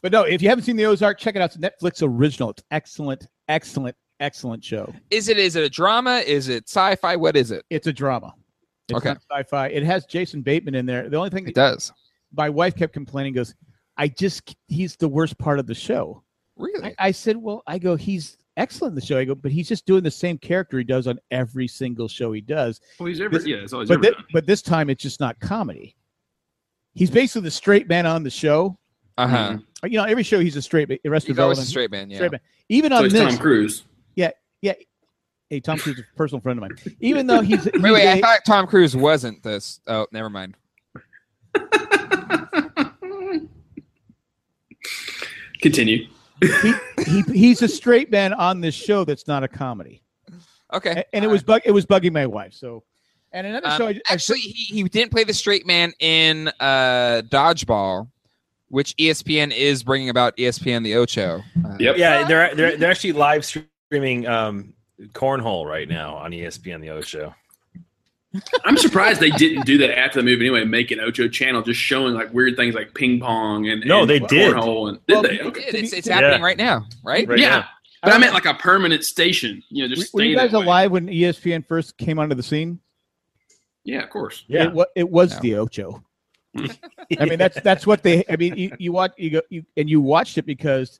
Speaker 4: But no, if you haven't seen the Ozark, check it out. It's a Netflix original. It's excellent, excellent, excellent show.
Speaker 3: Is it is it a drama? Is it sci-fi? What is it?
Speaker 4: It's a drama. It's
Speaker 3: Okay.
Speaker 4: not sci-fi. It has Jason Bateman in there. The only thing
Speaker 3: It
Speaker 4: that
Speaker 3: does.
Speaker 4: my wife kept complaining goes, I just he's the worst part of the show. I,
Speaker 3: Really?
Speaker 4: I said, well, I go, he's excellent in the show. I go, but he's just doing the same character he does on every single show he does.
Speaker 2: Well, he's ever,
Speaker 4: This-
Speaker 2: yeah, that's all he's
Speaker 4: but
Speaker 2: ever
Speaker 4: thi-
Speaker 2: done.
Speaker 4: but this time it's just not comedy. He's basically the straight man on the show.
Speaker 3: Uh huh.
Speaker 2: Mhm.
Speaker 4: You know, every show he's a straight. man. Arrested
Speaker 3: He's always a
Speaker 4: Development,
Speaker 3: straight man. Yeah.
Speaker 4: straight man. Even
Speaker 2: So
Speaker 4: on
Speaker 2: he's
Speaker 4: this,
Speaker 2: Tom Cruise.
Speaker 4: hey, Tom Cruise is a personal friend of mine. Even though he's, he's
Speaker 3: Wait, wait.
Speaker 4: a-
Speaker 3: I thought Tom Cruise wasn't this. Oh, never mind.
Speaker 2: Continue.
Speaker 4: he, he's a straight man on this show that's not a comedy.
Speaker 3: Okay.
Speaker 4: A- And it was bug, it was bugging my wife. So, and another
Speaker 3: Eh, uh, Um,
Speaker 4: show, I, I-
Speaker 3: actually, he, he didn't play the straight man in uh, Dodgeball, which E ESPN is bringing about E ESPN the Ocho. Uh,
Speaker 2: Yep.
Speaker 7: Yeah, they're they're, they're actually live streaming um, cornhole right now on E ESPN The O Show.
Speaker 2: I'm surprised they didn't do that after the movie anyway. Make an Ocho channel just showing like weird things like ping pong and
Speaker 7: No,
Speaker 2: and
Speaker 7: they did.
Speaker 2: cornhole and did
Speaker 4: Well,
Speaker 2: they?
Speaker 4: they
Speaker 2: Okay.
Speaker 3: It- It's, it's
Speaker 7: Yeah.
Speaker 3: happening right now, right?
Speaker 7: Right
Speaker 2: yeah,
Speaker 7: now.
Speaker 2: but I,
Speaker 4: I
Speaker 2: meant like a permanent station. You know,
Speaker 4: were,
Speaker 2: just
Speaker 4: were you
Speaker 2: stay that
Speaker 4: guys
Speaker 2: way.
Speaker 4: alive when E ESPN first came onto the scene?
Speaker 2: Yeah, of course.
Speaker 7: Yeah,
Speaker 4: It, wa- it was
Speaker 3: No.
Speaker 4: the Ocho. I mean, that's that's what they. I mean, you, you watch you go you, and you watched it because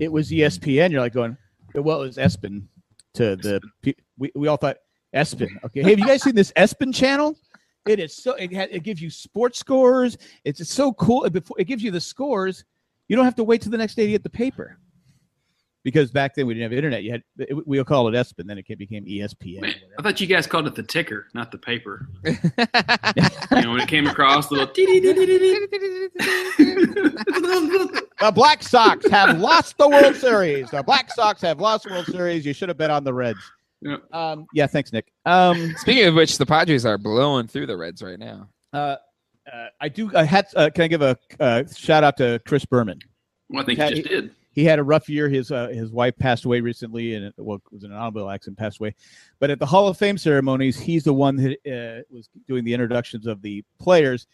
Speaker 4: it was E ESPN. You're like going, well, it was Espen to the. pe- We, we all thought Espen. Okay, hey, have you guys seen this Espen channel? It is so it, ha- it gives you sports scores. It's, it's so cool. It, before, it gives you the scores. You don't have to wait till the next day to get the paper. Because back then we didn't have internet. You had it, we'll call it Espen. Then it became E ESPN.
Speaker 2: Man,
Speaker 4: or whatever.
Speaker 2: I thought you guys called it the ticker, not the paper. you know, when it came across the little tee-dee-dee-dee-dee-dee.
Speaker 4: The Black Sox have lost the World Series. The Black Sox have lost the World Series. You should have bet on the Reds.
Speaker 2: Yep.
Speaker 4: Um, yeah, thanks, Nick. Um,
Speaker 3: Speaking of which, the Padres are blowing through the Reds right now.
Speaker 4: uh, uh, I do. I had. Uh, can I give a uh, shout out to Chris Berman?
Speaker 2: well, I think you just did.
Speaker 4: He had a rough year. His uh, his wife passed away recently, and it, well, it was in an automobile accident. Passed away, but at the Hall of Fame ceremonies, he's the one that uh, was doing the introductions of the players,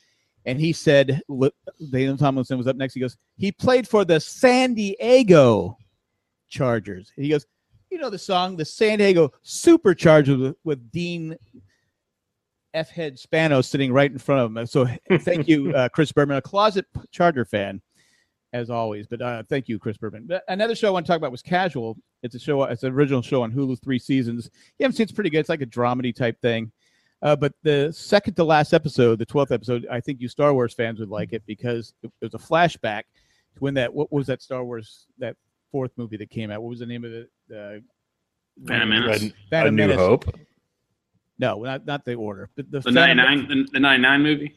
Speaker 4: and he said, li- Daniel Tomlinson was up next. He goes, he played for the San Diego Superchargers. And he goes, you know the song, the San Diego Superchargers with, with Dean F. Head Spano sitting right in front of him. So thank you, uh, Chris Berman, a closet p- Charger fan, as always. But uh, thank you, Chris Berman. But another show I want to talk about was Casual. It's a show. It's an original show on Hulu, three seasons. You haven't seen. It's pretty good. It's like a dramedy type thing. Uh, but the second to last episode, the twelfth episode, I think you Star Wars fans would like it because it, it was a flashback to when that what was that Star Wars that fourth movie that came out? What was the name of it? Uh,
Speaker 2: Phantom Menace.
Speaker 7: Red-
Speaker 4: Phantom
Speaker 7: a New
Speaker 4: Menace.
Speaker 7: Hope.
Speaker 4: No, not not the order. But the,
Speaker 2: The
Speaker 4: Phantom-
Speaker 2: 99, the, the 99 movie.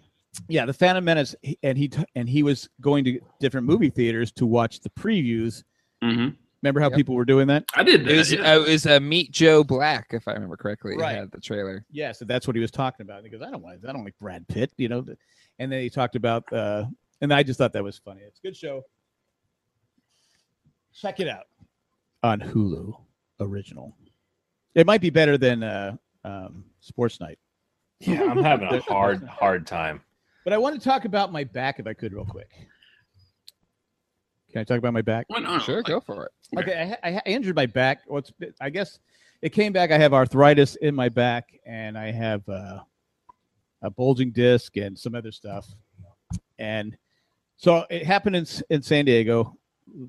Speaker 4: yeah the phantom menace he- and he t- and he was going to different movie theaters to watch the previews
Speaker 2: hmm
Speaker 4: remember how
Speaker 3: Yep.
Speaker 4: people were doing that
Speaker 2: I did
Speaker 3: It
Speaker 2: that.
Speaker 3: was,
Speaker 2: yeah.
Speaker 3: uh, it was uh, Meet Joe Black, if I remember correctly.
Speaker 4: Right.
Speaker 3: Right. Had the trailer.
Speaker 4: yes so that's what he was talking about and he goes i don't want i don't like brad pitt you know th- and then he talked about uh and i just thought that was funny it's a good show check it out on hulu original it might be better than uh um sports night
Speaker 7: Yeah, I'm having a hard, hard time.
Speaker 4: but i want to talk about my back if i could real quick can i talk about my back
Speaker 2: Why not?
Speaker 3: Sure,
Speaker 2: Like,
Speaker 3: go for it.
Speaker 2: Oh, Okay.
Speaker 4: Okay, I, ha- I ha- I injured my back. Well, it's, I guess it came back. I have arthritis in my back, and I have uh, a bulging disc and some other stuff. And so it happened in, S- in San Diego.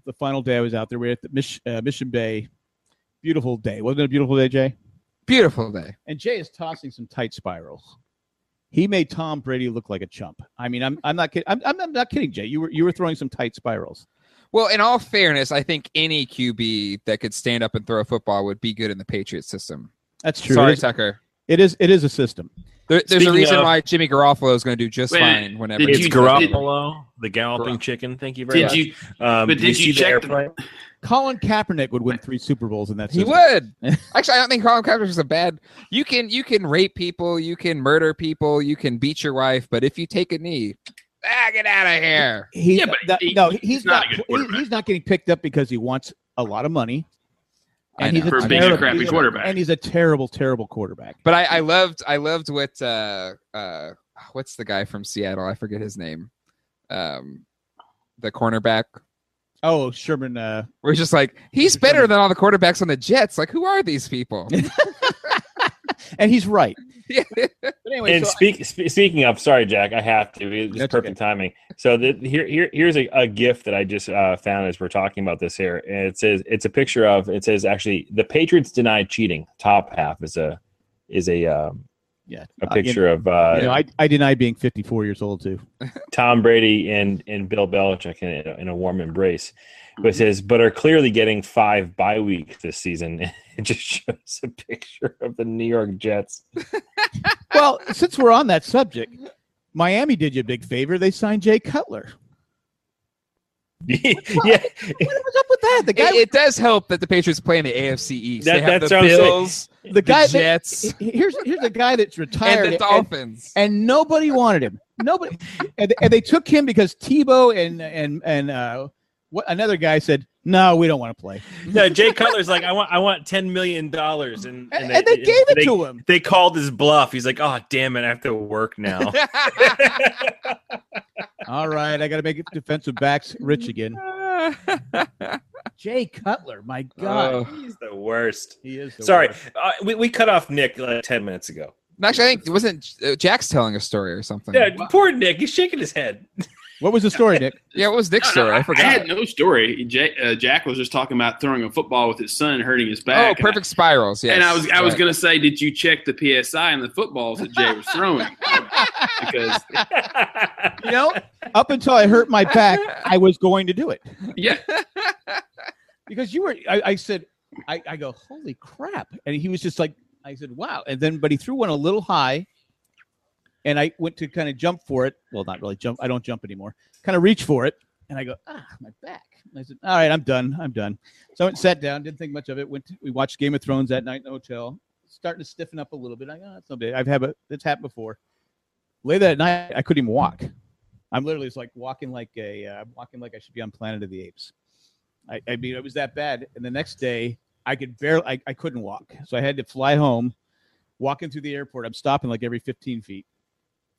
Speaker 4: The final day I was out there, we were at the Mich- uh, Mission Bay. Beautiful day. Wasn't it a beautiful day, Jay?
Speaker 3: Beautiful day.
Speaker 4: And Jay is tossing some tight spirals. He made Tom Brady look like a chump. I mean, I'm I'm not kidding. I'm, I'm not kidding, Jay. You were you were throwing some tight spirals.
Speaker 3: Well, in all fairness, I think any QB that could stand up and throw a football would be good in the Patriots system.
Speaker 4: That's true.
Speaker 3: Sorry,
Speaker 4: it, is,
Speaker 3: Tucker.
Speaker 4: it is it is a system.
Speaker 3: There, there's
Speaker 7: Speaking
Speaker 3: a reason
Speaker 7: of-
Speaker 3: why Jimmy Garofalo is going to do just
Speaker 2: Wait,
Speaker 3: fine whenever.
Speaker 2: did
Speaker 3: he
Speaker 7: It's
Speaker 2: you-
Speaker 3: does it.
Speaker 2: did-
Speaker 7: Garoppolo, the galloping
Speaker 3: Garopp-
Speaker 7: chicken. Thank you very
Speaker 2: Did
Speaker 7: much.
Speaker 2: you?
Speaker 7: um,
Speaker 2: but did you
Speaker 7: see the
Speaker 2: check the-
Speaker 7: airplane?
Speaker 4: Colin Kaepernick would win three Super Bowls in that.
Speaker 3: He
Speaker 4: system.
Speaker 3: would. Actually, I don't think Colin Kaepernick is a bad. You can you can rape people, you can murder people, you can beat your wife, but if you take a knee, ah, get out of here.
Speaker 4: He's,
Speaker 2: Yeah, but
Speaker 4: that-
Speaker 2: he-
Speaker 4: no,
Speaker 2: he's
Speaker 4: he's,
Speaker 2: not
Speaker 4: not.
Speaker 2: a good
Speaker 4: he-
Speaker 2: quarterback.
Speaker 4: he's not getting picked up because he wants a lot of money.
Speaker 3: I
Speaker 4: And he's
Speaker 3: know.
Speaker 4: a
Speaker 2: For being a
Speaker 4: terrible,
Speaker 2: crappy
Speaker 4: he's
Speaker 2: quarterback.
Speaker 4: and he's a terrible, terrible quarterback.
Speaker 3: But I, I loved I loved what uh uh what's the guy from Seattle? I forget his name. Um, the cornerback.
Speaker 4: Oh, Sherman. Uh,
Speaker 3: Where he's just like he's better than all the quarterbacks on the Jets. Like, who are these people?
Speaker 4: and he's right.
Speaker 3: Yeah.
Speaker 4: But anyway,
Speaker 7: And
Speaker 4: so
Speaker 7: speak, sp- speaking of, sorry, Jack, I have to. It's
Speaker 4: That's
Speaker 7: perfect timing. So the, here, here, here's a, a gift that I just uh, found as we're talking about this here, and it says it's a picture of. It says actually, the Patriots deny cheating. Top half is a is a um,
Speaker 4: yeah,
Speaker 7: a
Speaker 4: uh, you
Speaker 7: picture of
Speaker 4: know-
Speaker 7: uh,
Speaker 4: You know, I, I deny being 54 years old too.
Speaker 7: Tom Brady and and Bill Belichick in a, in a warm embrace. But
Speaker 4: Mm-hmm.
Speaker 7: it says, but are clearly getting five bye weeks this season. It just shows a picture of the New York Jets.
Speaker 4: Well, since we're on that subject, Miami did you a big favor. They signed Jay Cutler.
Speaker 7: yeah,
Speaker 4: What was up with that? The
Speaker 3: It,
Speaker 4: guy,
Speaker 3: it does help that the Patriots play in the AFC East.
Speaker 7: That-
Speaker 3: they have
Speaker 7: that's
Speaker 3: the
Speaker 7: what I'm saying.
Speaker 3: Bills,
Speaker 4: the guy.
Speaker 3: the
Speaker 4: that-
Speaker 3: Jets,
Speaker 4: here's here's a guy that's retired
Speaker 3: and the
Speaker 4: and-
Speaker 3: Dolphins.
Speaker 4: and nobody wanted him. Nobody, and, and they took him because Tebow and and and uh, what another guy said, "No, we don't want to play,"
Speaker 7: no. Jay Cutler's like, I want, I want ten million dollars, and
Speaker 4: and, and they gave it to him.
Speaker 7: They called his bluff. He's like, oh damn it, I have to work now.
Speaker 4: All right, I got to make defensive backs rich again. Jay Cutler, my God,
Speaker 3: Oh.
Speaker 7: He's the worst.
Speaker 4: he is. the
Speaker 7: Sorry,
Speaker 4: worst.
Speaker 7: uh, we, we cut off Nick like ten minutes ago.
Speaker 3: Actually, I think it wasn't uh, Jack's telling a story or something.
Speaker 7: Yeah, poor Nick. He's shaking his head.
Speaker 4: What was the story, Nick?
Speaker 3: Yeah, what was Nick's
Speaker 2: No, no,
Speaker 3: story? I forgot. Oh,
Speaker 2: had no story. Jack, uh, Jack was just talking about throwing a football with his son hurting his
Speaker 3: oh,
Speaker 2: back.
Speaker 3: perfect spirals. Yes.
Speaker 2: And I, and I was I was
Speaker 3: Right.
Speaker 2: gonna say, did you check the psi and the footballs that Jay was throwing? because
Speaker 4: You know, up until I hurt my back, I was going to do it
Speaker 2: yeah,
Speaker 4: because you were. I, I said, I, I go, holy crap, and he was just like, I said, wow, and then but he threw one a little high, and I went to kind of jump for it. Well, not really jump. I don't jump anymore. Kind of reach for it, and I go, ah, my back. And I said, all right, I'm done. I'm done. So I went, and sat down, didn't think much of it. Went. To, we watched Game of Thrones that night in the hotel. Starting to stiffen up a little bit. I go, oh, that's no big. I've had a, it's happened before. Later that night, I couldn't even walk. I'm literally just like walking like a. Uh, I'm walking like I should be on Planet of the Apes. I, I mean, it was that bad. And the next day, I could barely. I, I couldn't walk, so I had to fly home walking through the airport. I'm stopping like every 15 feet.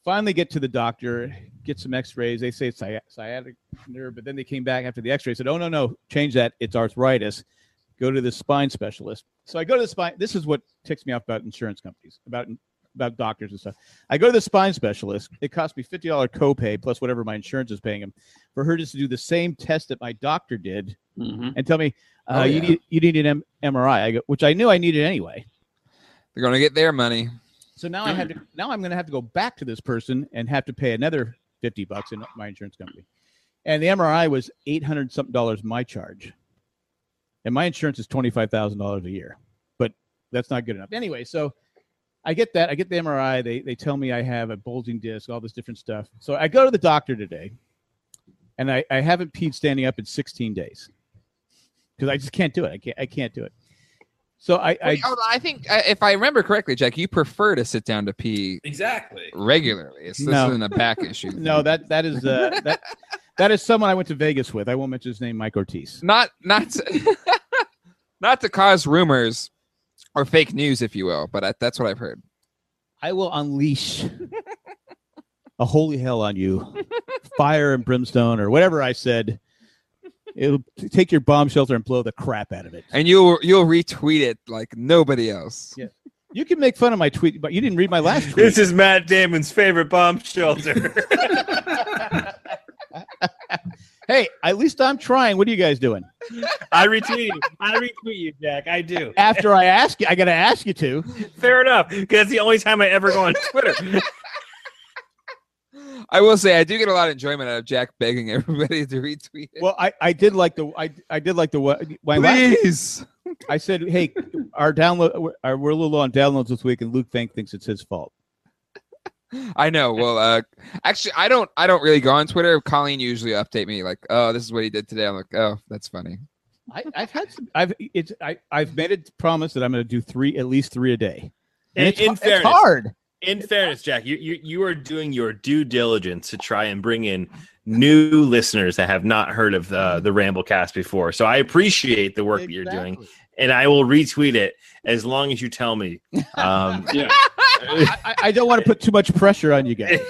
Speaker 4: Finally, get to the doctor, get some X-rays. They say it's sciatic nerve, but then they came back after the X-ray. Said, "Oh no, no, change that. It's arthritis." Go to the spine specialist. So I go to the spine. This is what ticks me off about insurance companies, about about doctors and stuff. I go to the spine specialist. It cost me fifty dollar copay plus whatever my insurance is paying him for her just to do the same test that my doctor did
Speaker 2: Mhm.
Speaker 4: and tell me uh,
Speaker 3: Oh,
Speaker 4: you
Speaker 3: yeah.
Speaker 4: need you need an M- MRI. I go, which I knew I needed anyway.
Speaker 3: They're going to get their money.
Speaker 4: So now I have to now I'm going to have to go back to this person and have to pay another 50 bucks in my insurance company. And the MRI was 800 something dollars my charge. And my insurance is $25,000 a year. But that's not good enough. Anyway, so I get that. I get the MRI. They they tell me I have a bulging disc, all this different stuff. So I go to the doctor today. And I, I haven't peed standing up in 16 days. Cuz I just can't do it. I can't I can't do it. So I, I
Speaker 3: Wait, hold on, I think uh, if I remember correctly, Jack, you prefer to sit down to pee
Speaker 2: Exactly.
Speaker 3: regularly. So this
Speaker 4: No.
Speaker 3: isn't a back issue.
Speaker 4: No, that that is uh, that that is someone I went to Vegas with. I won't mention his name, Mike Ortiz.
Speaker 3: not not to, not to cause rumors or fake news, if you will, but I, that's what I've heard.
Speaker 4: I will unleash a holy hell on you, fire and brimstone, or whatever I said. It'll t- take your bomb shelter and blow the crap out of it.
Speaker 3: And you'll you'll retweet it like nobody else.
Speaker 4: Yeah. You can make fun of my tweet, but you didn't read my last tweet.
Speaker 7: This is Matt Damon's favorite bomb shelter.
Speaker 4: hey, at least I'm trying. What are you guys doing?
Speaker 7: I retweet you. I retweet you, Jack. I do.
Speaker 4: After I ask you, I got to ask you to.
Speaker 7: Fair enough. Because that's the only time I ever go on Twitter.
Speaker 3: I will say I do get a lot of enjoyment out of Jack begging everybody to retweet it.
Speaker 4: Well, I, I did like the I, I did like the one- my last
Speaker 3: Please.
Speaker 4: I said, "Hey, our download, we're- our, we're a little low on downloads this week, and Luke Fank thinks it's his fault."
Speaker 3: I know. Well, uh, actually, I don't. I don't really go on Twitter. Colleen usually update me like, "Oh, this is what he did today." I'm like, "Oh, that's funny."
Speaker 4: I, I've had, some, I've, it's, I, I've made a promise that I'm going to do three, at least three a day.
Speaker 7: In,
Speaker 4: And it's,
Speaker 7: in
Speaker 4: hu- it's
Speaker 7: fairness,
Speaker 4: hard.
Speaker 7: in fairness, Jack, you, you you are doing your due diligence to try and bring in new listeners that have not heard of the the Ramblecast before. So I appreciate the work that you're doing, and I will retweet it as long as you tell me. Um,
Speaker 2: Yeah.
Speaker 4: I, I- I don't want to put too much pressure on you guys.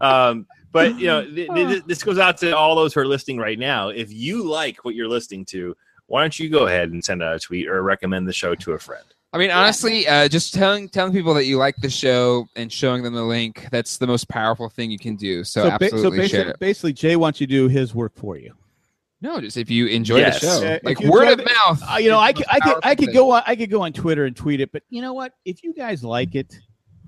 Speaker 7: um, but you know, th- th- this goes out to all those who are listening right now. If you like what you're listening to, why don't you go ahead and send out a tweet or recommend the show to a friend?
Speaker 3: I mean, honestly, uh, just telling telling people that you like the show and showing them the link that's the most powerful thing you can do. So,
Speaker 4: ba-
Speaker 3: absolutely
Speaker 4: basi-
Speaker 3: share
Speaker 4: basically,
Speaker 3: it.
Speaker 4: Jay wants you to do his work for you.
Speaker 3: No, just if you enjoy
Speaker 7: Yes.
Speaker 3: the show,
Speaker 4: Yeah, if
Speaker 3: like
Speaker 4: you
Speaker 3: word
Speaker 4: enjoy
Speaker 3: of
Speaker 4: the-
Speaker 3: mouth.
Speaker 4: Uh, you know,
Speaker 3: is
Speaker 4: I
Speaker 3: the
Speaker 4: could,
Speaker 3: most
Speaker 4: I could, I
Speaker 3: powerful
Speaker 4: could
Speaker 3: thing.
Speaker 4: go on, I could go on Twitter and tweet it, but you know what? If you guys like it,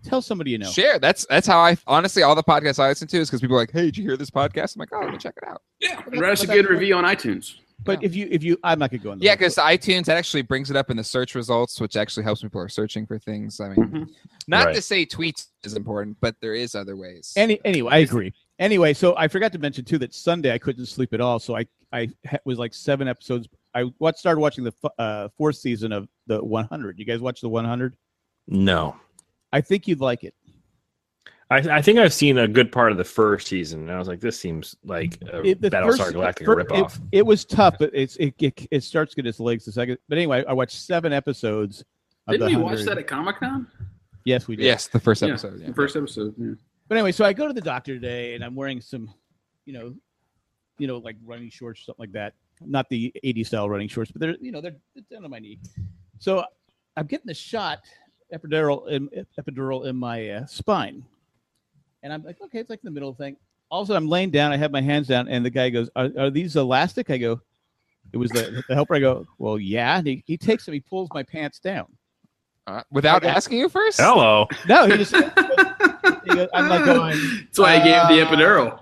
Speaker 4: tell somebody you know.
Speaker 3: Share. That's that's how I honestly all the podcasts I listen to is because people are like, "Hey, did you hear this podcast?" I'm like, "Oh, let me check it out."
Speaker 2: Yeah. And write us a good review on iTunes.
Speaker 4: But if you, if you, I'm not going to go on. the
Speaker 3: Yeah, because
Speaker 4: list.
Speaker 3: iTunes that actually brings it up in the search results, which actually helps people who are searching for things. I mean,
Speaker 2: Mhm.
Speaker 3: not
Speaker 7: Right.
Speaker 3: to say tweets is important, but there is other ways.
Speaker 4: Any anyway, I agree. Anyway, so I forgot to mention too that Sunday I couldn't sleep at all, so I I ha- was like seven episodes. I watched, started watching the f- uh, fourth season of the 100. You guys watch the 100?
Speaker 7: No.
Speaker 4: I think you'd like it.
Speaker 7: I, I think I've seen a good part of the first season, and I was like, "This seems like a
Speaker 4: It- the
Speaker 7: Battlestar
Speaker 4: first-
Speaker 7: Galactica
Speaker 4: fir-
Speaker 7: ripoff."
Speaker 4: It, it was tough, but it's it, it it starts getting its legs the second. But anyway, I watched seven episodes. Of
Speaker 2: Didn't
Speaker 4: the
Speaker 2: we watch
Speaker 4: 100.
Speaker 2: that at Comic Con?
Speaker 4: Yes, we did.
Speaker 3: yes, the first
Speaker 2: Yeah.
Speaker 3: episode. Yeah.
Speaker 2: The first episode. Yeah.
Speaker 4: But anyway, so I go to the doctor today, and I'm wearing some, you know, you know, like running shorts, something like that. Not the 80 style running shorts, but they're, you know, they're, they're down to my knee. So I'm getting the shot epidural in, epidural in my uh, spine, and I'm like, okay, it's like the middle thing. Also, I'm laying down. I have my hands down, and the guy goes, "Are, are these elastic?" I go, "It was the, the helper." I go, "Well, yeah." And he, he takes them. He pulls my pants down.
Speaker 3: Uh, without
Speaker 4: Okay.
Speaker 3: asking you first.
Speaker 7: Hello,
Speaker 4: No, he just. he goes, I'm like going.
Speaker 2: That's why I gave him the
Speaker 4: uh,
Speaker 2: epidural.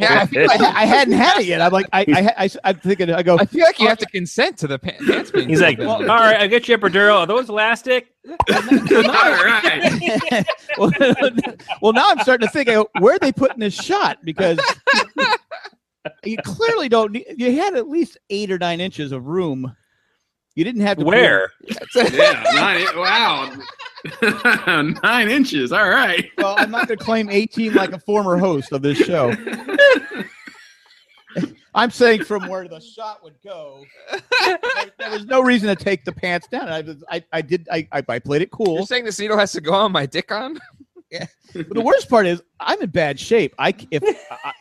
Speaker 3: Yeah, I feel
Speaker 4: I,
Speaker 3: like,
Speaker 4: ha- I hadn't had it yet. I'm like, I, I, ha- I, am thinking, I go,
Speaker 3: I feel like you have to consent to the pa- pants being.
Speaker 7: he's like,
Speaker 3: pulled
Speaker 7: "All
Speaker 3: down.
Speaker 7: right, I get your epidural. Are those elastic?"
Speaker 2: All right.
Speaker 4: well, well, now I'm starting to think, I go, where are they putting this shot? Because you clearly don't need, you had at least eight or nine inches of room. You didn't have to. put it-
Speaker 7: Where?
Speaker 2: Yeah. Nine, wow. nine inches. All right.
Speaker 4: Well, I'm not going to claim 18 like a former host of this show. I'm saying from where the shot would go, there, there was no reason to take the pants down. I, was- I, I did, I, I, I played it cool.
Speaker 3: You're saying this needle has to go on my dick on?
Speaker 4: But the worst part is I'm in bad shape. I c- if I,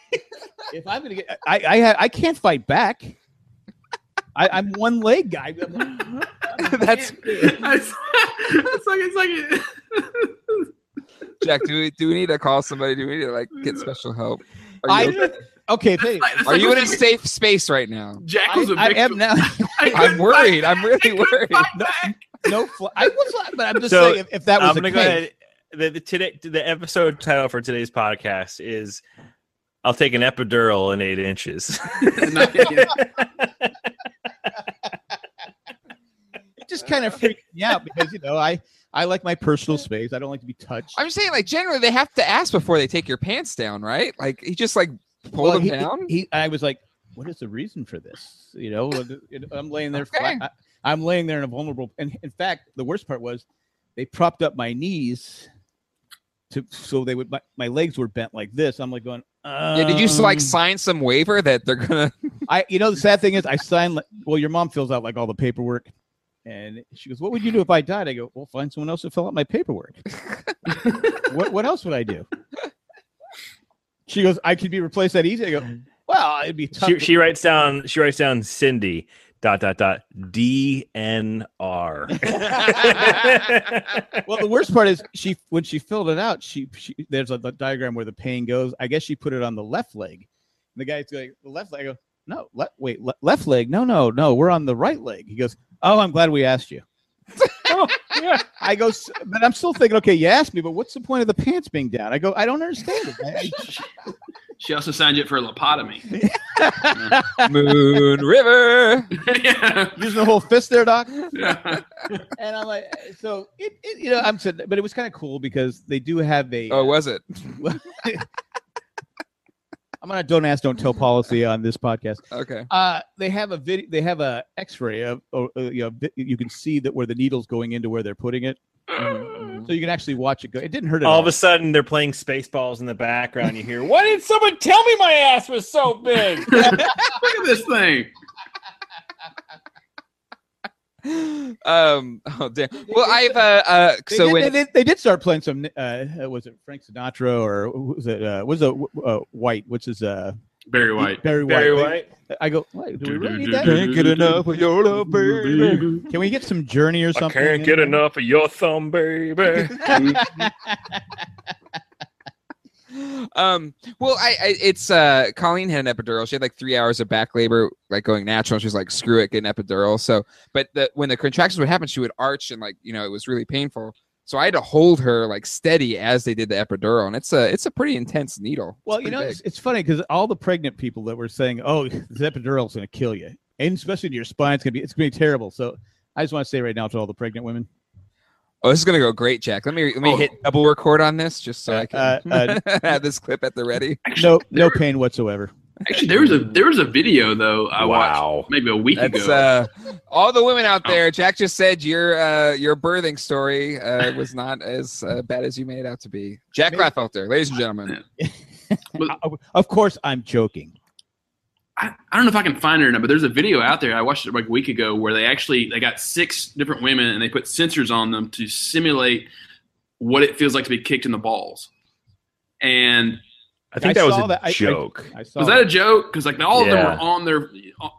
Speaker 4: if I'm gonna get I I, ha- I can't fight back. I, I'm one leg guy.
Speaker 3: That's
Speaker 2: it's, it's like it's like
Speaker 3: Jack. Do we do we need to call somebody? Do we need to like get special help? Are you,
Speaker 4: I, okay, thank you.
Speaker 2: it's
Speaker 3: are
Speaker 2: like
Speaker 3: you in
Speaker 2: when
Speaker 3: a safe space right now?
Speaker 2: Jack was a
Speaker 4: I, I
Speaker 2: victim.
Speaker 4: am now.
Speaker 2: I couldn't
Speaker 3: I'm worried.
Speaker 2: fight
Speaker 3: I'm
Speaker 2: back.
Speaker 3: really
Speaker 2: I couldn't
Speaker 3: worried.
Speaker 2: fight back.
Speaker 4: No, fl- I was, but I'm just
Speaker 7: So,
Speaker 4: saying if, if that was
Speaker 7: I'm
Speaker 4: the
Speaker 7: gonna
Speaker 4: case.
Speaker 7: go ahead. The, the today the episode title for today's podcast is "I'll take an epidural in eight inches."
Speaker 4: It just kind of freaked me out because you know I I like my personal space. I don't like to be touched.
Speaker 3: I'm saying like generally they have to ask before they take your pants down, right? Like he just like pulled
Speaker 4: Well,
Speaker 3: them
Speaker 4: he-
Speaker 3: down.
Speaker 4: He, I was like, what is the reason for this? You know, and I'm laying there.
Speaker 3: Okay.
Speaker 4: Flat, I, am laying there in a vulnerable. And in fact, the worst part was they propped up my knees to so they would my, my legs were bent like this. I'm like going.
Speaker 7: Uh,
Speaker 3: yeah, did you s- like
Speaker 4: um,
Speaker 3: sign some waiver that they're gonna?
Speaker 4: I you know the sad thing is I signed like, well your mom fills out like all the paperwork and she goes what would you do if I died I go well find someone else to fill out my paperwork what what else would I do she goes I could be replaced that easy I go well it'd be tough
Speaker 7: she,
Speaker 4: to-
Speaker 7: she writes down. She writes down Cindy dot dot dot DNR.
Speaker 4: well the worst part is she when she filled it out she, she there's a, the diagram where the pain goes I guess she put it on the left leg and the guy's like the left leg I go no le- wait le- left leg no no no we're on the right leg he goes oh I'm glad we asked you
Speaker 7: yeah.
Speaker 4: I go, "S- but I'm still thinking, okay, you asked me, but what's the point of the pants being down? I go, I don't understand it. I-
Speaker 2: She also signed you up for a lobotomy.
Speaker 3: Moon River.
Speaker 2: yeah.
Speaker 4: using the whole fist there, doc.
Speaker 2: yeah.
Speaker 4: And I'm like, so it, it you know, I'm sitting, but it was kind of cool because they do have a.
Speaker 3: Oh, was it?
Speaker 4: I'm on a don't ask, don't tell policy on this podcast.
Speaker 3: Okay.
Speaker 4: Uh, they have a video. They have a X-ray of, or, uh, you know, vi- you can see that where the needle's going into where they're putting it, so you can actually watch it go. It didn't hurt at all.
Speaker 7: All of a sudden, they're playing Spaceballs in the background. You hear, "Why did someone tell me my ass was so big?"
Speaker 2: Look at this thing.
Speaker 3: Um. Oh damn. Well, I've uh. uh
Speaker 4: They
Speaker 3: so
Speaker 4: did, they,
Speaker 3: when
Speaker 4: did, they did start playing some. Uh, uh, was it Frank Sinatra or who was it? Uh, was it uh, White? Which is uh,
Speaker 2: Barry White.
Speaker 4: Barry White.
Speaker 7: Barry
Speaker 4: They-
Speaker 7: White.
Speaker 4: I go, what, do we really need that?
Speaker 6: Can't get enough of your love, baby.
Speaker 4: Can we get some Journey or something? in there?
Speaker 7: enough of your thumb, baby.
Speaker 3: um well I, I it's uh colleen had an epidural she had like three hours of back labor like going natural she was like screw it get an epidural so but the, when the contractions would happen she would arch and like you know it was really painful so i had to hold her like steady as they did the epidural and it's a it's a pretty intense needle It's
Speaker 4: Well, you
Speaker 3: pretty
Speaker 4: know,
Speaker 3: big.
Speaker 4: it's, it's funny because all the pregnant people that were saying, "Oh, this epidural's going to kill you," and especially in your spine, it's going to be it's going to be terrible. So, I just want to say right now to all the pregnant women,
Speaker 3: oh this is gonna go great jack let me let me
Speaker 2: Oh.
Speaker 3: hit double record on this just so i can
Speaker 4: Uh, uh,
Speaker 3: have this clip at the ready
Speaker 4: no, no pain whatsoever.
Speaker 2: Actually, there was a there was a video though I watched
Speaker 7: wow.
Speaker 2: maybe a week
Speaker 3: that's
Speaker 2: ago.
Speaker 3: uh all the women
Speaker 2: Oh.
Speaker 3: out there jack just said your uh your birthing story uh was not as uh, bad as you made it out to be jack
Speaker 4: Maybe-
Speaker 3: Ratfelter, ladies and gentlemen
Speaker 4: I- of course, I'm joking.
Speaker 2: I, I don't know if I can find it or not, but there's a video out there. I watched it like a week ago where they actually they got six different women and they put sensors on them to simulate what it feels like to be kicked in the balls. And
Speaker 7: I think
Speaker 4: I
Speaker 7: that was
Speaker 4: saw
Speaker 7: a
Speaker 4: that. I- I-
Speaker 7: joke.
Speaker 4: I saw
Speaker 2: was that a joke? Because like all of them
Speaker 7: Yeah.
Speaker 2: were on their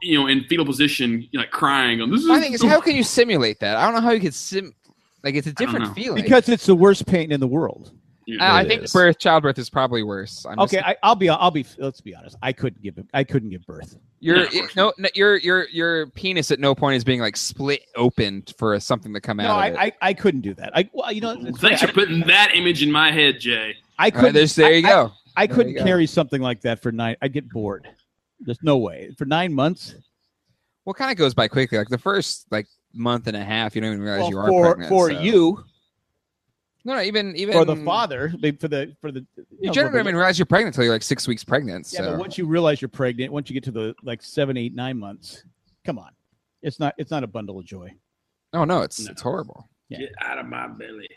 Speaker 2: you know in fetal position, you know, like crying. Going, this is
Speaker 3: My thing is,
Speaker 2: the-
Speaker 3: how can you simulate that? I don't know how you could sim. Like, it's a
Speaker 2: don't know.
Speaker 3: different feeling.
Speaker 4: because it's the worst pain in the world.
Speaker 2: Yeah.
Speaker 3: I, I
Speaker 7: It
Speaker 3: think
Speaker 7: is.
Speaker 3: birth, childbirth is probably worse. I'm just-
Speaker 4: Okay, I, I'll be I'll be let's be honest. I couldn't give I couldn't give birth.
Speaker 3: your
Speaker 2: Yeah, of
Speaker 3: no, no, your your your penis at no point is being like split open for something to come
Speaker 4: No,
Speaker 3: out of
Speaker 4: I,
Speaker 3: it.
Speaker 4: I I couldn't do that. I well, you know, it's funny,
Speaker 2: Thanks for putting that image in my head, Jay.
Speaker 3: All
Speaker 4: I, I
Speaker 3: right,
Speaker 4: couldn't.
Speaker 3: there's, there you
Speaker 4: I- I-
Speaker 3: go.
Speaker 4: I
Speaker 3: There
Speaker 4: couldn't
Speaker 3: you go.
Speaker 4: carry something like that for nine. I'd get bored. There's no way for nine months.
Speaker 3: Well, kind of goes by quickly. Like the first like month and a half, you don't even realize
Speaker 4: Well,
Speaker 3: you are
Speaker 4: for
Speaker 3: pregnant.
Speaker 4: for
Speaker 3: so-
Speaker 4: you,
Speaker 3: no, no, even even
Speaker 4: for the father, they- for the for the. you
Speaker 3: You generally
Speaker 4: know, for
Speaker 3: don't
Speaker 4: the-
Speaker 3: even realize you're pregnant until you're like six weeks pregnant.
Speaker 4: yeah,
Speaker 3: so
Speaker 4: but once you realize you're pregnant, once you get to the like seven, eight, nine months, come on, it's not it's not a bundle of joy.
Speaker 3: oh no, it's
Speaker 2: No.
Speaker 3: it's horrible.
Speaker 4: Yeah.
Speaker 2: Get out of my belly.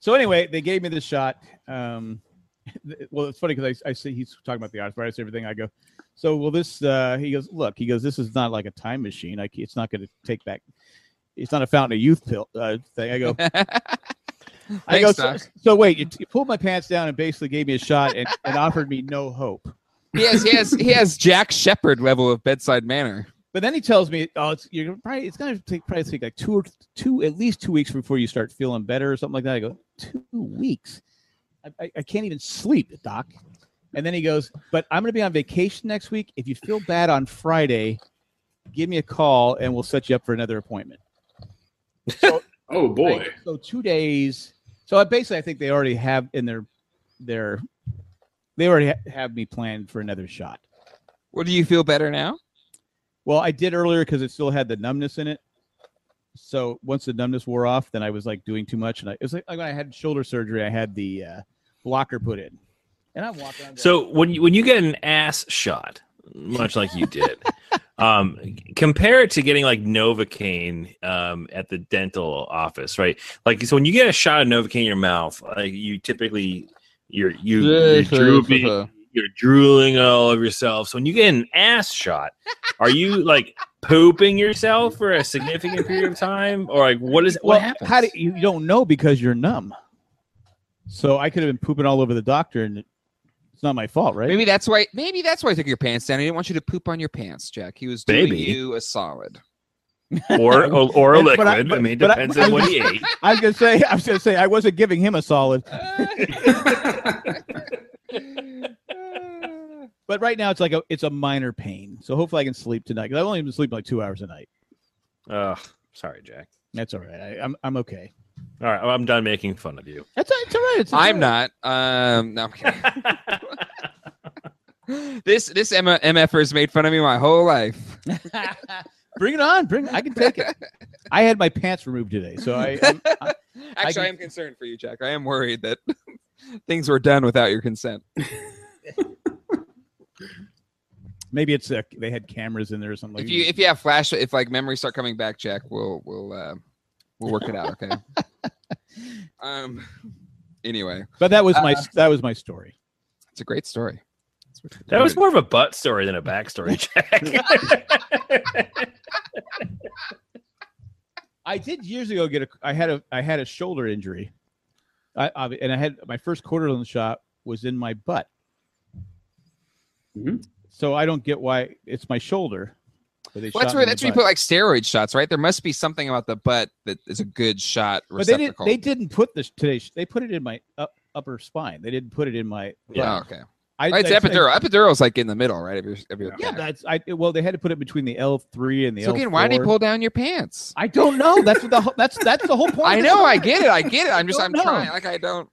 Speaker 4: So anyway, they gave me this shot. Um, th- well, it's funny because I, I see he's talking about the arthritis, and everything. I go, so will this? Uh, he goes, look, he goes, this is not like a time machine. Like it's not going to take back. It's not a fountain of youth pill uh, thing. I go. I go.
Speaker 3: Thanks,
Speaker 4: So,
Speaker 3: Doc.
Speaker 4: so wait, you, you pulled my pants down and basically gave me a shot and, and offered me no hope.
Speaker 3: He has he has he has Jack Shepherd level of bedside manner.
Speaker 4: But then he tells me, "Oh, it's you're gonna probably it's gonna take probably take like two or two at least two weeks before you start feeling better or something like that." I go, two weeks? I, I, I can't even sleep, doc." And then he goes, "But I'm gonna be on vacation next week. If you feel bad on Friday, give me a call and we'll set you up for another appointment."
Speaker 2: Oh boy.
Speaker 4: Right? So two days. So I basically, I think they already have in their their they already ha- have me planned for another shot.
Speaker 3: Well, do you feel better now?
Speaker 4: Well, I did earlier because it still had the numbness in it. So once the numbness wore off, then I was like doing too much, and I, it was like, like when I had shoulder surgery, I had the uh, blocker put in, and I'm walking. I'm going,
Speaker 7: So when you, when you get an ass shot, much like you did, um, compare it to getting like Novocaine um, at the dental office, right? Like so, when you get a shot of Novocaine in your mouth, like you typically you're you you're droopy, you're drooling all of yourself. So when you get an ass shot, are you like pooping yourself for a significant period of time, or like what is what
Speaker 4: well,
Speaker 7: happens?
Speaker 4: how do you you don't know because you're numb? So I could have been pooping all over the doctor, and it's not my fault, right?
Speaker 3: Maybe that's why. Maybe that's why I took your pants down. He didn't want you to poop on your pants, Jack. He was doing
Speaker 7: Maybe.
Speaker 3: you a solid.
Speaker 7: or or, or a
Speaker 4: But-
Speaker 7: liquid?
Speaker 4: but I-
Speaker 7: I, mean, it
Speaker 4: but I-
Speaker 7: depends on what he ate.
Speaker 4: I was gonna say, I was gonna say, I wasn't giving him a solid. But right now, it's like a it's a minor pain. So hopefully, I can sleep tonight. 'cause I've only been sleeping like two hours a night.
Speaker 7: Ugh, sorry, Jack.
Speaker 4: That's all right. I, I'm I'm okay.
Speaker 7: All right, I'm done making fun of you.
Speaker 4: That's it's all right. It's, it's all
Speaker 3: I'm
Speaker 4: right.
Speaker 3: not. Um, no, I'm kidding. this this M- mf'er has made fun of me my whole life.
Speaker 4: Bring it on. Bring. I can take it. I had my pants removed today, so I. I'm, I
Speaker 3: Actually, I,
Speaker 4: can-
Speaker 3: am concerned for you, Jack. I am worried that things were done without your consent.
Speaker 4: maybe it's uh, they had cameras in there or something.
Speaker 3: If
Speaker 4: like
Speaker 3: you if you have flash, if like memories start coming back, Jack, we'll we'll uh, we'll work it out. Okay. um. Anyway,
Speaker 4: but that was my
Speaker 3: Uh,
Speaker 4: that was my story.
Speaker 3: it's a great story. That's what-
Speaker 7: That was more of a butt story than a backstory, Jack.
Speaker 4: I did years ago get a I had a I had a shoulder injury. I, I and I had my first quarterland shot was in my butt.
Speaker 3: Mm-hmm.
Speaker 2: Mhm.
Speaker 4: So I don't get why it's my shoulder. but they
Speaker 3: Well, that's
Speaker 4: shot
Speaker 3: where
Speaker 4: me in
Speaker 3: that's
Speaker 4: the
Speaker 3: where you
Speaker 4: butt.
Speaker 3: put like steroid shots, right? There must be something about the butt that is a good shot
Speaker 4: But they didn't
Speaker 3: receptacle.
Speaker 4: they didn't put this today. They put it in my up, upper spine. They didn't put it in my
Speaker 3: Oh,
Speaker 7: Yeah.
Speaker 3: okay.
Speaker 4: I,
Speaker 3: Right, it's
Speaker 4: I-
Speaker 3: epidural. Epidural's like in the middle, right? If you're, if you're
Speaker 4: I- yeah, that's I well they had to put it between the L three and the
Speaker 3: so
Speaker 4: L4.
Speaker 3: again, why did he pull down your pants?
Speaker 4: I don't know. That's what the whole- that's that's the whole point.
Speaker 3: I
Speaker 4: of the
Speaker 3: know, I
Speaker 4: story.
Speaker 3: get it, I get it. I'm just,
Speaker 4: don't
Speaker 3: I'm
Speaker 4: know.
Speaker 3: trying. Like I don't.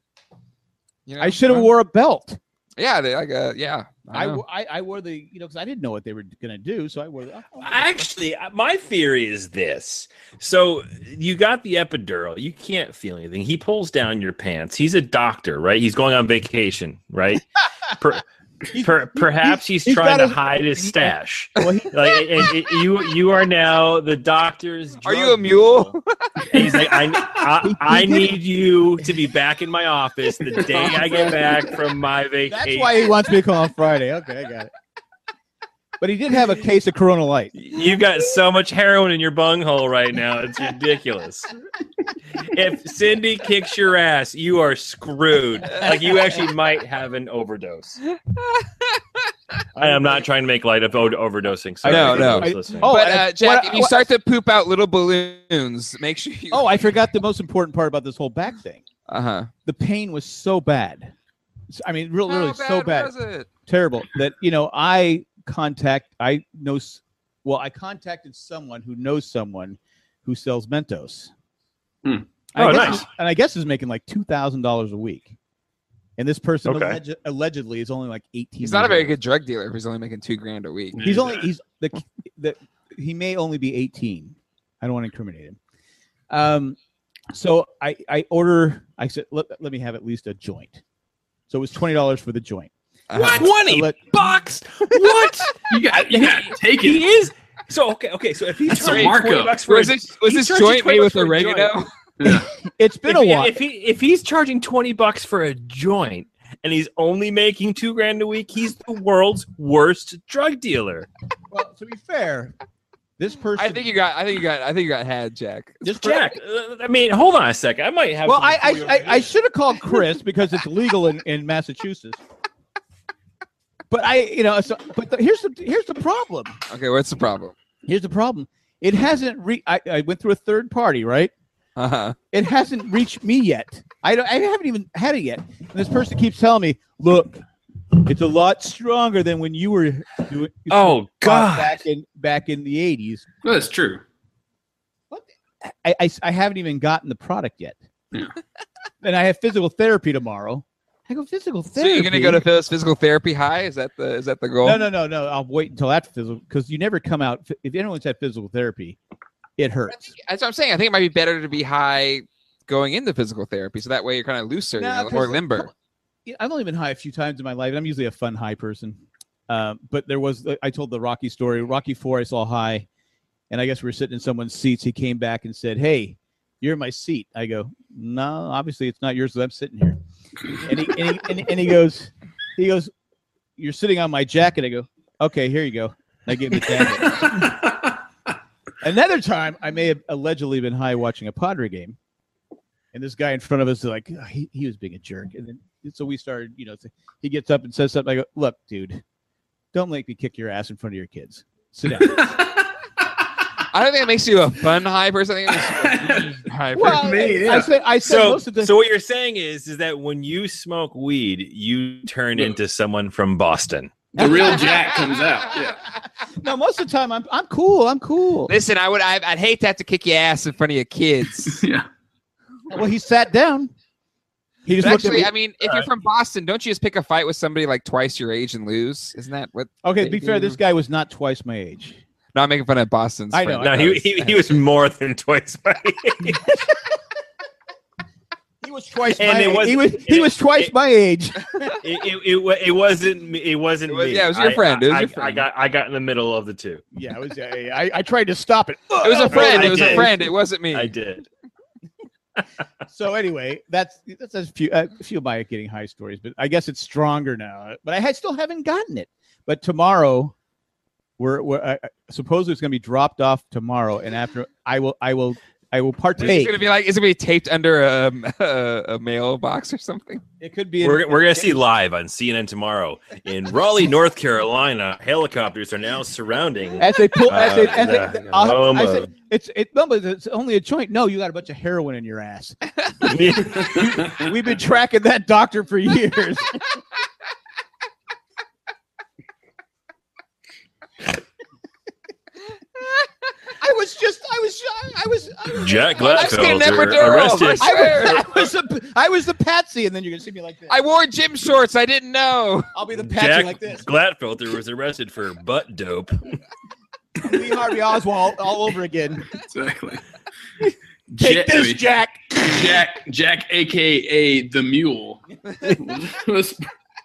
Speaker 3: You know,
Speaker 4: I should have
Speaker 3: I'm-
Speaker 4: wore a belt.
Speaker 3: Yeah, they, like uh, yeah.
Speaker 4: I,
Speaker 3: I, know.
Speaker 4: w- I, I wore the you know because I didn't know what they were going to do, so I wore. The, oh,
Speaker 7: Actually, uh, my theory is this. So you got the epidural. You can't feel anything. He pulls down your pants. He's a doctor, right? He's going on vacation, right? per, per, perhaps he's,
Speaker 4: he's
Speaker 7: trying
Speaker 4: got
Speaker 7: to
Speaker 4: his-
Speaker 7: hide his stash.
Speaker 4: well, he-
Speaker 7: Like and- and you, you are now the doctor's.
Speaker 3: Are you
Speaker 7: drug
Speaker 3: a mule?
Speaker 7: mule. And he's like, I, I, I need you to be back in my office the day I get back from my vacation.
Speaker 4: that's why he wants me to call on Friday. Okay, I got it. But he did have a case of Corona Light.
Speaker 7: You've got so much heroin in your bunghole right now. It's ridiculous. if Cindy kicks your ass, you are screwed. Like, you actually might have an overdose. I am not trying to make light of o- overdosing. Sorry
Speaker 3: No,
Speaker 7: for
Speaker 3: no.
Speaker 7: those listening.
Speaker 4: Oh,
Speaker 3: but
Speaker 4: I-
Speaker 3: uh, Jack,
Speaker 4: what-
Speaker 3: if you
Speaker 4: what-
Speaker 3: start to poop out little balloons, make sure you.
Speaker 4: Oh, I forgot the most important part about this whole back thing.
Speaker 3: uh huh.
Speaker 4: The pain was so bad. S- I mean, real, really so bad,
Speaker 3: Was it?
Speaker 4: terrible that you know I contact I know. s- Well, I contacted someone who knows someone who sells Mentos.
Speaker 2: Hmm.
Speaker 4: And I
Speaker 7: Oh,
Speaker 4: guess
Speaker 7: nice.
Speaker 4: he's- And I guess is making like two thousand dollars a week. And this person
Speaker 7: Okay.
Speaker 4: alleged, allegedly is only like eighteen.
Speaker 3: He's not a
Speaker 4: years
Speaker 3: very
Speaker 4: old.
Speaker 3: good drug dealer if he's only making two grand a week.
Speaker 4: He's only he's the the he may only be 18. I don't want to incriminate him. Um, so I I order. I said let, let me have at least a joint. So it was twenty dollars for the joint.
Speaker 3: Uh-huh.
Speaker 7: 20
Speaker 4: Let-
Speaker 7: bucks? What?
Speaker 2: You got you got to take
Speaker 7: he
Speaker 2: it.
Speaker 7: is. So, okay, okay. So if he
Speaker 2: That's a
Speaker 7: charges
Speaker 2: markup.
Speaker 7: 20 bucks for a
Speaker 3: Was this was
Speaker 7: He
Speaker 3: this
Speaker 7: charges
Speaker 3: joint
Speaker 7: 20
Speaker 3: made with
Speaker 7: for a joint.
Speaker 3: oregano?
Speaker 4: It's been
Speaker 7: if,
Speaker 4: a
Speaker 7: he-
Speaker 4: while.
Speaker 7: If he if he's charging twenty bucks for a joint and he's only making two grand a week, he's the world's worst drug dealer.
Speaker 4: well, to be fair, this person.
Speaker 3: I think you got. I think you got. I think you got had, Jack.
Speaker 7: Just Jack. uh, I mean, hold on a second. I might have.
Speaker 4: well, I I,
Speaker 7: something for you
Speaker 4: I,
Speaker 7: over
Speaker 4: I
Speaker 7: here.
Speaker 4: should have called Chris because it's legal in, in Massachusetts. But I, you know, so, but the, here's the here's the problem.
Speaker 3: Okay, what's the problem?
Speaker 4: Here's the problem. It hasn't re. I, I went through a third party, right?
Speaker 3: Uh-huh.
Speaker 4: It hasn't reached me yet. I don't. I haven't even had it yet. And this person keeps telling me, "Look, it's a lot stronger than when you were doing."
Speaker 7: Oh God!
Speaker 4: back in back in the eighties.
Speaker 2: Well, that's true.
Speaker 4: I, I, I haven't even gotten the product yet.
Speaker 2: Yeah.
Speaker 4: and I have physical therapy tomorrow. I go physical
Speaker 3: So
Speaker 4: therapy.
Speaker 3: you're gonna go to phys- physical therapy high? Is that the is that the goal?
Speaker 4: No, no, no, no. I'll wait until after physical because you never come out. If anyone's had physical therapy, it
Speaker 3: I
Speaker 4: hurts.
Speaker 3: think, that's what I'm saying. I think it might be better to be high going into physical therapy, so that way you're kind of looser you
Speaker 4: Nah,
Speaker 3: know,
Speaker 4: 'cause
Speaker 3: or
Speaker 4: the-
Speaker 3: limber.
Speaker 4: Yeah, I've only been high a few times in my life. and I'm usually a fun high person. Um, but there was, I told the Rocky story. Rocky Four, I saw high, and I guess we were sitting in someone's seats. He came back and said, "Hey, you're in my seat." I go, "No, obviously it's not yours. That I'm sitting here." And he and he, and, and he goes, he goes, "You're sitting on my jacket." I go, "Okay, here you go." And I gave him the jacket. Another time, I may have allegedly been high watching a Padre game, and this guy in front of us is like, "Ugh, he, he was being a jerk. And then so we started, you know, th- he gets up and says something. I go, look, dude, don't make me kick your ass in front of your kids. Sit down.
Speaker 3: I don't think it makes you a fun high person. I think it makes you a high person.
Speaker 4: I-
Speaker 2: me,
Speaker 4: I
Speaker 2: yeah.
Speaker 4: said, I said
Speaker 7: So,
Speaker 4: most of the.
Speaker 7: so what you're saying is, is that when you smoke weed, you turn into someone from Boston.
Speaker 2: The real Jack comes out. Yeah.
Speaker 4: no, most of the time I'm I'm cool. I'm cool.
Speaker 3: Listen, I would I, I'd hate to have to kick your ass in front of your kids.
Speaker 2: Yeah.
Speaker 4: Well, he sat down.
Speaker 3: But
Speaker 4: He just looked at
Speaker 3: actually,
Speaker 4: me.
Speaker 3: I mean, if you're from Boston, don't you just pick a fight with somebody like twice your age and lose? Isn't that what?
Speaker 4: okay, to be fair, this guy was not twice my age.
Speaker 3: No, I'm making fun of Boston's.
Speaker 4: I know,
Speaker 3: friend.
Speaker 7: No, he, he, he was more than twice my age.
Speaker 4: He was twice
Speaker 7: And
Speaker 4: my
Speaker 7: it
Speaker 4: age.
Speaker 7: was-
Speaker 4: he was, he
Speaker 7: it-
Speaker 4: was twice
Speaker 7: it-
Speaker 4: my age.
Speaker 7: It, it, it, wa- it wasn't me. It wasn't
Speaker 3: It was-
Speaker 7: me.
Speaker 3: yeah, it was your
Speaker 7: I-
Speaker 3: friend. It was
Speaker 7: I,
Speaker 3: your
Speaker 7: I- I
Speaker 3: friend.
Speaker 7: got I got in the middle of the two.
Speaker 4: yeah, I was. I, I, I tried to stop it.
Speaker 3: It was a friend.
Speaker 7: Oh, I
Speaker 3: It was a
Speaker 7: did.
Speaker 3: friend. It wasn't me.
Speaker 7: I did.
Speaker 4: So anyway, that's that's a few a few of my getting high stories, but I guess it's stronger now. But I had, still haven't gotten it. But tomorrow, we're, we're I, I- supposedly it's going to be dropped off tomorrow, and after I will I will I will
Speaker 3: It's
Speaker 4: partake.
Speaker 3: gonna be like, is it gonna be taped under a, a, a mailbox or something?
Speaker 4: It could be. in-
Speaker 7: We're, we're gonna see live on CNN tomorrow in Raleigh, North Carolina. Helicopters are now surrounding.
Speaker 4: as they pull, as they,
Speaker 7: Uh,
Speaker 4: as
Speaker 7: the-
Speaker 4: they,
Speaker 7: the
Speaker 4: I'll-
Speaker 7: aroma.
Speaker 4: I said, it's it, no, but it's only a joint. No, you got a bunch of heroin in your ass. We've been tracking that doctor for years. I was just, I was, I was, I was,
Speaker 7: Jack
Speaker 3: I've seen that
Speaker 7: Gladfelder
Speaker 3: Maduro.
Speaker 7: arrested.
Speaker 4: I was,
Speaker 3: Sure.
Speaker 4: I was, a, I was the patsy, and then you're gonna see me like this.
Speaker 3: I wore gym shorts. I didn't know.
Speaker 4: I'll be the patsy
Speaker 7: Jack
Speaker 4: like this.
Speaker 7: Gladfelder was arrested for butt dope.
Speaker 4: Lee Harvey Oswald all over again.
Speaker 2: Exactly.
Speaker 4: Take
Speaker 2: Jack- I
Speaker 4: this,
Speaker 2: mean,
Speaker 4: Jack.
Speaker 2: Jack, Jack, aka the Mule, was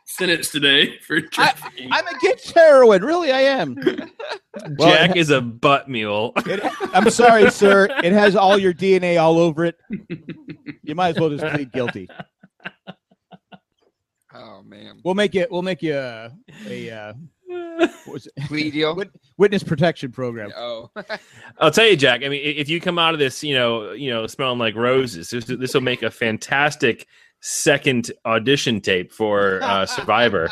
Speaker 2: sentenced today for trafficking.
Speaker 4: I'm against heroin. Really, I am. Well, it
Speaker 7: Jack is a butt mule.
Speaker 4: It, I'm sorry, sir. It has all your DNA all over it. You might as well just plead guilty.
Speaker 3: Oh man,
Speaker 4: We'll make it. We'll make you a, a uh, what was it?
Speaker 3: plea deal.
Speaker 4: Wit- witness protection program.
Speaker 3: Oh,
Speaker 7: I'll tell you, Jack. I mean, i- if you come out of this, you know, you know, smelling like roses, this this will make a fantastic second audition tape for uh, Survivor.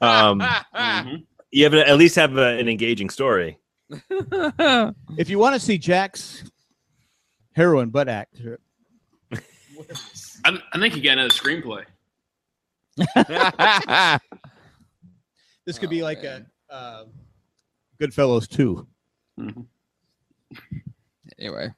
Speaker 7: Um,
Speaker 4: Mm-hmm.
Speaker 2: Mhm.
Speaker 7: you have at least have a, an engaging story.
Speaker 4: If you want to see Jack's heroin butt act, ah.
Speaker 2: I, I think he got another screenplay.
Speaker 4: this could be
Speaker 3: Oh,
Speaker 4: like
Speaker 3: man.
Speaker 4: a uh, Goodfellas two.
Speaker 3: anyway,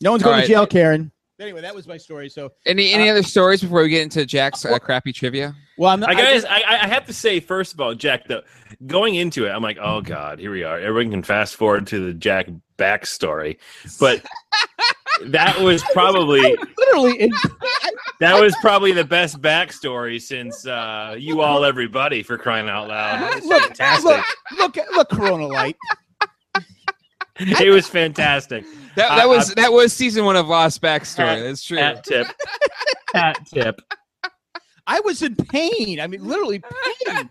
Speaker 4: No one's
Speaker 3: All
Speaker 4: going
Speaker 3: right.
Speaker 4: to jail, Karen. Anyway, that was my story. So,
Speaker 3: any any other stories before we get into Jack's uh, crappy trivia?
Speaker 4: well, I'm not.
Speaker 7: I guys, I, I I have to say, first of all, Jack. Though going into it, I'm like, oh god, here we are. Everyone can fast forward to the Jack backstory, but that was probably
Speaker 4: literally in
Speaker 7: that was probably the best backstory since uh, you all everybody for crying out loud. It was
Speaker 4: Look,
Speaker 7: fantastic.
Speaker 4: look, look, look, Corona Light.
Speaker 7: It was fantastic.
Speaker 3: That,
Speaker 7: I-
Speaker 3: that
Speaker 7: I-
Speaker 3: was that was season one of Lost backstory. That's true.
Speaker 7: Hat tip. Hat tip.
Speaker 4: I was in pain. I mean, literally pain.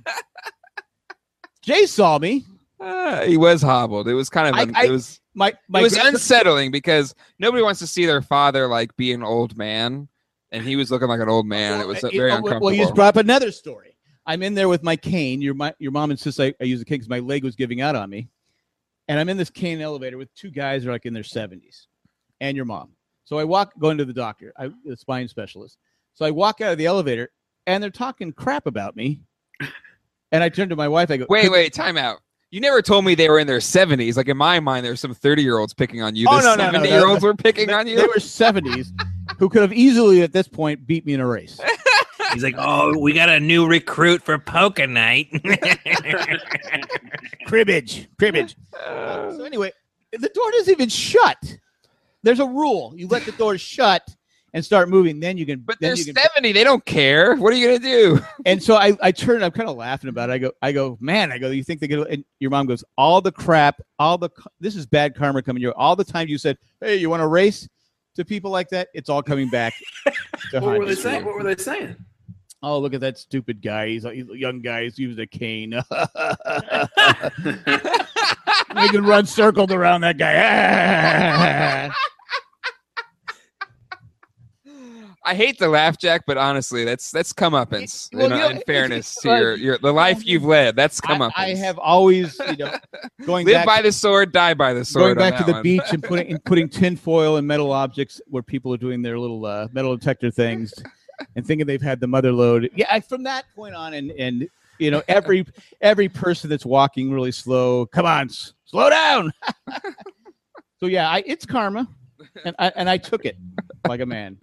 Speaker 4: Jay saw me.
Speaker 3: Uh, he was hobbled. It was kind of
Speaker 4: I-
Speaker 3: un-
Speaker 4: I-
Speaker 3: it was
Speaker 4: My my
Speaker 3: it was
Speaker 4: grand-
Speaker 3: unsettling because nobody wants to see their father like be an old man, and he was looking like an old man. It was
Speaker 4: Well,
Speaker 3: very
Speaker 4: oh,
Speaker 3: uncomfortable.
Speaker 4: Well, you just brought up another story. I'm in there with my cane. Your my, your mom insists I, I use the cane because my leg was giving out on me, and I'm in this cane elevator with two guys who are like in their 70s, and your mom. So I walk going to the doctor, I, the spine specialist. So I walk out of the elevator, and they're talking crap about me. And I turn to my wife. I go,
Speaker 3: Wait,
Speaker 4: "Could-
Speaker 3: wait, time out. You never told me they were in their 70s. Like in my mind, there's some 30 year olds picking on you.
Speaker 4: Oh,
Speaker 3: The
Speaker 4: no, no, no, no.
Speaker 3: 70 year olds were picking
Speaker 4: they,
Speaker 3: on
Speaker 4: They
Speaker 3: you.
Speaker 4: were 70s, who could have easily at this point beat me in a race.
Speaker 7: He's like, oh, we got a new recruit for poker night.
Speaker 5: cribbage, cribbage.
Speaker 4: Uh, So anyway, the door doesn't even shut. There's a rule: you let the door shut and start moving, then you can.
Speaker 3: But
Speaker 4: then
Speaker 3: they're
Speaker 4: you can,
Speaker 3: 70. They don't care. What are you going to do?
Speaker 4: And so I, I turn. I'm kind of laughing about it. I go, I go, man. I go. You think they could? And your mom goes, all the crap, all the c- this is bad karma coming your. All the time you said, hey, you want to race to people like that? It's all coming back. to
Speaker 2: What
Speaker 4: haunt
Speaker 2: were they
Speaker 4: us.
Speaker 2: saying? What were they saying?
Speaker 4: Oh, look at that stupid guy. He's a he's a young guy. He's using a cane.
Speaker 5: We can run circled around that guy.
Speaker 3: I hate the laugh jack, but honestly, that's that's comeuppance.
Speaker 4: Well,
Speaker 3: in,
Speaker 4: you know,
Speaker 3: in
Speaker 4: it's-
Speaker 3: fairness
Speaker 4: it's
Speaker 3: to
Speaker 4: like-
Speaker 3: your, your the life you've led, that's
Speaker 4: I,
Speaker 3: comeuppance.
Speaker 4: I have always, you know, going
Speaker 3: live
Speaker 4: back
Speaker 3: by the sword, die by the sword.
Speaker 4: going
Speaker 3: on
Speaker 4: back to
Speaker 3: that
Speaker 4: the
Speaker 3: one.
Speaker 4: beach and putting and putting tinfoil and metal objects where people are doing their little uh, metal detector things and thinking they've had the mother load. Yeah, I, from that point on, and and you know every every person that's walking really slow, come on, s- slow down. so yeah, I, it's karma, and I and I took it like a man.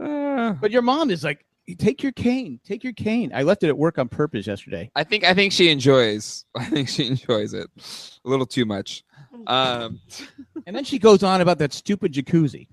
Speaker 3: Uh,
Speaker 4: But your mom is like, take your cane, take your cane. I left it at work on purpose yesterday.
Speaker 3: I think I think she enjoys. I think she enjoys it a little too much. Um,
Speaker 4: And then she goes on about that stupid jacuzzi.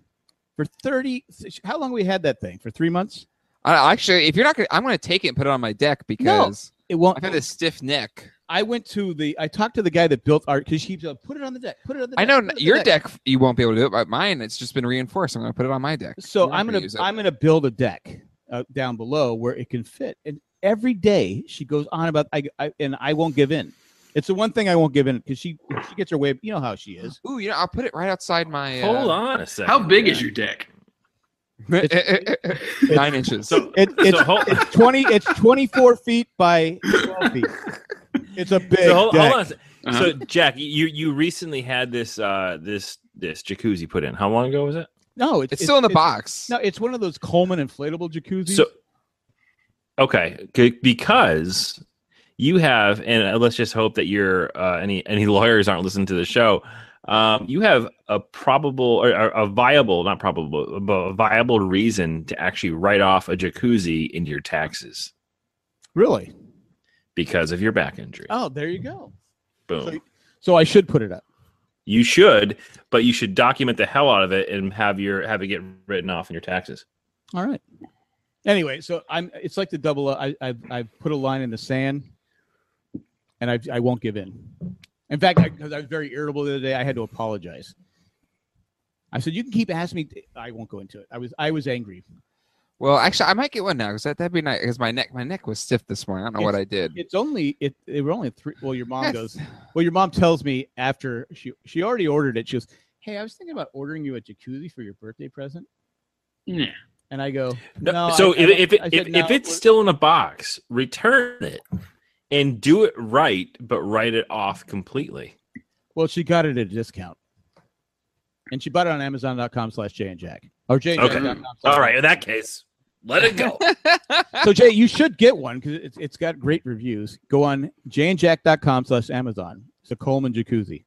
Speaker 4: For 30, how long we had that thing? For three months?
Speaker 3: I, actually, if you're not gonna, I'm gonna take it and put it on my deck because
Speaker 4: It won't.
Speaker 3: I've had a stiff neck.
Speaker 4: I went to the. I talked to the guy that built our because she keeps uh, put it on the deck. Put it on the.
Speaker 3: I
Speaker 4: deck,
Speaker 3: know
Speaker 4: put it on the
Speaker 3: your deck you won't be able to do it, but mine it's just been reinforced. I'm gonna put it on my deck.
Speaker 4: So
Speaker 3: You're not
Speaker 4: I'm gonna
Speaker 3: use it.
Speaker 4: I'm gonna build a deck uh, down below where it can fit. And every day she goes on about I, I and I won't give in. It's the one thing I won't give in because she she gets her way. You know how she is.
Speaker 3: Ooh, you know, I'll put it right outside my. Uh,
Speaker 7: Hold on a second.
Speaker 2: How big is your deck?
Speaker 3: Nine inches.
Speaker 7: So,
Speaker 4: It, it's
Speaker 7: so hold,
Speaker 4: it's twenty it's twenty four feet by twelve feet. It's a big.
Speaker 7: so hold,
Speaker 4: deck.
Speaker 7: hold on. A sec.
Speaker 2: Uh-huh.
Speaker 7: So Jack, you you recently had this uh this this jacuzzi put in. How long ago was it?
Speaker 4: No, it's,
Speaker 3: it's, still in the
Speaker 4: it's-
Speaker 3: box.
Speaker 4: No, it's one of those Coleman inflatable jacuzzis.
Speaker 7: So okay, c- because you have, and uh, let's just hope that your uh, any any lawyers aren't listening to the show. Um, you have a probable or, or a viable, not probable, but a viable reason to actually write off a jacuzzi in your taxes
Speaker 4: really?
Speaker 7: because of your back injury.
Speaker 4: Oh, there you go.
Speaker 7: Boom.
Speaker 4: So, so I should put it up.
Speaker 7: You should, but you should document the hell out of it and have your have it get written off in your taxes.
Speaker 4: All right. Anyway, so I'm. It's like the double. I I I put a line in the sand, and I I won't give in. In fact, because I, was very irritable the other day, I had to apologize. I said, "You can keep asking me." I won't go into it. I was I was angry.
Speaker 3: Well, actually, I might get one now because that, that'd be nice. Because my neck, my neck was stiff this morning. I don't know what I did.
Speaker 4: It's only it. They were only three. Well, your mom
Speaker 3: Yes.
Speaker 4: goes. Well, your mom tells me after she she already ordered it. She goes, "Hey, I was thinking about ordering you a jacuzzi for your birthday present."
Speaker 2: Yeah.
Speaker 4: And I go,
Speaker 7: No,
Speaker 4: "No." I-
Speaker 7: so
Speaker 4: I
Speaker 7: if,
Speaker 4: don't-
Speaker 7: if, it,
Speaker 4: I said,
Speaker 7: if,
Speaker 4: "No,
Speaker 7: if it's
Speaker 4: we're-
Speaker 7: still in a box, return it and do it right, but write it off completely.
Speaker 4: Well, she got it at a discount. And she bought it on Amazon.com slash Jay and Jack. Or Jay and
Speaker 7: Okay.
Speaker 4: Jack.com slash-
Speaker 7: All right, in that case, let it go.
Speaker 4: So, Jay, you should get one because it's, it's got great reviews. Go on jayandjack.com slash Amazon. It's a Coleman jacuzzi.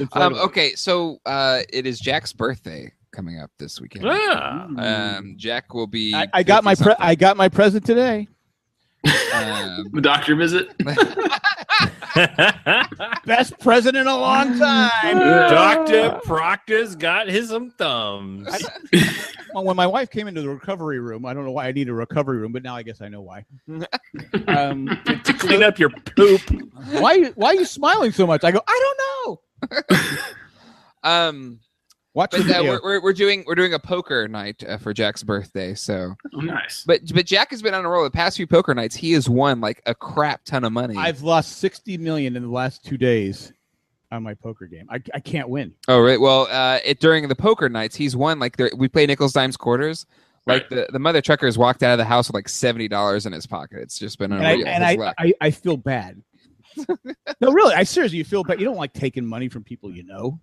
Speaker 4: It's
Speaker 3: Um,
Speaker 4: affordable.
Speaker 3: okay, so uh, it is Jack's birthday coming up this weekend.
Speaker 7: ah,
Speaker 3: Um, Jack will be.
Speaker 4: Mm. I, I got my pre-
Speaker 3: 50
Speaker 4: I got my present today.
Speaker 3: something.
Speaker 2: The doctor visit?
Speaker 4: Best present in a long time.
Speaker 7: Dr. Proctor's got his some thumbs.
Speaker 4: well, when my wife came into the recovery room, I don't know why I need a recovery room, but now I guess I know why. um,
Speaker 7: to clean up your poop.
Speaker 4: why why are you smiling so much? I go, I don't know.
Speaker 3: Um, um,
Speaker 4: Watch the
Speaker 3: but uh,
Speaker 4: video.
Speaker 3: we're, we're, we're doing we're doing a poker night uh, for Jack's birthday. So,
Speaker 2: Oh, nice.
Speaker 3: but but Jack has been on a roll the past few poker nights. He has won like a crap ton of money.
Speaker 4: I've lost 60 million in the last two days on my poker game. I, I can't win.
Speaker 3: Oh right. Well, uh, it during the poker nights, he's won like there- we play nickels, dimes, quarters. Like the, the mother trucker's Oh, walked out of the house with like seventy dollars in his pocket. It's just been
Speaker 4: And I,
Speaker 3: unreal.
Speaker 4: and
Speaker 3: his
Speaker 4: I,
Speaker 3: luck.
Speaker 4: I, I feel bad. No, really, I seriously, you feel bad. You don't like taking money from people you know.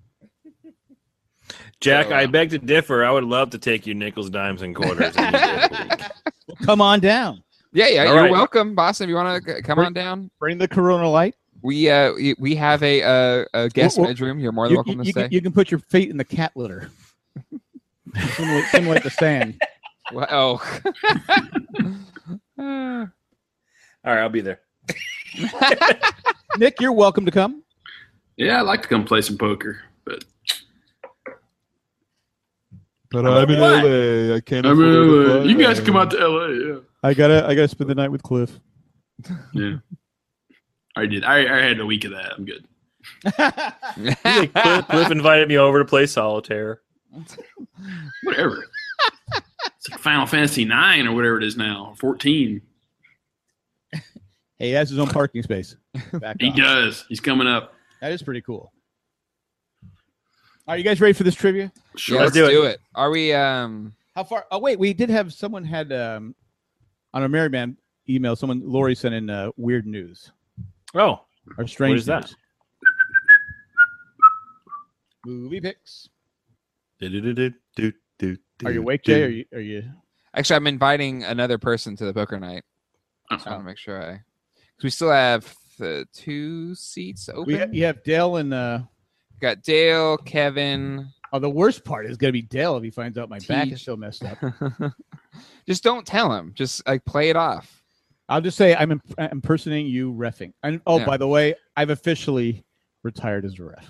Speaker 7: Jack, I beg to differ. I would love to take your nickels, dimes, and quarters. any day of the week.
Speaker 4: Well, come on down.
Speaker 3: Yeah, yeah,
Speaker 7: All
Speaker 3: you're
Speaker 7: right.
Speaker 3: welcome, Boston. If you want to come on down,
Speaker 4: Bring the Corona light.
Speaker 3: we uh we- we have a uh, a guest
Speaker 4: Well, well,
Speaker 3: bedroom. You're more than
Speaker 4: You,
Speaker 3: welcome
Speaker 4: you-
Speaker 3: to
Speaker 4: you
Speaker 3: stay.
Speaker 4: can, you can put your feet in the cat litter. Similar- similar to sand.
Speaker 3: Well, oh. Uh,
Speaker 7: All right, I'll be there.
Speaker 4: Nick, you're welcome to come.
Speaker 2: Yeah, I'd like to come play some poker, but
Speaker 6: But I'm in
Speaker 2: What?
Speaker 6: LA. I can't.
Speaker 2: I
Speaker 6: afford to
Speaker 2: mean,
Speaker 6: fly
Speaker 2: you guys
Speaker 6: there.
Speaker 2: come out to LA. Yeah,
Speaker 6: I gotta. I gotta spend the night with Cliff.
Speaker 2: yeah. I did. I, I had a week of that. I'm good.
Speaker 7: Cliff, Cliff invited me over to play solitaire.
Speaker 2: Whatever. it's like Final Fantasy nine or whatever it is now. Fourteen.
Speaker 4: Hey, he has his own parking space. Back
Speaker 2: He
Speaker 4: off.
Speaker 2: does. He's coming up.
Speaker 4: That is pretty cool. Are you guys ready for this trivia?
Speaker 3: yeah,
Speaker 2: Sure.
Speaker 3: let's
Speaker 7: do
Speaker 3: do
Speaker 7: it.
Speaker 3: it. Are we? Um,
Speaker 4: How far? Oh wait, we did have someone had um, on a Merry Man email. Someone Lori sent in uh, weird news
Speaker 7: Oh,
Speaker 4: or strange
Speaker 7: What is that?
Speaker 4: news. Movie picks. Are you awake, Jay? Are you? Are you?
Speaker 3: actually, I'm inviting another person to the poker night.
Speaker 2: Oh.
Speaker 3: So
Speaker 2: Uh-uh.
Speaker 3: I want to make sure I, because we still have uh, two seats open.
Speaker 4: We you have Dale and. Uh,
Speaker 3: got Dale, Kevin.
Speaker 4: oh, the worst part is gonna be Dale if he finds out my back is
Speaker 3: Teach.
Speaker 4: still messed up.
Speaker 3: Just don't tell him. Just like play it off.
Speaker 4: I'll just say I'm imp- impersonating you refing. And oh,
Speaker 3: Yeah.
Speaker 4: by the way, I've officially retired as a ref.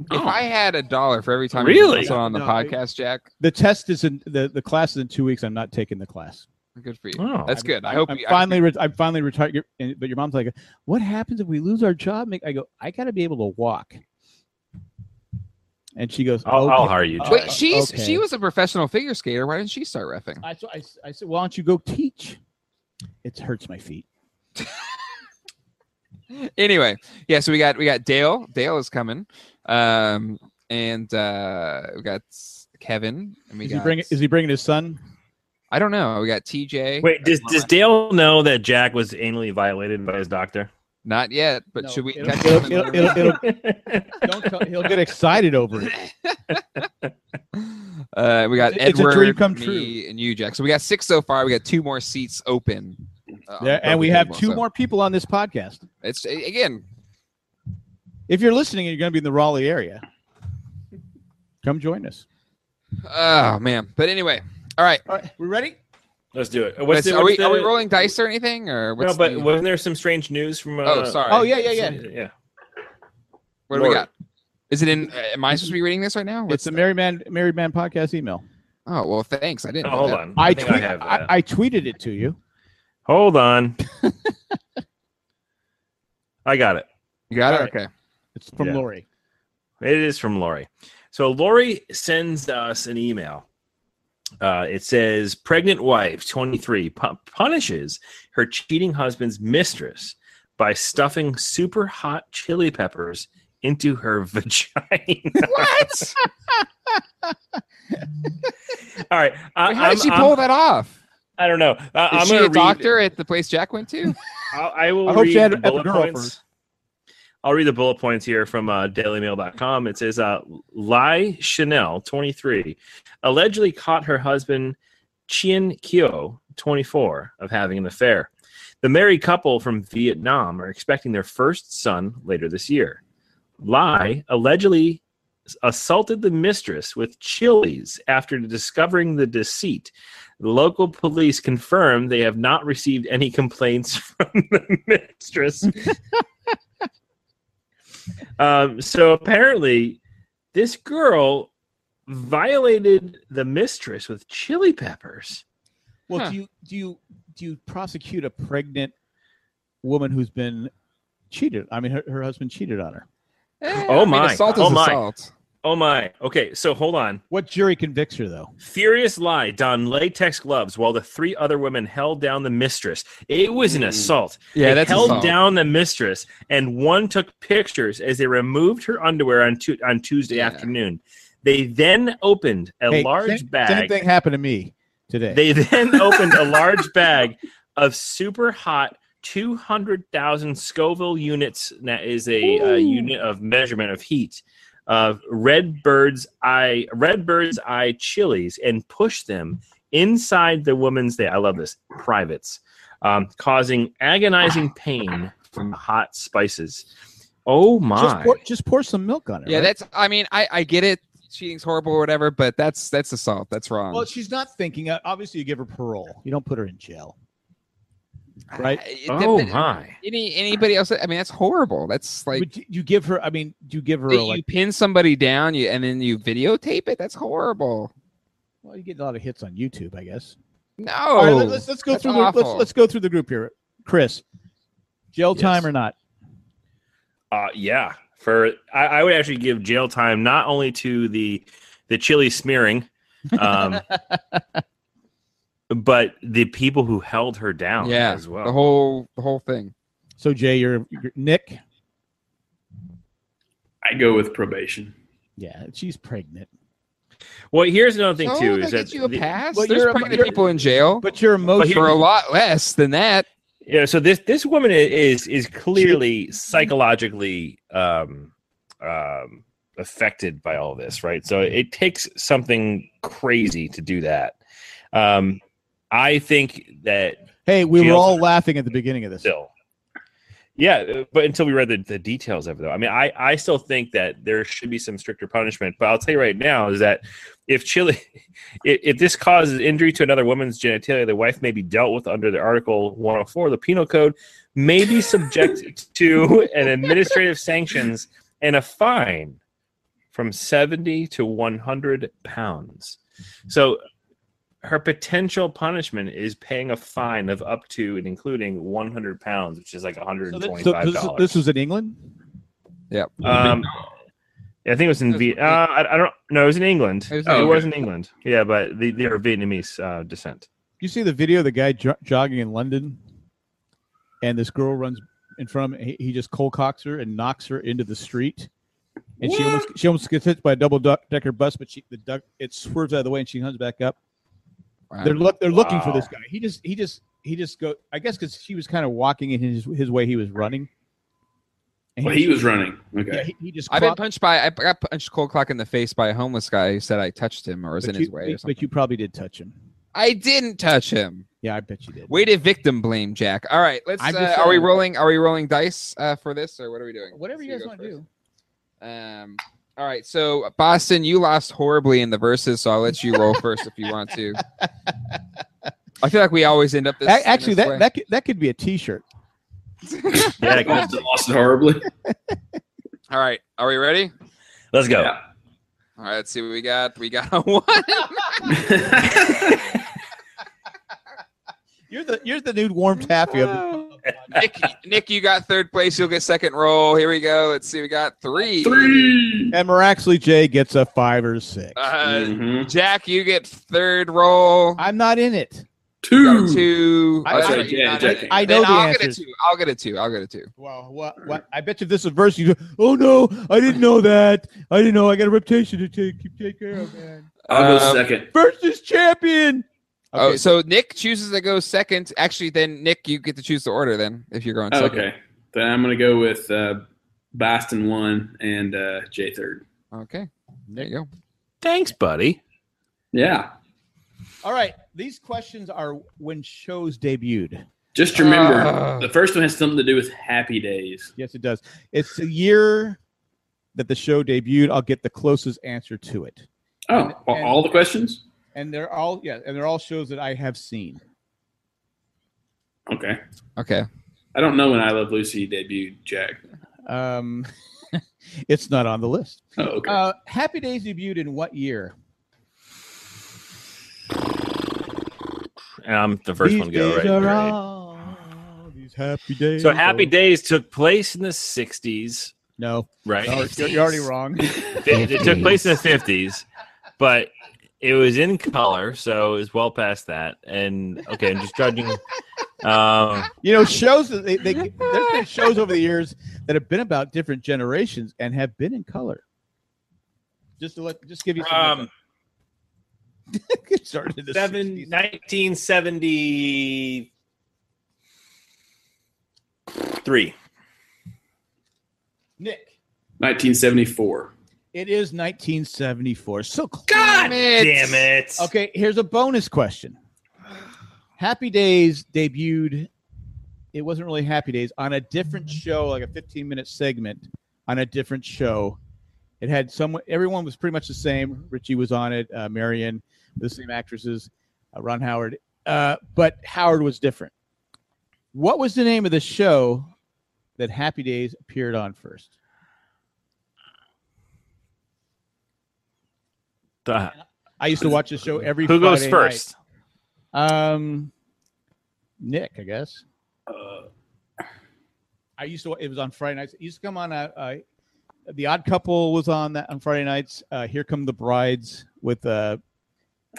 Speaker 3: If
Speaker 2: Oh.
Speaker 3: I had a dollar for every time you
Speaker 7: Really?
Speaker 3: whistle on the
Speaker 4: No, I-
Speaker 3: podcast, Jack,
Speaker 4: The test is in the, the class is in two weeks. I'm not taking the class.
Speaker 3: good for you.
Speaker 7: Oh.
Speaker 3: That's
Speaker 4: I'm-
Speaker 3: good. I
Speaker 4: I'm-
Speaker 3: hope
Speaker 4: I'm
Speaker 3: you I hope
Speaker 4: finally. Re- I'm finally retired. Your- and- But your mom's like, "What happens if we lose our job?" Make- I go, "I got to be able to walk." And she goes,
Speaker 7: I'll,
Speaker 4: okay.
Speaker 7: I'll hire you.
Speaker 4: Uh,
Speaker 7: Jack.
Speaker 3: Wait, she's
Speaker 4: okay.
Speaker 3: she was a professional figure skater. Why didn't she start refing?
Speaker 4: I, so I, s- I said, "Why don't you go teach?" It hurts my feet.
Speaker 3: Anyway, yeah. So we got we got Dale. Dale is coming, um, and uh, we got Kevin. And we
Speaker 4: Is
Speaker 3: got
Speaker 4: he bringing? Is he bringing his son?
Speaker 3: I don't know. We got Uh, TJ.
Speaker 7: Wait, does, does Dale know that Jack was anally violated by his doctor?
Speaker 3: not yet, but
Speaker 4: No,
Speaker 3: should we?
Speaker 4: it'll-
Speaker 3: catch
Speaker 4: it'll-
Speaker 3: him in
Speaker 4: it'll-
Speaker 3: the room?
Speaker 4: it'll- it'll- Don't tell, he'll get excited over it.
Speaker 3: Uh, we got
Speaker 4: It's a- it's a
Speaker 3: Edward,
Speaker 4: dream come
Speaker 3: me,
Speaker 4: true.
Speaker 3: and you, Jack. So we got six so far. We got two more seats open. uh, on
Speaker 4: Yeah,
Speaker 3: the
Speaker 4: and we
Speaker 3: poker
Speaker 4: have
Speaker 3: table,
Speaker 4: two
Speaker 3: so
Speaker 4: more people on this podcast.
Speaker 3: It's again.
Speaker 4: If you're listening and you're going to be in the Raleigh area, come join us.
Speaker 3: Oh man. But anyway, all right.
Speaker 4: All right, we ready?
Speaker 7: Let's do it.
Speaker 3: Let's- are we are we rolling dice or anything or what's
Speaker 7: No, but
Speaker 3: the-
Speaker 7: wasn't there some strange news from? Uh,
Speaker 3: oh sorry.
Speaker 4: Oh yeah, yeah, yeah.
Speaker 7: yeah.
Speaker 3: What do we
Speaker 7: Lord.
Speaker 3: got? Is it in? uh, Am I supposed to be reading this right now?
Speaker 4: It's
Speaker 3: What's
Speaker 4: the Married Man Married Man podcast email.
Speaker 3: Oh well, thanks. I didn't.
Speaker 7: Oh,
Speaker 3: know
Speaker 7: hold
Speaker 3: that.
Speaker 7: on.
Speaker 4: I,
Speaker 7: think
Speaker 4: tweet,
Speaker 7: have
Speaker 4: I,
Speaker 7: that.
Speaker 4: I tweeted it to you.
Speaker 7: Hold on. I got it.
Speaker 3: You got it.
Speaker 4: All right.
Speaker 3: Okay.
Speaker 4: It's from
Speaker 7: Yeah.
Speaker 4: Lori.
Speaker 7: It is from Lori. So Lori sends us an email. Uh, it says, "Pregnant wife, 23, pu- punishes her cheating husband's mistress by stuffing super hot chili peppers into her vagina."
Speaker 3: What?
Speaker 7: All right, I,
Speaker 3: How did
Speaker 7: I'm-
Speaker 3: she
Speaker 7: I'm-
Speaker 3: pull that off?
Speaker 7: I don't know. Uh,
Speaker 3: Is
Speaker 7: I'm
Speaker 3: she
Speaker 7: gonna
Speaker 3: a
Speaker 7: read-
Speaker 3: doctor at the place Jack went to?
Speaker 7: I'll, I will
Speaker 4: I hope
Speaker 7: read
Speaker 4: she had
Speaker 7: the
Speaker 4: an
Speaker 7: bullet
Speaker 4: epidural
Speaker 7: points.
Speaker 4: first.
Speaker 7: I'll read the bullet points here from uh, dailymail.com. It says uh, Lai Chanel, 23, allegedly caught her husband Chien Kyo, 24, of having an affair. The married couple from Vietnam are expecting their first son later this year. Lai allegedly assaulted the mistress with chilies after discovering the deceit. The local police confirmed they have not received any complaints from the mistress. um, so apparently, this girl violated the mistress with chili peppers.
Speaker 4: Well,
Speaker 3: Huh.
Speaker 4: do you do you do you prosecute a pregnant woman who's been cheated? I mean, her, her husband cheated on her.
Speaker 3: Eh,
Speaker 7: Oh,
Speaker 3: I mean,
Speaker 7: my.
Speaker 3: Assault is
Speaker 7: Oh, my.
Speaker 3: assault.
Speaker 7: Oh my. Okay, so hold on.
Speaker 4: What jury convicts her though?
Speaker 7: Furious Lie donned latex gloves while the three other women held down the mistress. It was an
Speaker 2: Mm.
Speaker 7: assault.
Speaker 3: Yeah,
Speaker 7: they
Speaker 3: that's
Speaker 7: held
Speaker 3: assault.
Speaker 7: down the mistress, and one took pictures as they removed her underwear on tu- on Tuesday
Speaker 3: Yeah.
Speaker 7: afternoon. They then opened a
Speaker 4: Hey,
Speaker 7: large
Speaker 4: same, Same
Speaker 7: bag.
Speaker 4: thing happened to me today.
Speaker 7: They then opened a large bag of super hot 200,000 Scoville units. and That is a uh, unit of measurement of heat of red bird's eye, red bird's eye chilies, and push them inside the woman's. They, I love this privates, um, causing agonizing pain from the hot spices. Oh my!
Speaker 4: Just pour, just pour some milk on it.
Speaker 3: Yeah,
Speaker 4: right?
Speaker 3: that's. I mean, I I get it. Cheating's horrible or whatever, but that's that's assault. That's
Speaker 7: Um,
Speaker 3: wrong.
Speaker 4: Well, she's not thinking. Uh, Obviously, you give her parole. You don't put her in jail. right.
Speaker 3: I- it
Speaker 7: oh
Speaker 3: dep-
Speaker 7: my!
Speaker 3: Any anybody else? I mean, that's horrible. That's like
Speaker 4: But you give her. I mean, you give her
Speaker 3: that you
Speaker 4: like.
Speaker 3: pin somebody down, you and then you videotape it. That's horrible.
Speaker 4: Well, you get a lot of hits on YouTube, I guess.
Speaker 3: No.
Speaker 4: All right,
Speaker 7: Oh,
Speaker 4: let- let's let's go
Speaker 3: that's
Speaker 4: through. The, let's
Speaker 3: awful.
Speaker 4: let's go through the group here. Chris, jail
Speaker 7: Yes.
Speaker 4: time or not?
Speaker 7: Uh, yeah. For I, I would actually give jail time not only to the the chili smearing, um, but the people who held her down
Speaker 3: Yeah,
Speaker 7: as well.
Speaker 3: the whole the whole thing.
Speaker 4: So Jay, you're, you're Nick.
Speaker 2: I go with probation.
Speaker 4: Yeah, she's pregnant.
Speaker 7: well, here's another thing
Speaker 3: so
Speaker 7: too
Speaker 3: they
Speaker 7: is
Speaker 3: get
Speaker 7: that
Speaker 3: you a
Speaker 7: the-
Speaker 3: pass.
Speaker 4: Well,
Speaker 3: There's
Speaker 4: you're a-
Speaker 3: pregnant
Speaker 4: you're-
Speaker 3: people in jail
Speaker 4: But your emotion.
Speaker 3: for a lot less than that.
Speaker 7: yeah, so this this woman i- is is clearly psychologically um, um, affected by all this, right? So it takes something crazy to do that. Um, I think that
Speaker 4: Hey, we were
Speaker 7: Jail
Speaker 4: all
Speaker 7: time.
Speaker 4: laughing at the beginning of this.
Speaker 7: still. Yeah, but until we read the, the details of it, though, I mean, I, I still think that there should be some stricter punishment. But I'll tell you right now is that if Chile, if, if this causes injury to another woman's genitalia, the wife may be dealt with under the Article 104 of the Penal Code, may be subjected to an administrative sanctions and a fine from 70 to 100 pounds. So her potential punishment is paying a fine of up to and including 100 pounds, which is like
Speaker 4: So
Speaker 7: 125
Speaker 4: this,
Speaker 7: dollars.
Speaker 4: so this, this was in England.
Speaker 7: Um, I think it was in
Speaker 3: It was-
Speaker 7: V. Uh, I, I don't. No, it was in England.
Speaker 3: It was in
Speaker 7: oh, it
Speaker 3: England.
Speaker 7: was in England. Yeah, but they, they are Vietnamese uh, descent.
Speaker 4: You see the video of the guy jo- jogging in London, and this girl runs in front of him. He, he just cold cocks her and knocks her into the street, and she almost she almost gets hit by a double duck- decker bus, but she the duck it swerves out of the way and she comes back up.
Speaker 3: Wow.
Speaker 4: They're look they're looking for
Speaker 7: Wow.
Speaker 4: this guy. He just he just he just go. I guess because she was kind of walking in his his way, he was running. And
Speaker 2: Well, he was running. Okay.
Speaker 4: yeah, he, he just.
Speaker 3: I've been
Speaker 4: clocked-
Speaker 3: punched by I got punched cold clock in the face by a homeless guy who said I touched him or was
Speaker 4: but
Speaker 3: in
Speaker 4: you,
Speaker 3: his way or something.
Speaker 4: but you probably did touch him.
Speaker 3: I didn't touch him.
Speaker 4: Yeah, I bet you did.
Speaker 3: Way to victim blame, Jack. All right, let's.
Speaker 4: I'm
Speaker 3: Uh,
Speaker 4: just
Speaker 3: are we
Speaker 4: saying.
Speaker 3: rolling? Are we rolling dice uh, for this, or what are we doing?
Speaker 4: Whatever you
Speaker 3: Let's
Speaker 4: guys
Speaker 3: see
Speaker 4: want to
Speaker 3: who
Speaker 4: do.
Speaker 3: goes first. Um. All right, so Boston, you lost horribly in the verses, so I'll let you roll first if you want to. I feel like we always end up this.
Speaker 4: A-
Speaker 3: in
Speaker 4: actually,
Speaker 3: this
Speaker 4: that
Speaker 3: way.
Speaker 4: that could, that could be a T-shirt.
Speaker 7: Yeah,
Speaker 2: I lost, lost it horribly.
Speaker 3: All right, are we ready?
Speaker 7: let's go.
Speaker 2: Yeah.
Speaker 3: All right, let's see what we got. We got a one.
Speaker 4: You're the you're the nude warm taffy of the
Speaker 3: Nick, Nick, you got third place. You'll get second roll. Here we go. Let's see. We got three.
Speaker 2: Three.
Speaker 4: And Miraculously Jay gets a five or six.
Speaker 3: Uh,
Speaker 2: Mhm.
Speaker 3: Jack, you get third roll.
Speaker 4: I'm not in it.
Speaker 3: You got a
Speaker 2: Two.
Speaker 3: two.
Speaker 4: I-
Speaker 3: That's
Speaker 4: I-
Speaker 3: right, you're
Speaker 2: yeah,
Speaker 3: not
Speaker 2: Jack.
Speaker 3: in it.
Speaker 4: I
Speaker 3: Then
Speaker 4: know the
Speaker 3: I'll get a
Speaker 4: answers.
Speaker 3: two. I'll get a two. I'll get a two.
Speaker 4: Well, what, what? I bet you this is verse. You, oh no, I didn't know that. I didn't know. I got a reputation to take keep take care of, man.
Speaker 2: I'll
Speaker 3: Um,
Speaker 2: go second.
Speaker 4: Versus champion.
Speaker 3: Oh, so Nick chooses to go second. Actually, then Nick, you get to choose the order. Then, if you're going
Speaker 2: Oh,
Speaker 3: second.
Speaker 2: okay. Then I'm going to go with uh, Boston one and uh, J third.
Speaker 3: Okay. There you go.
Speaker 7: Thanks, buddy.
Speaker 2: Yeah.
Speaker 4: all right. These questions are when shows debuted.
Speaker 2: Just remember,
Speaker 3: Ah.
Speaker 2: the first one has something to do with happy days.
Speaker 4: Yes, it does. It's the year that the show debuted. I'll get the closest answer to it.
Speaker 2: Oh,
Speaker 4: And-
Speaker 2: all- all the questions?
Speaker 4: And they're all yeah, and they're all shows that I have seen.
Speaker 2: Okay.
Speaker 3: Okay.
Speaker 2: I don't know when I Love Lucy debuted, Jack.
Speaker 4: Um, it's not on the list.
Speaker 2: Oh, okay.
Speaker 4: Uh, Happy Days debuted in what year?
Speaker 7: And I'm the first
Speaker 4: These
Speaker 7: one to go.
Speaker 4: days
Speaker 7: Right,
Speaker 4: are
Speaker 7: Right.
Speaker 4: all these happy days.
Speaker 7: So Happy
Speaker 4: are-
Speaker 7: Days took place in the 60s,
Speaker 4: No,
Speaker 7: right?
Speaker 4: no, you're, you're already wrong.
Speaker 7: It, it took place in the 50s, but it was in color, so it was well past that. And okay, I'm just judging. Um,
Speaker 4: You know, shows that they, they there's been shows over the years that have been about different generations and have been in color. Just to let, just give you some.
Speaker 7: um,
Speaker 4: heads up. It started in the
Speaker 7: seven,
Speaker 4: 60s.
Speaker 7: 1970. Three.
Speaker 4: Nick.
Speaker 2: 1974.
Speaker 4: It is 1974. So close.
Speaker 3: God
Speaker 7: Damn it.
Speaker 4: Okay, here's a bonus question. Happy Days debuted. It wasn't really Happy Days on a
Speaker 7: Mm-hmm.
Speaker 4: different show, like a 15 minute segment on a different show. It had someone. Everyone was pretty much the same. Richie was on it. Uh, Marion, the same actresses. Uh, Ron Howard, uh, but Howard was different. What was the name of the show that Happy Days appeared on first?
Speaker 7: The-
Speaker 4: I used to watch the show every.
Speaker 7: who goes
Speaker 4: Friday night.
Speaker 7: first?
Speaker 4: Um, Nick, I guess. Uh, I used to. It was on Friday nights. It used to come on. Uh, uh, the Odd Couple was on that on Friday nights. Uh, Here come the brides with uh,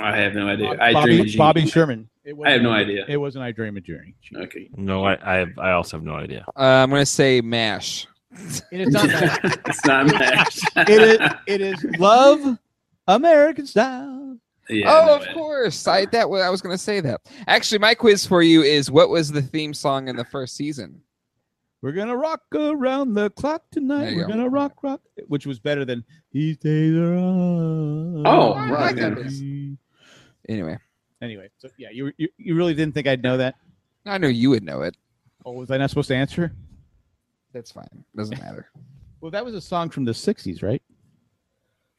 Speaker 2: I have no idea. I dream of
Speaker 4: Bobby,
Speaker 2: Jeannie.
Speaker 4: Bobby Sherman.
Speaker 2: I
Speaker 4: It
Speaker 2: have
Speaker 4: wasn't-
Speaker 2: no idea.
Speaker 4: It wasn't I Dream of Jeannie.
Speaker 2: Okay.
Speaker 7: No, I I, have, I also have no idea.
Speaker 3: Uh, I'm gonna say mash.
Speaker 4: It is, not that.
Speaker 2: it's not match.
Speaker 4: it is. It is love, American style.
Speaker 2: Yeah,
Speaker 3: oh,
Speaker 2: no
Speaker 3: of
Speaker 2: way.
Speaker 3: course. I that wa- I was gonna say that. Actually, my quiz for you is what was the theme song in the first season?
Speaker 4: We're gonna rock around the clock
Speaker 3: There
Speaker 4: tonight.
Speaker 3: you
Speaker 4: We're
Speaker 3: go.
Speaker 4: gonna rock, rock, which was better than these days are. on.
Speaker 2: Oh,
Speaker 3: I like that Anyway,
Speaker 4: Anyway, so yeah, you, you you really didn't think I'd know that?
Speaker 3: I know you would know it.
Speaker 4: Oh, was I not supposed to answer?
Speaker 3: That's fine. Doesn't matter.
Speaker 4: Well, that was a song from the '60s, right?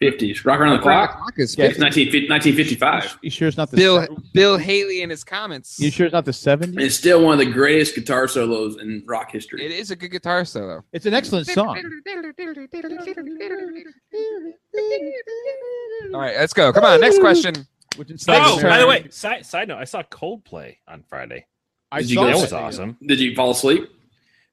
Speaker 2: 50s. Rock around the clock.
Speaker 3: is
Speaker 4: Yeah.
Speaker 2: It's 1950 1955.
Speaker 4: You sure it's not the
Speaker 3: Bill Bill Haley and his comments.
Speaker 4: You sure it's not the '70s?
Speaker 2: It's still one of the greatest guitar solos in rock history.
Speaker 3: It is a good guitar solo.
Speaker 4: It's an excellent song.
Speaker 3: All right, let's go. Come on, next question.
Speaker 4: Which is
Speaker 3: Thanks,
Speaker 7: Oh, by the
Speaker 3: Trevor.
Speaker 7: way, side, side note, I saw Coldplay on Friday.
Speaker 4: I
Speaker 2: Did you
Speaker 4: saw
Speaker 2: go-
Speaker 7: That
Speaker 2: Awesome.
Speaker 7: was awesome.
Speaker 2: Did you fall asleep?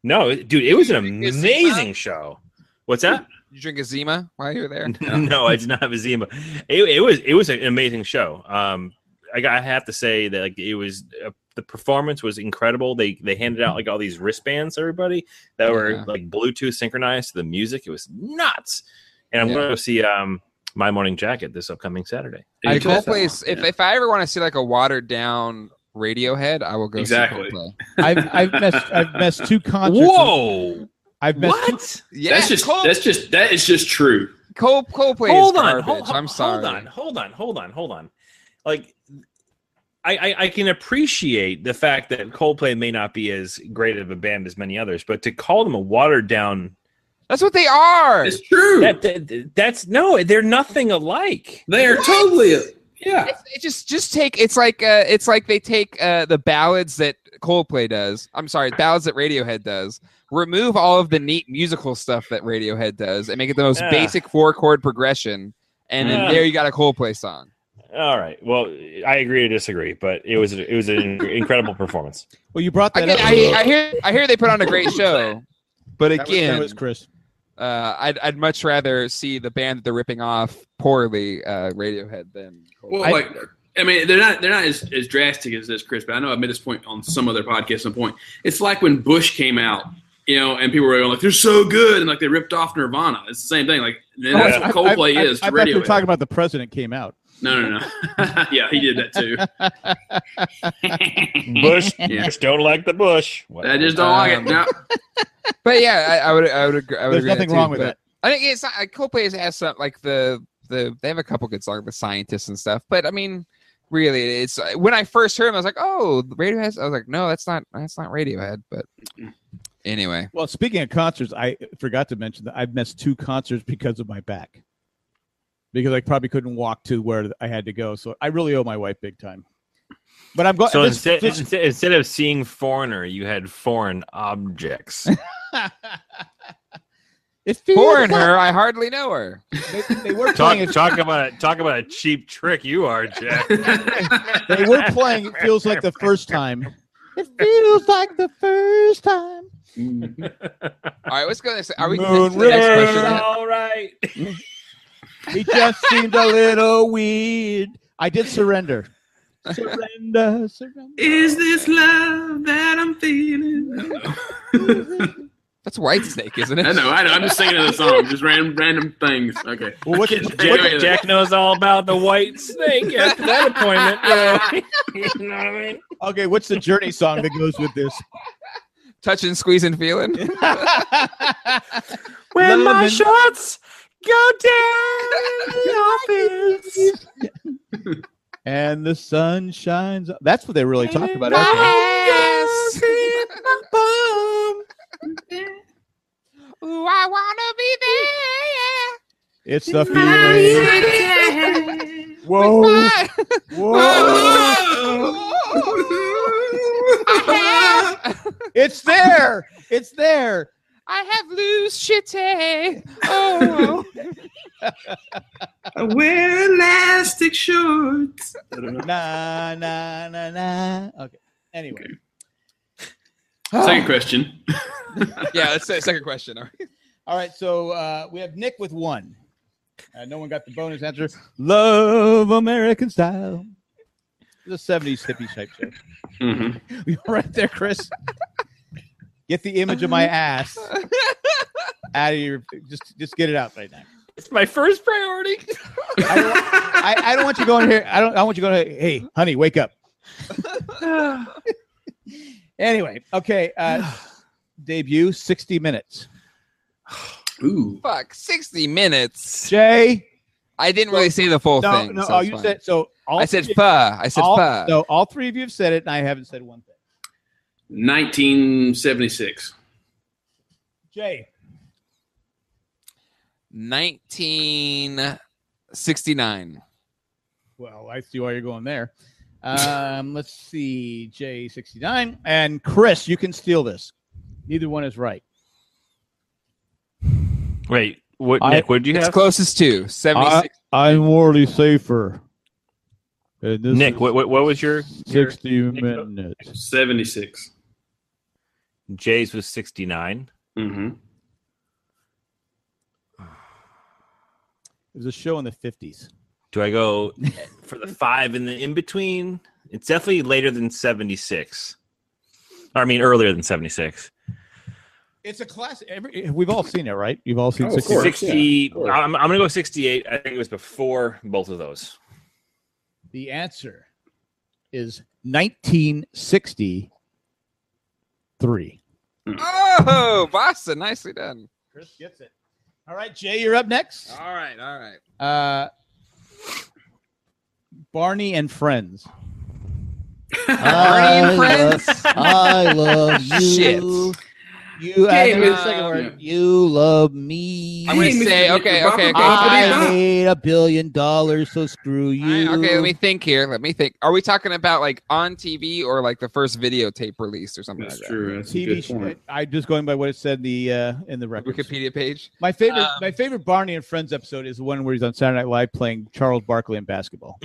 Speaker 7: No, it- dude, it was an
Speaker 3: Did you see
Speaker 7: amazing show. What's that?
Speaker 3: You drink a Zima while you were there.
Speaker 7: no, I did not have a Zima. It, it was it was an amazing show. Um, I got I have to say that like it was uh, the performance was incredible. They they handed out like all these wristbands to everybody that were
Speaker 3: Yeah.
Speaker 7: like Bluetooth synchronized to the music. It was nuts. And I'm
Speaker 3: Yeah.
Speaker 7: going to go see um My Morning Jacket this upcoming Saturday.
Speaker 3: I
Speaker 2: Did you fall asleep?
Speaker 3: Coldplay's. If if I ever want to see like a watered down Radiohead, I will go.
Speaker 2: Exactly.
Speaker 3: See Coldplay.
Speaker 4: I've I've messed I've messed two concerts.
Speaker 7: Whoa!
Speaker 4: I've messed two-
Speaker 7: What?
Speaker 3: Yeah,
Speaker 2: That's just
Speaker 3: Cold,
Speaker 2: that's just that is just true.
Speaker 3: Cold, Coldplay
Speaker 7: hold
Speaker 3: is
Speaker 7: on,
Speaker 3: garbage.
Speaker 7: hold,
Speaker 3: I'm sorry.
Speaker 7: Hold on, hold on, hold on, hold on. Like, I, I I can appreciate the fact that Coldplay may not be as great of a band as many others, but to call them a watered down
Speaker 3: That's what they are.
Speaker 2: It's true.
Speaker 7: that, that that's no, they're nothing alike.
Speaker 2: they are totally yeah.
Speaker 3: It's- It just just take it's like uh, it's like they take uh, the ballads that Coldplay does. I'm sorry, ballads that Radiohead does. Remove all of the neat musical stuff that Radiohead does and make it the most
Speaker 7: Ah.
Speaker 3: basic four chord progression. And then
Speaker 7: Ah.
Speaker 3: there you got a Coldplay song.
Speaker 7: All right, well, I agree to disagree, but it was it was an incredible performance.
Speaker 4: Well, you brought
Speaker 3: I,
Speaker 4: that
Speaker 3: get-
Speaker 4: up.
Speaker 3: I, I hear I hear they put on a great show, but
Speaker 4: That was- that
Speaker 3: again,
Speaker 4: was Chris.
Speaker 3: uh, I'd I'd much rather see the band that they're ripping off poorly, uh, Radiohead than. Coldplay.
Speaker 2: Well,
Speaker 4: I-
Speaker 2: like I mean, they're not they're not as, as drastic as this, Chris. But I know I've made this point on some other podcast. Some point. It's like when Bush came out, you know, and people were going like, "They're so good," and like they ripped off Nirvana. It's the same thing. Like and that's what Coldplay
Speaker 4: Oh, I, I,
Speaker 2: is
Speaker 4: I, I
Speaker 2: to
Speaker 4: thought you were
Speaker 2: radio.
Speaker 4: talking about the president came out.
Speaker 2: no, no, no. yeah, he did that too.
Speaker 7: Bush,
Speaker 2: Yeah.
Speaker 7: just don't like the Bush.
Speaker 2: I just don't like it. No,
Speaker 3: But yeah, I, I would I would agree. I would
Speaker 4: There's
Speaker 3: agree
Speaker 4: nothing
Speaker 3: too,
Speaker 4: wrong with
Speaker 3: but
Speaker 4: that.
Speaker 3: I think it's not like Coldplay has asked some like the the they have a couple good songs, the scientists and stuff. But I mean, really, it's uh, when I first heard him, I was like, oh, Radiohead. I was like, no, that's not that's not Radiohead. But anyway,
Speaker 4: Well, speaking of concerts, I forgot to mention that I've missed two concerts because of my back. Because I probably couldn't walk to where I had to go, so I really owe my wife big time. But I'm going.
Speaker 7: So
Speaker 4: this-
Speaker 7: instead,
Speaker 4: this-
Speaker 7: instead, instead of seeing foreigner, you had foreign objects.
Speaker 4: it feels like-
Speaker 3: foreigner, I hardly know her.
Speaker 4: They, they were
Speaker 7: Talk,
Speaker 4: playing. it-
Speaker 7: talk about it. Talk about a cheap trick you are, Jack.
Speaker 4: they were playing. It feels like the first time. It feels like the first time. Um,
Speaker 3: All right, let's go. Next. Are we next,
Speaker 4: Moon
Speaker 3: to the next
Speaker 4: River.
Speaker 3: question? yet?
Speaker 7: All right.
Speaker 4: He just seemed a little weird. I did surrender. Surrender, surrender.
Speaker 2: Is this love that I'm feeling? I don't know.
Speaker 3: That's White Snake, isn't it?
Speaker 2: I know. I know. I'm just singing the song. Just random random things. Okay.
Speaker 4: Well, what's
Speaker 2: Kidding.
Speaker 7: Jack, Jack knows all about the white snake after that appointment. You know, you know what I mean?
Speaker 4: Okay, what's the Journey song that goes with this?
Speaker 3: touching, squeezing, feeling.
Speaker 4: When my Relevant.
Speaker 7: shots go down the
Speaker 4: and the sun shines. up. That's what they really talk about. actually.
Speaker 3: yes. Ooh, Oh, I wanna be there.
Speaker 4: It's the feeling. Oh. Whoa,
Speaker 3: yeah.
Speaker 4: whoa!
Speaker 3: I have,
Speaker 4: It's there. It's there.
Speaker 3: I have loose shitty. Oh,
Speaker 2: I wear elastic shorts. I don't know.
Speaker 4: Na na na na. Okay. Anyway,
Speaker 2: Second
Speaker 4: Oh.
Speaker 2: question.
Speaker 3: yeah. Let's say second question.
Speaker 4: all right. So uh, we have Nick with one. Uh, no one got the bonus answer. Love American style. The '70s hippie type show.
Speaker 2: Mhm.
Speaker 4: You're right there, Chris. Get the image of my ass out of your. Just, just get it out right now.
Speaker 7: It's my first priority.
Speaker 4: I don't, want- I, I don't want you going here. I don't. I want you going. here, Hey, honey, wake up. anyway, okay. Uh, debut sixty minutes.
Speaker 2: Ooh.
Speaker 3: Fuck, sixty minutes.
Speaker 4: Jay.
Speaker 3: I didn't really say the full
Speaker 4: No,
Speaker 3: thing.
Speaker 4: no.
Speaker 3: so
Speaker 4: oh,
Speaker 3: it's
Speaker 4: you
Speaker 3: fine.
Speaker 4: said so. All
Speaker 3: I said
Speaker 4: three-
Speaker 3: pho. I said
Speaker 4: all,
Speaker 3: pho.
Speaker 4: No, all three of you have said it, and I haven't said one thing.
Speaker 2: 1976.
Speaker 4: Jay.
Speaker 3: 1969.
Speaker 4: Well, I see why you're going there. Um, let's see, Jay sixty nine and Chris. You can steal this. Neither one is right.
Speaker 7: Wait, what,
Speaker 4: I-
Speaker 7: Nick? What did you
Speaker 3: It's
Speaker 7: have?
Speaker 3: closest to 76.
Speaker 4: I'm morally safer. And this
Speaker 7: Nick, what, what what was your, your
Speaker 4: minutes.
Speaker 2: 76.
Speaker 7: Jay's was sixty nine.
Speaker 2: Mm-hmm.
Speaker 4: It was a show in the fifties.
Speaker 7: Do I go for the five in the in between? It's definitely later than seventy six. I mean, earlier than seventy six.
Speaker 4: It's a classic. Every, we've all seen it, right? You've all seen
Speaker 8: Oh, of
Speaker 4: 60
Speaker 8: course.
Speaker 7: Sixty.
Speaker 8: yeah, of course.
Speaker 7: I'm, I'm gonna go sixty eight. I think it was before both of those.
Speaker 4: The answer is 1963.
Speaker 3: Oh, Boston, nicely done.
Speaker 4: Chris gets it. All right, Jay, you're up next.
Speaker 3: All right, all right.
Speaker 4: Uh, Barney and Friends. Barney
Speaker 3: and Friends?
Speaker 4: I love you.
Speaker 3: Shit.
Speaker 4: You
Speaker 2: Hey,
Speaker 4: I know the
Speaker 3: man.
Speaker 4: second word. You love me.
Speaker 3: I'm gonna
Speaker 2: Hey, Mr.
Speaker 3: say,
Speaker 2: Mr.
Speaker 3: okay,
Speaker 2: Bumper
Speaker 3: okay, okay.
Speaker 2: Bumper
Speaker 3: I-
Speaker 2: Bumper.
Speaker 4: I made a billion dollars, so screw you.
Speaker 3: I- okay, let me think here. Let me think. Are we talking about like on TV or like the first videotape release or something
Speaker 2: That's
Speaker 3: like
Speaker 2: true. That's a
Speaker 4: TV
Speaker 2: good
Speaker 4: show.
Speaker 2: point.
Speaker 4: I'm just going by what it said in the uh, in the
Speaker 3: that?
Speaker 4: record.
Speaker 3: Wikipedia page.
Speaker 4: My favorite,
Speaker 3: Um,
Speaker 4: my favorite Barney and Friends episode is the one where he's on Saturday Night Live playing Charles Barkley in basketball,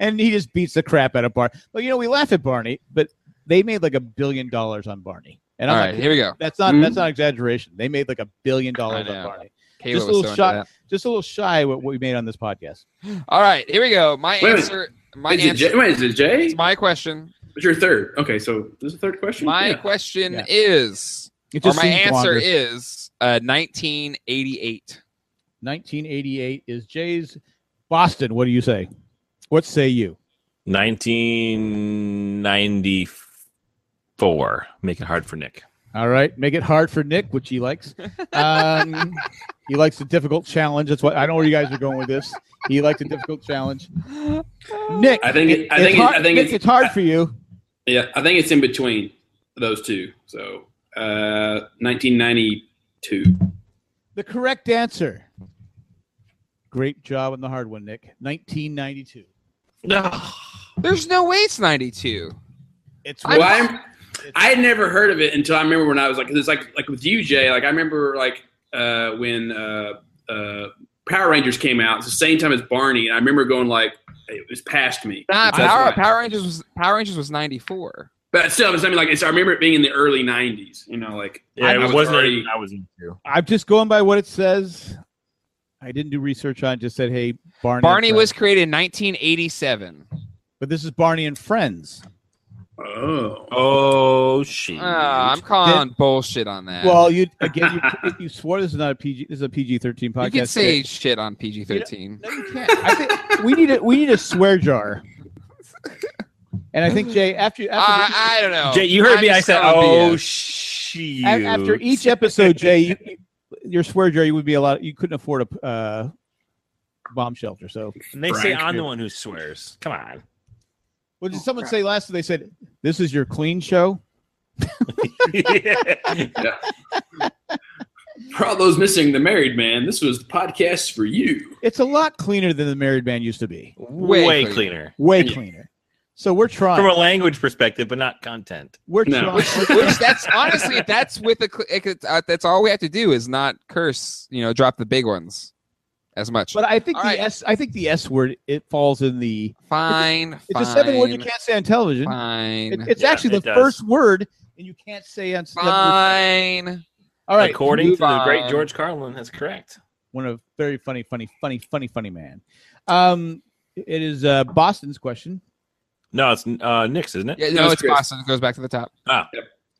Speaker 4: and he just beats the crap out of Barney. But you know, we laugh at Barney, but they made like a billion dollars on Barney, and
Speaker 3: All
Speaker 4: I'm
Speaker 3: right,
Speaker 4: like,
Speaker 3: here we go.
Speaker 4: that's not
Speaker 2: Mhm.
Speaker 4: that's not exaggeration. They made like a billion dollars on
Speaker 3: know.
Speaker 4: Barney,
Speaker 3: Kayla
Speaker 4: Just a
Speaker 3: was
Speaker 4: little
Speaker 3: so into
Speaker 4: shot- just a little shy what, what we made on this podcast.
Speaker 3: that. All right, here we go. My
Speaker 2: Wait a minute.
Speaker 3: answer. My
Speaker 2: Is it
Speaker 3: answer.
Speaker 2: Jay? Wait, is it Jay?
Speaker 3: It's my question.
Speaker 2: It's your third. Okay, so this is the third question?
Speaker 3: My
Speaker 2: Yeah.
Speaker 3: question
Speaker 4: Yeah.
Speaker 3: is,
Speaker 4: It
Speaker 3: or
Speaker 4: just
Speaker 3: my
Speaker 4: seems
Speaker 3: answer
Speaker 4: longer.
Speaker 3: is, uh, 1988.
Speaker 4: 1988 is Jay's Boston. What do you say? What say you?
Speaker 7: Nineteen ninety four. Make it hard for Nick.
Speaker 4: All right, make it hard for Nick, which he likes. Um, he likes the difficult challenge. That's what I know where you guys are going with this. He likes a difficult challenge. Nick,
Speaker 2: I think it- I think
Speaker 4: it's
Speaker 2: it-
Speaker 4: hard,
Speaker 2: I think
Speaker 4: Nick,
Speaker 2: it's-
Speaker 4: it's hard for you.
Speaker 2: Yeah, I think it's in between those two. So uh, 1992.
Speaker 4: The correct answer. Great job on the hard one, Nick. 1992.
Speaker 3: There's no way it's 92.
Speaker 4: It's
Speaker 2: Well,
Speaker 4: what-
Speaker 2: I'm, I had never heard of it until I remember when I was like, it's like like with you, Jay. Like I remember like uh, when uh, uh, Power Rangers came out. It's the same time as Barney, and I remember going like, it was past me.
Speaker 3: Nah,
Speaker 2: So that's
Speaker 3: Power,
Speaker 2: why-
Speaker 3: Power Rangers was Power Rangers was 94.
Speaker 2: But still, it's, I mean, like it's, I remember it being in the early '90s. You know, like
Speaker 7: Yeah,
Speaker 2: I,
Speaker 7: it
Speaker 2: I was
Speaker 7: wasn't.
Speaker 2: already-
Speaker 7: I was into.
Speaker 4: I'm just going by what it says. I didn't do research on. it, Just said, hey, Barney. and
Speaker 3: Barney
Speaker 4: Friends.
Speaker 3: was created in 1987.
Speaker 4: but this is Barney and Friends.
Speaker 2: Oh,
Speaker 7: Oh shit!
Speaker 3: Uh, I'm calling bullshit on that.
Speaker 4: Well, you again, you, you swore this is not a PG. This is a PG-13 podcast.
Speaker 3: you can say shit on PG-13.
Speaker 4: No, you can't. I think we need a we need a swear jar. And I think Jay, after after,
Speaker 3: I, I don't know.
Speaker 7: Jay, you heard
Speaker 3: I'm
Speaker 7: me. I
Speaker 3: just
Speaker 7: said,
Speaker 3: calling
Speaker 7: "Oh
Speaker 3: BS.
Speaker 7: shoot!"
Speaker 4: a- after each episode, Jay, you, you- your swear jar you would be a lot. You couldn't afford a uh, bomb shelter. So,
Speaker 7: and they say
Speaker 2: Frank,
Speaker 7: I'm the
Speaker 2: yeah.
Speaker 7: one who swears. Come on.
Speaker 4: what did someone say last? They said this is your clean show.
Speaker 2: For all those missing the married man, this was the podcast for you.
Speaker 4: It's a lot cleaner than the married man used to be.
Speaker 7: Way,
Speaker 3: Way,
Speaker 7: cleaner.
Speaker 3: cleaner.
Speaker 4: Way
Speaker 2: Yeah.
Speaker 4: cleaner. So we're
Speaker 7: from a
Speaker 4: trying.
Speaker 7: language perspective, but not content.
Speaker 4: We're
Speaker 2: No.
Speaker 4: trying.
Speaker 3: Which that's honestly, that's with a. cl- it could- uh, That's all we have to do is not curse. You know, drop the big ones as much.
Speaker 4: But I think
Speaker 3: All
Speaker 4: the
Speaker 3: right.
Speaker 4: S. I think the S word. It falls in the.
Speaker 3: fine,
Speaker 4: It's
Speaker 3: fine,
Speaker 4: a seven word you can't say on television.
Speaker 3: fine,
Speaker 4: It- it's
Speaker 7: Yeah,
Speaker 4: actually
Speaker 7: it
Speaker 4: the
Speaker 7: does.
Speaker 4: first word, and you can't say on.
Speaker 3: fine.
Speaker 4: All right,
Speaker 7: According to
Speaker 3: move
Speaker 7: the great
Speaker 3: on.
Speaker 7: George Carlin, that's correct.
Speaker 4: one of very funny, funny, funny, funny, funny man. Um, it is uh, Boston's question.
Speaker 7: No, it's uh, Nick's, isn't it?
Speaker 3: Yeah,
Speaker 2: That
Speaker 3: no,
Speaker 2: was
Speaker 3: it's
Speaker 2: Chris.
Speaker 3: Boston. It goes back to the top.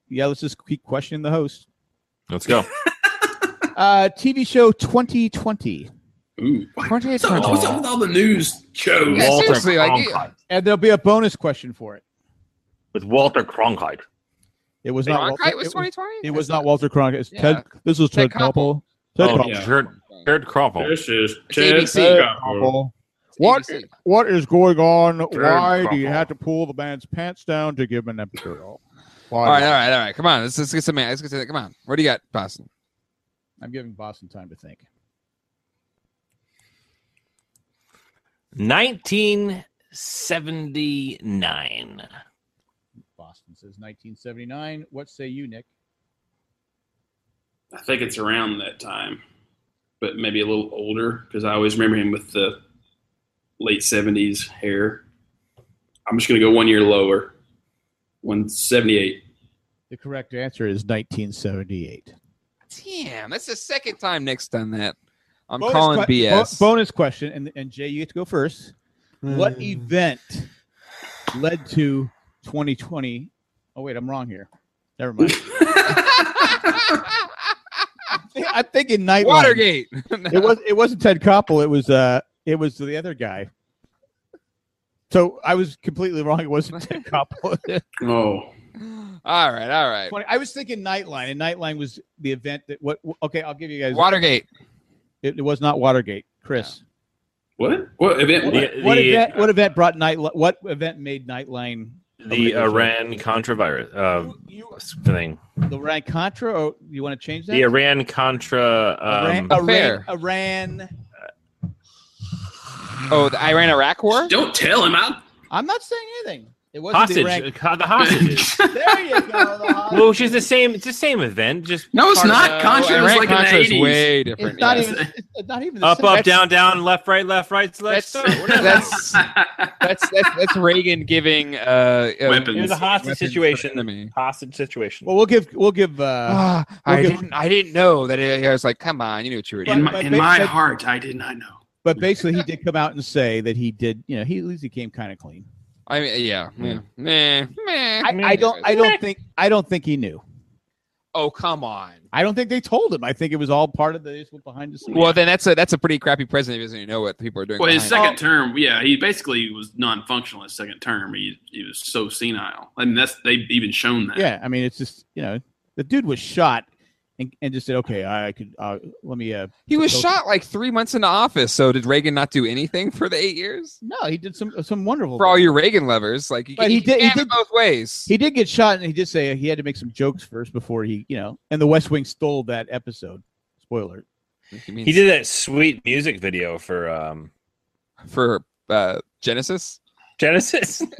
Speaker 4: Yeah, let's just keep questioning the host.
Speaker 7: Let's go.
Speaker 4: Uh, TV show 2020,
Speaker 2: Ooh.
Speaker 3: Twenty-eight.
Speaker 2: What's up, what's up with all the news shows?
Speaker 3: Yeah,
Speaker 7: Walter
Speaker 3: seriously, like, you-
Speaker 7: Cronkite.
Speaker 4: and there'll be a bonus question for it.
Speaker 7: With Walter Cronkite.
Speaker 4: It was not.
Speaker 3: Cronkite
Speaker 4: Walter, it,
Speaker 3: was
Speaker 4: was,
Speaker 3: twenty twenty.
Speaker 4: it was not Walter Cronkite. It's
Speaker 3: Yeah.
Speaker 4: Ted. This was Ted,
Speaker 3: Ted
Speaker 4: Koppel.
Speaker 3: Koppel.
Speaker 4: Ted
Speaker 7: Oh,
Speaker 4: Koppel.
Speaker 7: Jared, Jared Kroppel.
Speaker 2: This is
Speaker 3: Ted ABC.
Speaker 4: What? What is going on? Why do
Speaker 7: Koppel.
Speaker 4: you have to pull the man's pants down to give him an epidural? Why?
Speaker 3: All right, all right, all right. Come on, let's, let's get some man. Let's get to that. Come on, what do you got, Boston?
Speaker 4: I'm giving Boston time to think.
Speaker 7: 1979.
Speaker 4: Boston says 1979. What say you, Nick?
Speaker 2: I think it's around that time, but maybe a little older because I always remember him with the late 70s hair. I'm just going to go one year lower 178.
Speaker 4: The correct answer is 1978.
Speaker 3: Damn, that's the second time Nick's done that. I'm
Speaker 4: Bonus
Speaker 3: calling
Speaker 4: que-
Speaker 3: BS.
Speaker 4: bo- bonus question, and, and Jay, you get to go first. What
Speaker 3: Mm.
Speaker 4: event led to 2020? Oh wait, I'm wrong here. Never mind. I'm thinking Nightline.
Speaker 3: Watergate.
Speaker 4: It was. It wasn't Ted Koppel. It was. Uh. It was the other guy. So I was completely wrong. It wasn't Ted Koppel.
Speaker 2: Oh,
Speaker 3: all right, all right.
Speaker 4: Funny, I was thinking Nightline, and Nightline was the event that. What? Okay, I'll give you guys.
Speaker 3: Watergate.
Speaker 4: It, it was not Watergate, Chris.
Speaker 2: what? What event?
Speaker 7: The,
Speaker 2: What?
Speaker 7: the,
Speaker 4: What event? What event brought night? What event made Nightline
Speaker 7: the Iran Contra virus uh, thing.
Speaker 4: the Iran Contra? Or you want to change that?
Speaker 7: The Iran Contra. Um,
Speaker 4: Iran, Iran,
Speaker 3: Affair.
Speaker 4: Iran.
Speaker 3: Oh, the Iran Iraq War.
Speaker 2: Don't tell him. I,
Speaker 4: I'm not saying anything. It Oh, wasn't
Speaker 7: hostage.
Speaker 4: the Iran.
Speaker 7: uh, the hostages.
Speaker 4: There you go. The hostage.
Speaker 7: well, which is the same. It's the same event. Just
Speaker 2: no, it's not. Contra
Speaker 3: Iran
Speaker 2: was like
Speaker 3: Contra
Speaker 2: in
Speaker 3: is
Speaker 2: the 80s.
Speaker 3: way different.
Speaker 4: it's not
Speaker 3: yeah.
Speaker 4: even. It's not even the
Speaker 7: up,
Speaker 4: same.
Speaker 7: up,
Speaker 4: That's-
Speaker 7: down, down, left, right, left, right, left.
Speaker 3: That's,
Speaker 7: start, whatever.
Speaker 3: that's, that's that's that's Reagan giving uh, uh,
Speaker 2: Weapons.
Speaker 7: It was a hostage
Speaker 3: weapons to the
Speaker 7: situation.
Speaker 3: enemy.
Speaker 7: Hostage situation.
Speaker 4: Well, we'll give. We'll give. Uh,
Speaker 3: Ah,
Speaker 4: we'll
Speaker 3: I
Speaker 4: give-
Speaker 3: didn't. I didn't know that. It, I was like, "Come on, you knew what you were
Speaker 4: But-
Speaker 3: doing."
Speaker 2: In my,
Speaker 4: but
Speaker 2: in
Speaker 4: they
Speaker 2: my
Speaker 4: said-
Speaker 2: heart, I did not know.
Speaker 4: but basically, he did come out and say that he did. You know, he at least he came kind of clean.
Speaker 3: I mean, yeah, yeah. Meh, meh.
Speaker 4: I, I don't. I don't think. I don't think he knew.
Speaker 3: Oh, come on.
Speaker 4: I don't think they told him. I think it was all part of the this was behind the scenes.
Speaker 3: Well, then that's a that's a pretty crappy president. He doesn't even know what people are doing.
Speaker 2: Well,
Speaker 4: Oh.
Speaker 2: his second
Speaker 3: behind
Speaker 2: term, yeah, he basically was non-functional. His second term, he he was so senile, I mean, that's they've even shown that.
Speaker 4: yeah i mean it's just you know the dude was shot and, and just said okay i could uh, let me uh
Speaker 3: him. He was
Speaker 4: Okay.
Speaker 3: shot like three months into office. So did Reagan not do anything for the eight years?
Speaker 4: no he did some some wonderful
Speaker 3: For all
Speaker 4: things.
Speaker 3: your Reagan lovers, like you,
Speaker 4: But
Speaker 3: can-
Speaker 4: he
Speaker 3: you
Speaker 4: did- he
Speaker 3: can't have
Speaker 4: did-
Speaker 3: it both ways.
Speaker 4: he did get shot and he did say he had to make some jokes first before he you know and the west wing stole that episode spoiler
Speaker 7: He did that sweet music video for um,
Speaker 3: for uh, Genesis.
Speaker 7: Genesis.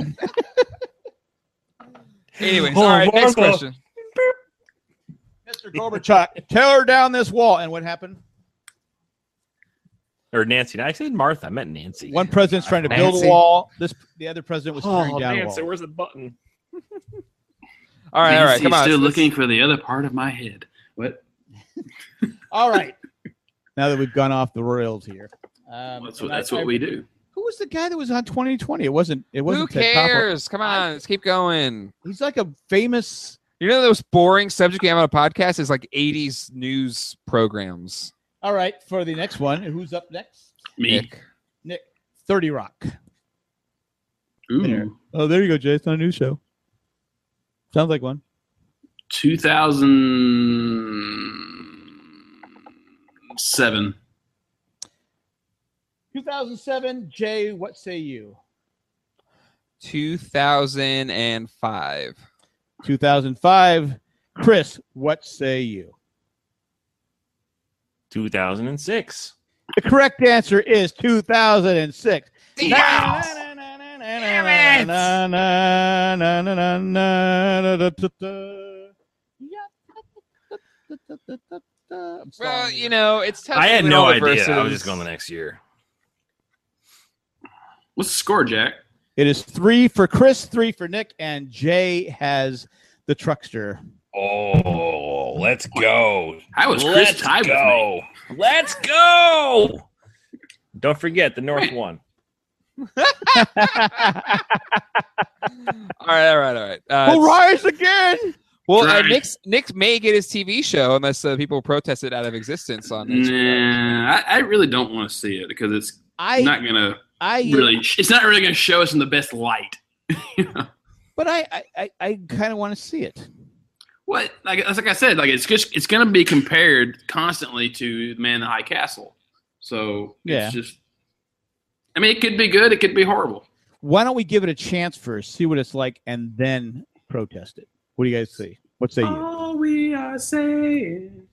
Speaker 3: Anyways,
Speaker 7: Oh,
Speaker 3: all right. Next
Speaker 7: Marco.
Speaker 3: question.
Speaker 4: mr gorbachev tear her down this wall and what happened
Speaker 7: or Nancy. I said Martha. I meant Nancy.
Speaker 4: one president's trying to build a
Speaker 3: Nancy.
Speaker 4: wall this the other president was tearing
Speaker 7: Oh,
Speaker 4: down a
Speaker 7: Nancy,
Speaker 4: wall
Speaker 7: where's the button?
Speaker 3: All right, all right.
Speaker 2: He's
Speaker 3: Come on.
Speaker 2: still
Speaker 3: let's-
Speaker 2: looking for the other part of my head. What?
Speaker 4: all right now that we've gone off the rails here
Speaker 2: That's
Speaker 4: um,
Speaker 2: what,
Speaker 4: and I-
Speaker 2: that's what
Speaker 4: I-
Speaker 2: we do.
Speaker 4: who was the guy that was on 2020 it wasn't it
Speaker 3: Who
Speaker 4: wasn't Ted Koppel.
Speaker 3: cares? Come on, let's keep going.
Speaker 4: he's like a famous
Speaker 3: You know those boring subject we have on a podcast is like '80s news programs.
Speaker 4: All right, for the next one, who's up next?
Speaker 2: Me.
Speaker 3: Nick.
Speaker 4: 30 Rock.
Speaker 2: Ooh,
Speaker 4: There. Oh, there you go, Jay. It's not a news show. Sounds like one.
Speaker 2: 2007.
Speaker 4: 2007, Jay, what say you?
Speaker 3: 2005.
Speaker 4: 2005, Chris, what say you?
Speaker 7: 2006.
Speaker 4: The correct answer is 2006.
Speaker 3: Well, you know, it's tough.
Speaker 7: I had
Speaker 3: doing
Speaker 7: no
Speaker 3: all the
Speaker 7: idea. I was
Speaker 3: verses.
Speaker 7: just going the next year.
Speaker 2: What's the score, Jack?
Speaker 4: It is three for Chris, three for Nick, and Jay has the truckster.
Speaker 7: Oh, let's go.
Speaker 2: How was Chris tied with me?
Speaker 7: Let's go. Don't forget the North one.
Speaker 3: All right, all right, all right. Uh,
Speaker 4: We'll rise again.
Speaker 3: Well, uh,
Speaker 2: Right.
Speaker 3: Nick's, Nick may get his TV show unless uh, people protest it out of existence on this.
Speaker 2: Nah, I, I really don't want to see it because it's
Speaker 4: I,
Speaker 2: not gonna
Speaker 4: I
Speaker 2: really. It's not really gonna show us in the best light. you know?
Speaker 4: but I, I, I, I kind of want to see it.
Speaker 2: What? Like that's like I said. Like it's just it's gonna be compared constantly to Man in the High Castle. So
Speaker 4: Yeah.
Speaker 2: it's just. I mean, it could be good. It could be horrible.
Speaker 4: Why don't we give it a chance first, see what it's like, and then protest it? What do you guys see? What say you?
Speaker 2: All we are saying.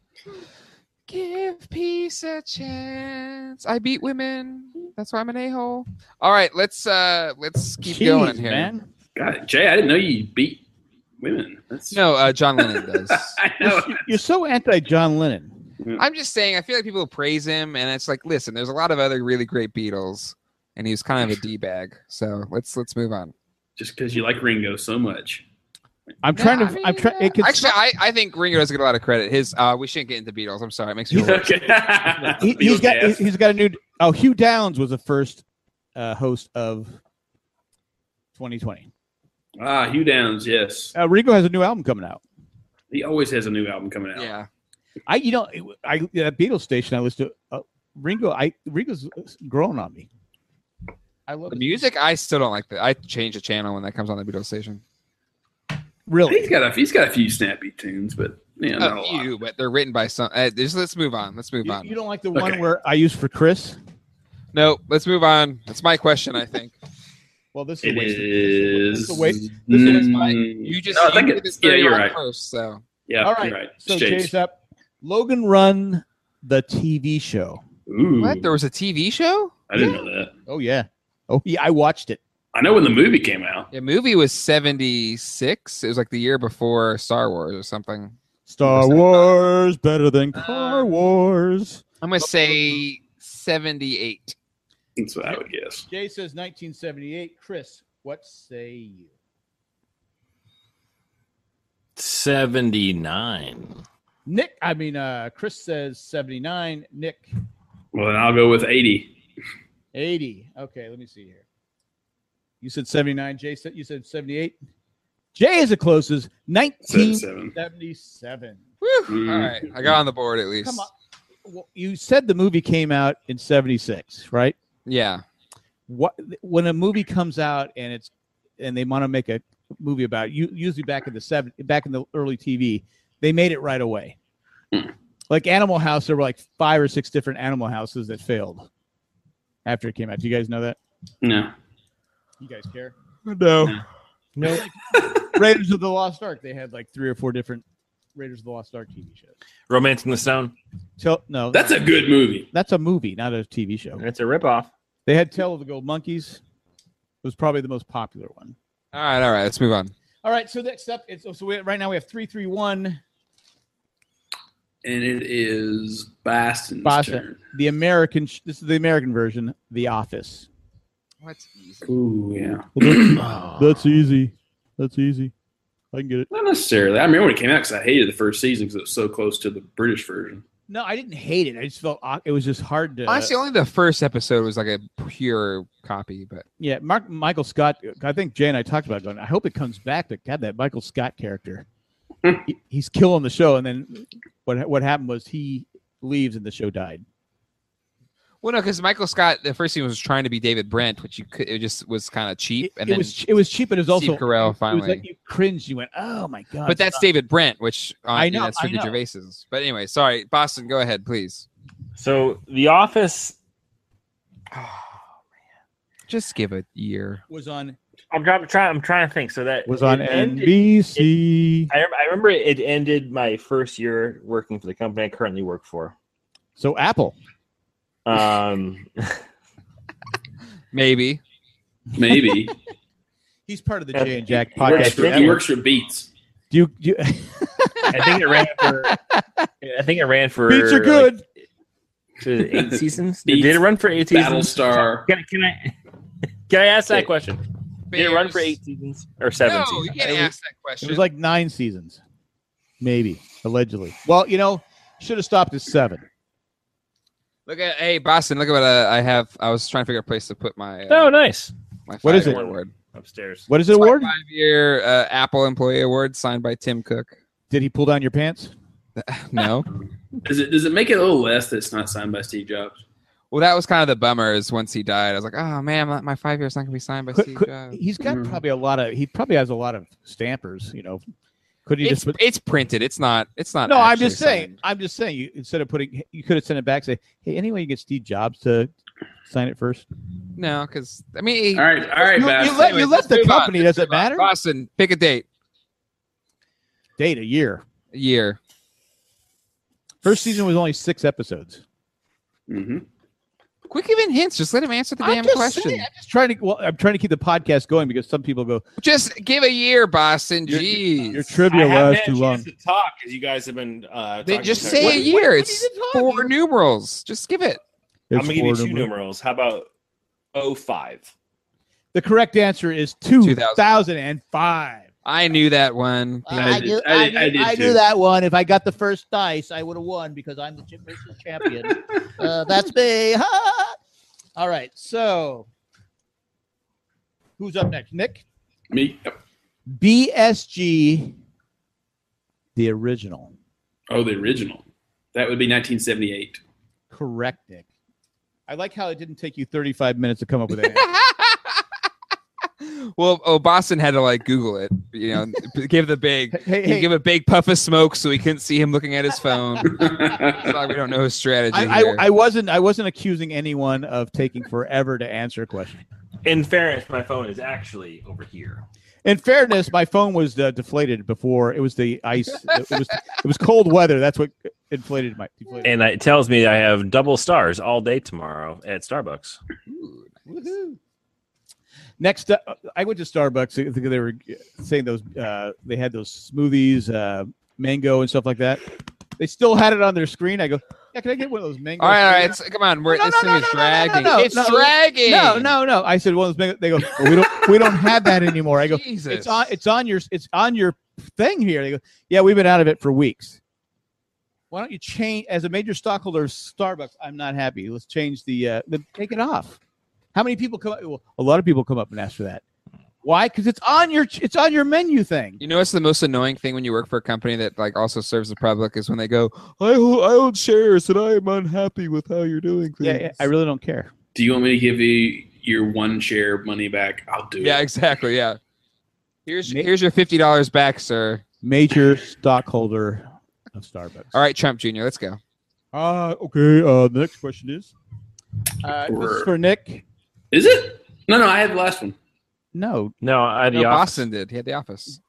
Speaker 3: Give peace a chance. I beat women. That's why I'm an a hole. All right, let's uh let's keep
Speaker 4: Jeez,
Speaker 3: going here.
Speaker 4: man.
Speaker 2: God, Jay, I didn't know you beat women. That's
Speaker 3: No, uh, John Lennon does.
Speaker 2: I know.
Speaker 4: You're, you're so anti John Lennon.
Speaker 3: I'm just saying. I feel like people praise him, and it's like, listen, there's a lot of other really great Beatles, and he's kind of a d bag. So let's let's move on.
Speaker 2: Just because you like Ringo so much.
Speaker 4: I'm
Speaker 3: Yeah,
Speaker 4: trying to.
Speaker 3: I mean,
Speaker 4: I'm trying.
Speaker 3: yeah.
Speaker 4: It can,
Speaker 3: Actually, I, I think Ringo does get a lot of credit. His uh, we shouldn't get into Beatles. I'm sorry, it makes me. feel
Speaker 2: okay.
Speaker 4: he, he's got. he- He's got a new. Oh, Hugh Downs was the first uh, host of 2020.
Speaker 2: ah, Hugh Downs. Yes,
Speaker 4: Uh, Rico has a new album coming out.
Speaker 2: he always has a new album coming out.
Speaker 3: Yeah,
Speaker 4: I, you know, it- I that Beatles station I listened to. Uh, Ringo, I Ringo's grown on me. I love
Speaker 3: the music I still don't like. That I change the channel when that comes on the Beatles station.
Speaker 4: Really,
Speaker 2: He's got a he's got a few snappy tunes, but you know, not a
Speaker 3: a
Speaker 2: lot.
Speaker 3: few, Uh, but they're written by some. Uh, just let's move on. Let's move
Speaker 4: you,
Speaker 3: on.
Speaker 4: you don't like the
Speaker 2: Okay.
Speaker 4: one where I used for Chris?
Speaker 3: No, let's move on. That's my question. I think
Speaker 4: Well, this is
Speaker 2: It
Speaker 4: a waste. of-
Speaker 2: is.
Speaker 4: This is a waste.
Speaker 3: this is
Speaker 2: Mm,
Speaker 3: my- you just
Speaker 2: no, I
Speaker 3: you
Speaker 2: think
Speaker 3: did
Speaker 2: it's,
Speaker 3: this
Speaker 2: yeah,
Speaker 3: very
Speaker 2: you're
Speaker 3: wrong
Speaker 2: right.
Speaker 3: first, so
Speaker 2: Yeah,
Speaker 4: All right.
Speaker 2: you're right. It's
Speaker 4: So
Speaker 2: Jade's.
Speaker 4: Jay's up. Logan Run the TV show.
Speaker 2: Ooh,
Speaker 3: what? There was a TV show.
Speaker 2: I didn't know that.
Speaker 4: Oh yeah. Oh yeah. I watched it.
Speaker 2: I know when the movie came out.
Speaker 3: The movie was seventy six. It was like the year before Star Wars or something.
Speaker 4: Star
Speaker 3: Who's that?
Speaker 4: Wars better than Car Wars.
Speaker 3: I'm gonna say seventy eight.
Speaker 2: That's what I would guess.
Speaker 4: Jay says 1978. Chris, what say you?
Speaker 7: 79.
Speaker 4: Nick, I mean, uh, Chris says 79. Nick,
Speaker 2: Well, then I'll go with eighty.
Speaker 4: 80. Okay, let me see here. You said 79. Jay said you said 78. Jay is the closest.
Speaker 2: Seven. Mm.
Speaker 4: 1977. Mm-hmm.
Speaker 3: All right, I got on the board at least.
Speaker 4: Come on. Well, you said the movie came out in 76, right?
Speaker 3: Yeah,
Speaker 4: What when a movie comes out and it's and they want to make a movie about it, you usually back in the seven back in the early TV, they made it right away.
Speaker 2: Hmm.
Speaker 4: Like Animal House, there were like five or six different Animal Houses that failed after it came out. Do you guys know that?
Speaker 2: No.
Speaker 4: You guys care?
Speaker 2: No.
Speaker 4: No. No. Raiders of the Lost Ark. They had like three or four different Raiders of the Lost Ark TV shows.
Speaker 7: Romance in the Stone.
Speaker 4: So no,
Speaker 2: That's a good movie.
Speaker 4: that's a movie, not a TV show.
Speaker 7: It's a ripoff.
Speaker 4: They had Tale of the Gold Monkeys. It was probably the most popular one.
Speaker 3: all right, all right. Let's move on.
Speaker 4: All right, so next up, it's, so we, right now we have three, three, one.
Speaker 2: And it is Baston's
Speaker 4: Boston, the American. sh- This is the American version, The Office.
Speaker 3: What's easy?
Speaker 2: turn. Ooh, yeah.
Speaker 6: That's easy. That's easy. I can get it.
Speaker 2: Not necessarily. I remember when it came out because I hated the first season because it was so close to the British version.
Speaker 4: No, I didn't hate it. I just felt aw- it was just hard to.
Speaker 3: Honestly, only the first episode was like a pure copy, but
Speaker 4: yeah, Mark Michael Scott. I think Jay and I talked about going. I hope it comes back, but God, that Michael Scott character, he, he's killing the show. And then what what happened was he leaves and the show died.
Speaker 3: Well, no, because Michael Scott, the first scene was trying to be David Brent, which you could, it just was kind of cheap.
Speaker 4: It,
Speaker 3: and
Speaker 4: it
Speaker 3: then,
Speaker 4: was it was cheap, and it was also
Speaker 3: Steve Carell
Speaker 4: it was
Speaker 3: finally-
Speaker 4: like you cringed. You went, oh my god!
Speaker 3: but that's David Brent, which uh,
Speaker 4: I
Speaker 3: you
Speaker 4: know,
Speaker 3: that's
Speaker 4: I
Speaker 3: Ricky
Speaker 4: know.
Speaker 3: Gervais's. But anyway, sorry, Boston, go ahead, please.
Speaker 7: So The Office.
Speaker 3: Just give it a year.
Speaker 4: was on
Speaker 7: I'm trying. I'm trying, I'm trying to think. So that
Speaker 4: was on
Speaker 7: it ended-
Speaker 4: NBC.
Speaker 7: I, rem- I remember it ended my first year working for the company I currently work for.
Speaker 4: so Apple.
Speaker 7: Um,
Speaker 3: Maybe.
Speaker 2: Maybe
Speaker 4: He's part of the
Speaker 7: Yeah,
Speaker 4: Jay and Jack
Speaker 2: he, works
Speaker 4: podcast.
Speaker 2: for, he works for Beats.
Speaker 4: Do you, do you,
Speaker 7: I think it ran for. I think it ran for.
Speaker 4: beats are good.
Speaker 7: like, eight seasons.
Speaker 2: Beats,
Speaker 7: Did it run for eight seasons?
Speaker 2: Battlestar.
Speaker 7: Can, I- can I? Can I ask that
Speaker 2: Yeah.
Speaker 7: question?
Speaker 3: But
Speaker 7: Did it
Speaker 3: it
Speaker 7: run
Speaker 3: was-
Speaker 7: for eight seasons or seven?
Speaker 3: No,
Speaker 7: seasons?
Speaker 3: you can't
Speaker 7: It was-
Speaker 3: ask that question.
Speaker 4: It was like nine seasons, maybe allegedly. Well, you know, should have stopped at seven.
Speaker 3: look at hey Boston, look at what uh, I have. I was trying to figure a place to put my uh,
Speaker 7: Oh, nice.
Speaker 3: my
Speaker 4: What is it?
Speaker 3: five-year Award.
Speaker 7: Upstairs.
Speaker 4: What is it
Speaker 3: It's my
Speaker 4: award?
Speaker 3: five-year uh, Apple Employee Award signed by Tim Cook.
Speaker 4: Did he pull down your pants?
Speaker 3: No.
Speaker 2: Does it does it make it a little less that it's not signed by Steve Jobs?
Speaker 3: Well, that was kind of the bummer. Is once he died, I was like, oh man, my- my five years not gonna be signed by
Speaker 4: Could-
Speaker 3: Steve
Speaker 4: could-
Speaker 3: Jobs.
Speaker 4: He's got
Speaker 2: Mhm.
Speaker 4: probably a lot of. He probably has a lot of stampers. You know, could he
Speaker 3: It's,
Speaker 4: just? put-
Speaker 3: it's printed. It's not. It's not.
Speaker 4: no, I'm
Speaker 3: actually
Speaker 4: just saying.
Speaker 3: signed.
Speaker 4: I'm just saying. You instead of putting, you could have sent it back. Say, hey, any way you get Steve Jobs to sign it first?
Speaker 3: No, because I mean, he-
Speaker 2: All right, all right,
Speaker 4: you, you
Speaker 2: Boston.
Speaker 4: let you
Speaker 3: Anyways,
Speaker 4: let
Speaker 3: let's
Speaker 4: the
Speaker 3: move on.
Speaker 4: company. Does it matter?
Speaker 3: Boston, pick a date,
Speaker 4: Date a year.
Speaker 3: a year.
Speaker 4: First season was only six episodes.
Speaker 2: Mhm.
Speaker 3: Quick, giving hints. Just let him answer the damn
Speaker 4: I'm just
Speaker 3: question.
Speaker 4: saying, I'm just trying to. Well, I'm trying to keep the podcast going because some people go,
Speaker 3: Just give a year, Boston.
Speaker 4: You're-
Speaker 3: Jeez.
Speaker 4: "Your trivia lasts too long."
Speaker 7: to talk because you guys have been. Uh,
Speaker 3: they
Speaker 7: talking
Speaker 3: just
Speaker 7: about-
Speaker 3: say
Speaker 7: What-
Speaker 3: a
Speaker 7: what-
Speaker 3: year.
Speaker 4: what are
Speaker 3: it's
Speaker 4: you talking
Speaker 3: four
Speaker 4: about?
Speaker 3: numerals. Just give it.
Speaker 7: I'm
Speaker 4: It's
Speaker 7: gonna give you
Speaker 4: four
Speaker 7: two
Speaker 4: numerals.
Speaker 7: numerals. How about 05?
Speaker 4: The correct answer is 2005.
Speaker 3: I knew that one.
Speaker 2: I did- I did- I did too.
Speaker 5: that one. If I got the first dice, I would have won because I'm the gym racing champion. uh, that's me. Ha! All right. So,
Speaker 4: Who's up next? Nick?
Speaker 2: Me.
Speaker 4: BSG, the original.
Speaker 2: Oh, the original. That would be 1978.
Speaker 4: Correct, Nick. I like how it didn't take you 35 minutes to come up with that. answer.
Speaker 3: well, oh, Boston had to like Google it. You know, give the big.
Speaker 4: hey,
Speaker 3: He
Speaker 4: hey,
Speaker 3: gave a big puff of smoke so we couldn't see him looking at his phone. Sorry, we don't know his strategy.
Speaker 4: I,
Speaker 3: here.
Speaker 4: I, I wasn't I wasn't accusing anyone of taking forever to answer a question.
Speaker 7: In fairness, my phone is actually over here.
Speaker 4: In fairness, my phone was uh, deflated before. It was the ice. It was it was cold weather. That's what inflated my. Deflated.
Speaker 7: And it tells me I have double stars all day tomorrow at Starbucks.
Speaker 3: Ooh,
Speaker 4: Woohoo. Next, uh, I went to Starbucks. I think they were saying those uh, they had those smoothies, uh, mango and stuff like that. They still had it on their screen. I go, yeah, can I get one of those mango?
Speaker 3: All right, all right.
Speaker 4: smoothies?"
Speaker 3: It's, come on, we're,
Speaker 4: No,
Speaker 3: this
Speaker 4: no,
Speaker 3: thing
Speaker 4: no,
Speaker 3: is
Speaker 4: no, no, no, no,
Speaker 3: dragging.
Speaker 4: no,
Speaker 3: it's
Speaker 4: no.
Speaker 3: dragging.
Speaker 4: No, no, no. I said one of those mango. They go, "Well, we don't, we don't have that anymore. I go,
Speaker 3: Jesus.
Speaker 4: it's on, it's on your, it's on your thing here. They go, yeah, we've been out of it for weeks. Why don't you change? As a major stockholder of Starbucks, I'm not happy. Let's change the, uh, the take it off. How many people come up? Well, a lot of people come up and ask for that. Why? Because it's on your, it's on your menu thing.
Speaker 3: You know what's the most annoying thing when you work for a company that like also serves the public is when they go, I ho-
Speaker 6: I own shares, and I am unhappy with how you're doing things.
Speaker 4: Yeah, yeah, I really don't care.
Speaker 2: Do you want me to give you your one share money back? I'll do
Speaker 3: yeah,
Speaker 2: it.
Speaker 3: exactly, yeah. Here's
Speaker 4: Ma-
Speaker 3: here's your fifty dollars back, sir.
Speaker 4: Major stockholder of Starbucks.
Speaker 3: All right, Trump Jr., let's go.
Speaker 6: Ah,
Speaker 4: Uh, okay. Uh, the next question is. Uh, this is
Speaker 2: Or-
Speaker 4: for Nick.
Speaker 2: Is it? No, no. I had the last one.
Speaker 4: No,
Speaker 7: No, I
Speaker 3: No,
Speaker 7: the office.
Speaker 3: Boston did. He had the office.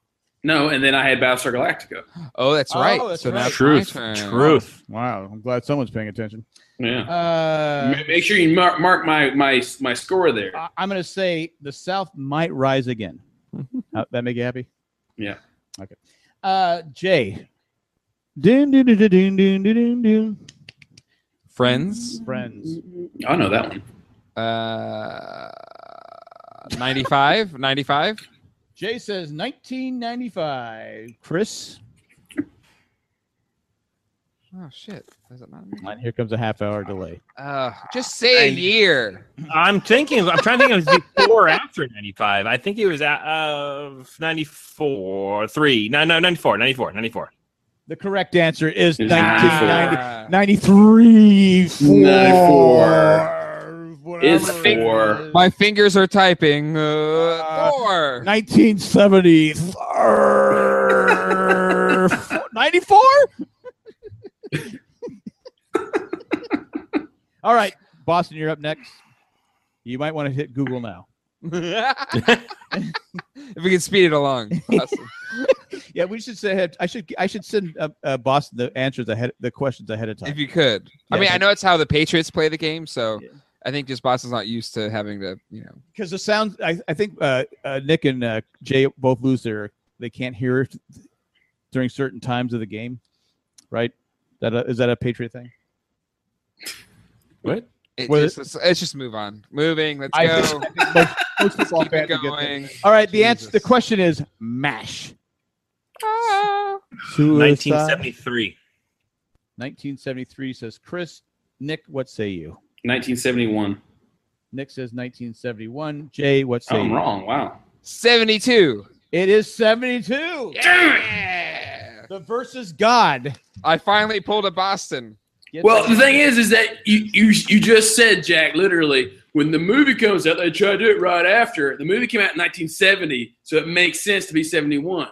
Speaker 2: No, and then I had Battlestar Galactica.
Speaker 3: Oh, that's
Speaker 4: Oh,
Speaker 3: right.
Speaker 4: that's
Speaker 3: so
Speaker 4: right.
Speaker 3: now it's my
Speaker 7: Truth,
Speaker 3: turn.
Speaker 7: truth.
Speaker 4: Wow, I'm glad someone's paying attention.
Speaker 2: Yeah.
Speaker 4: Uh,
Speaker 2: Ma- Make sure you mark, mark my my my score there.
Speaker 4: I- I'm going to say the South might rise again. Uh, that make you happy?
Speaker 2: Yeah.
Speaker 4: Okay. Uh, Jay. Dun, dun, dun, dun, dun, dun, dun, dun.
Speaker 3: Friends.
Speaker 4: Friends.
Speaker 2: I know that one.
Speaker 3: Uh 95 95
Speaker 4: Jay says 1995. Chris.
Speaker 3: oh shit Is it not?
Speaker 4: And here comes a half hour delay.
Speaker 3: Uh, just say a year
Speaker 7: I'm thinking. I'm trying to think. It was before or after '95. I think it was at, uh, '94, three. No, no, '94, '94, '94.
Speaker 4: The correct answer is
Speaker 2: Is
Speaker 4: 1990,
Speaker 3: Ah.
Speaker 4: 93.
Speaker 2: 94.
Speaker 4: Whatever
Speaker 2: It's
Speaker 4: it
Speaker 2: four.
Speaker 4: is.
Speaker 3: My fingers are typing. Uh,
Speaker 4: Uh,
Speaker 3: four.
Speaker 4: 1970. 94? All right, Boston, you're up next. You might want to hit Google now.
Speaker 3: if we can speed it along. Awesome.
Speaker 4: Yeah, we should say ahead. I should I should send uh, uh, Boston the answers ahead, the questions ahead of time.
Speaker 3: if you could. I
Speaker 4: Yeah,
Speaker 3: mean,
Speaker 4: but-
Speaker 3: I know it's how the Patriots play the game, so
Speaker 4: Yeah.
Speaker 3: I think just Boston's not used to having to, you know.
Speaker 4: because the sound I, I think uh, uh, Nick and uh, Jay both lose their they can't hear it during certain times of the game, right? That a, is that a Patriot thing?
Speaker 7: What?
Speaker 3: It
Speaker 4: Well,
Speaker 3: just, let's, let's just move on. Moving. Let's
Speaker 4: I-
Speaker 3: go.
Speaker 4: Most- most football
Speaker 3: Keep it
Speaker 4: fans are good
Speaker 3: going.
Speaker 4: things. All right, the answer
Speaker 3: Jesus.
Speaker 4: the question is mash.
Speaker 3: Ah.
Speaker 6: uh,
Speaker 7: 1973.
Speaker 4: 1973 says Chris. Nick, what say you?
Speaker 2: 1971.
Speaker 4: Nick says 1971. Jay, what say
Speaker 2: I'm
Speaker 4: you?
Speaker 2: wrong. Wow.
Speaker 3: 72.
Speaker 4: It is 72.
Speaker 3: Yeah.
Speaker 4: The versus God.
Speaker 3: I finally pulled a Boston.
Speaker 4: Get
Speaker 2: Well,
Speaker 4: that-
Speaker 2: the thing is, is that you, you you just said, Jack, literally, when the movie comes out, they try to do it right after. The movie came out in 1970, so it makes sense to be 71.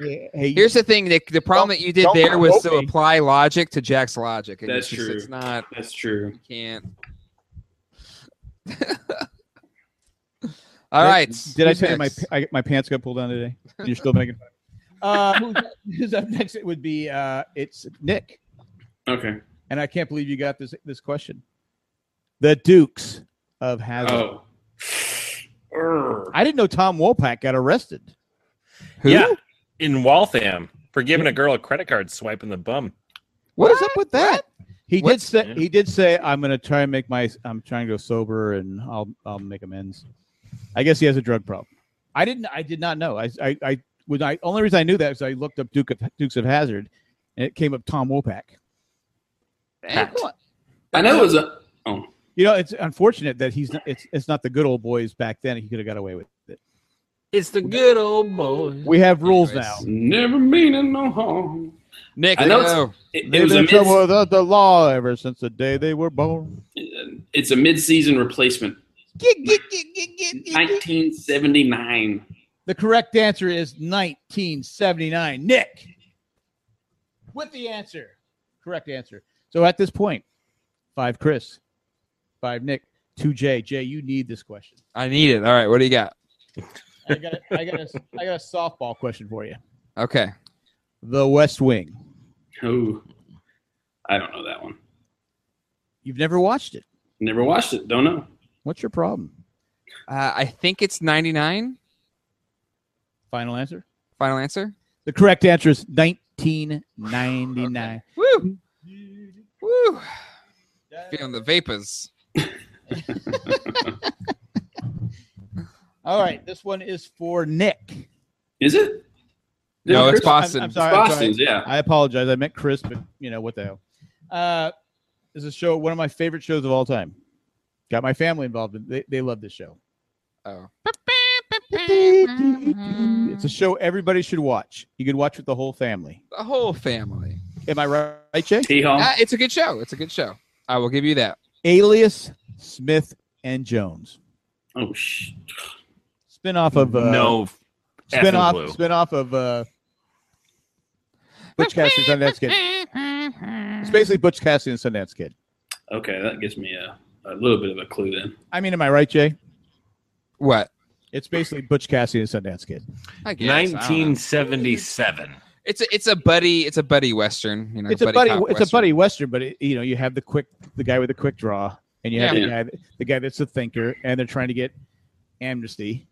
Speaker 4: Yeah, hey,
Speaker 3: Here's the thing, Nick. The problem
Speaker 4: Don't-
Speaker 3: that you did
Speaker 4: don't
Speaker 3: there was to
Speaker 4: provoke me.
Speaker 3: apply logic to Jack's logic. and
Speaker 2: That's
Speaker 3: it's just-
Speaker 2: true.
Speaker 3: It's not.
Speaker 2: That's true.
Speaker 3: Can't. All right.
Speaker 4: Did I
Speaker 3: who's
Speaker 4: tell you my
Speaker 3: next?
Speaker 4: I, my pants got pulled down today? You're still making fun. Uh, who's, who's up next? It would be uh, it's Nick,
Speaker 2: Okay.
Speaker 4: and I can't believe you got this this question. The Dukes of Hazard.
Speaker 2: Oh. Err.
Speaker 4: I didn't know Tom Wolpak got arrested.
Speaker 3: Who?
Speaker 7: Yeah, in Waltham for giving a girl a credit card swipe in the bum.
Speaker 4: What is up with that? He
Speaker 3: What?
Speaker 4: did say
Speaker 7: Yeah.
Speaker 4: he did say I'm going to try and make my I'm trying to go sober and I'll I'll make amends. I guess he has a drug problem. I didn't I did not know. I I, I was I only reason I knew that was I looked up Duke of Dukes of Hazard and it came up Tom Wolpak.
Speaker 3: Pat.
Speaker 2: I know it was a. Oh.
Speaker 4: You know, it's unfortunate that he's not, it's it's not the good old boys back then. He could have got away with it.
Speaker 7: It's the good old boy.
Speaker 4: We have rules
Speaker 3: Anyways.
Speaker 4: now.
Speaker 2: Never meaning no harm.
Speaker 3: Nick,
Speaker 2: I know
Speaker 3: go.
Speaker 2: it's- It, it
Speaker 4: They've
Speaker 2: was a
Speaker 4: been in trouble
Speaker 2: mid,
Speaker 4: without the law ever since the day they were born.
Speaker 2: it's a mid-season replacement. 1979.
Speaker 4: The correct answer is 1979. Nick, with the answer, correct answer. So at this point, five Chris, five Nick, two Jay. Jay, you need this question.
Speaker 3: I need it. All right. What do you got?
Speaker 4: I got a, I got a, I got a softball question for you.
Speaker 3: Okay.
Speaker 4: The West Wing.
Speaker 2: Oh. I don't know that one.
Speaker 4: You've never watched it.
Speaker 2: Never watched it. Don't know.
Speaker 4: What's your problem?
Speaker 3: Uh, I think it's 99.
Speaker 4: Final answer.
Speaker 3: Final answer.
Speaker 4: The correct answer is 1999.
Speaker 3: Woo. Woo. Feeling the vapors.
Speaker 4: All right, this one is for Nick.
Speaker 2: Is it?
Speaker 3: No, it's
Speaker 2: Chris-
Speaker 3: Boston.
Speaker 4: I'm, I'm
Speaker 2: It's
Speaker 4: sorry, I'm sorry.
Speaker 2: Boston's, yeah.
Speaker 4: I apologize. I meant Chris, but you know what the hell. Uh, this is a show, one of my favorite shows of all time. Got my family involved. In, they they love this show.
Speaker 3: Oh.
Speaker 4: It's a show everybody should watch. You could watch with the whole family.
Speaker 3: The whole family.
Speaker 4: Am I right, right, Jay?
Speaker 2: Hee haw.
Speaker 3: Uh, it's a good show. It's a good show. I will give you that.
Speaker 4: Alias Smith and Jones,
Speaker 2: Oh, sh-
Speaker 4: spinoff of uh,
Speaker 7: no, effing
Speaker 4: spinoff
Speaker 7: clue.
Speaker 4: spinoff of uh, Butch Cassidy and Sundance Kid. It's basically Butch Cassidy and Sundance Kid.
Speaker 2: okay. That gives me a, a little bit of a clue then.
Speaker 4: I mean, am I right, Jay?
Speaker 3: What?
Speaker 4: It's basically Butch Cassidy and Sundance Kid.
Speaker 3: I guess. I don't know.
Speaker 7: 1977.
Speaker 3: It's a, it's a buddy. It's a buddy western. You know.
Speaker 4: It's a buddy.
Speaker 3: cop
Speaker 4: It's a
Speaker 3: western.
Speaker 4: buddy western, but it, you know, you have the quick, the guy with the quick draw, and you have
Speaker 2: Yeah.
Speaker 4: the guy, that- the guy that's a thinker, and they're trying to get amnesty,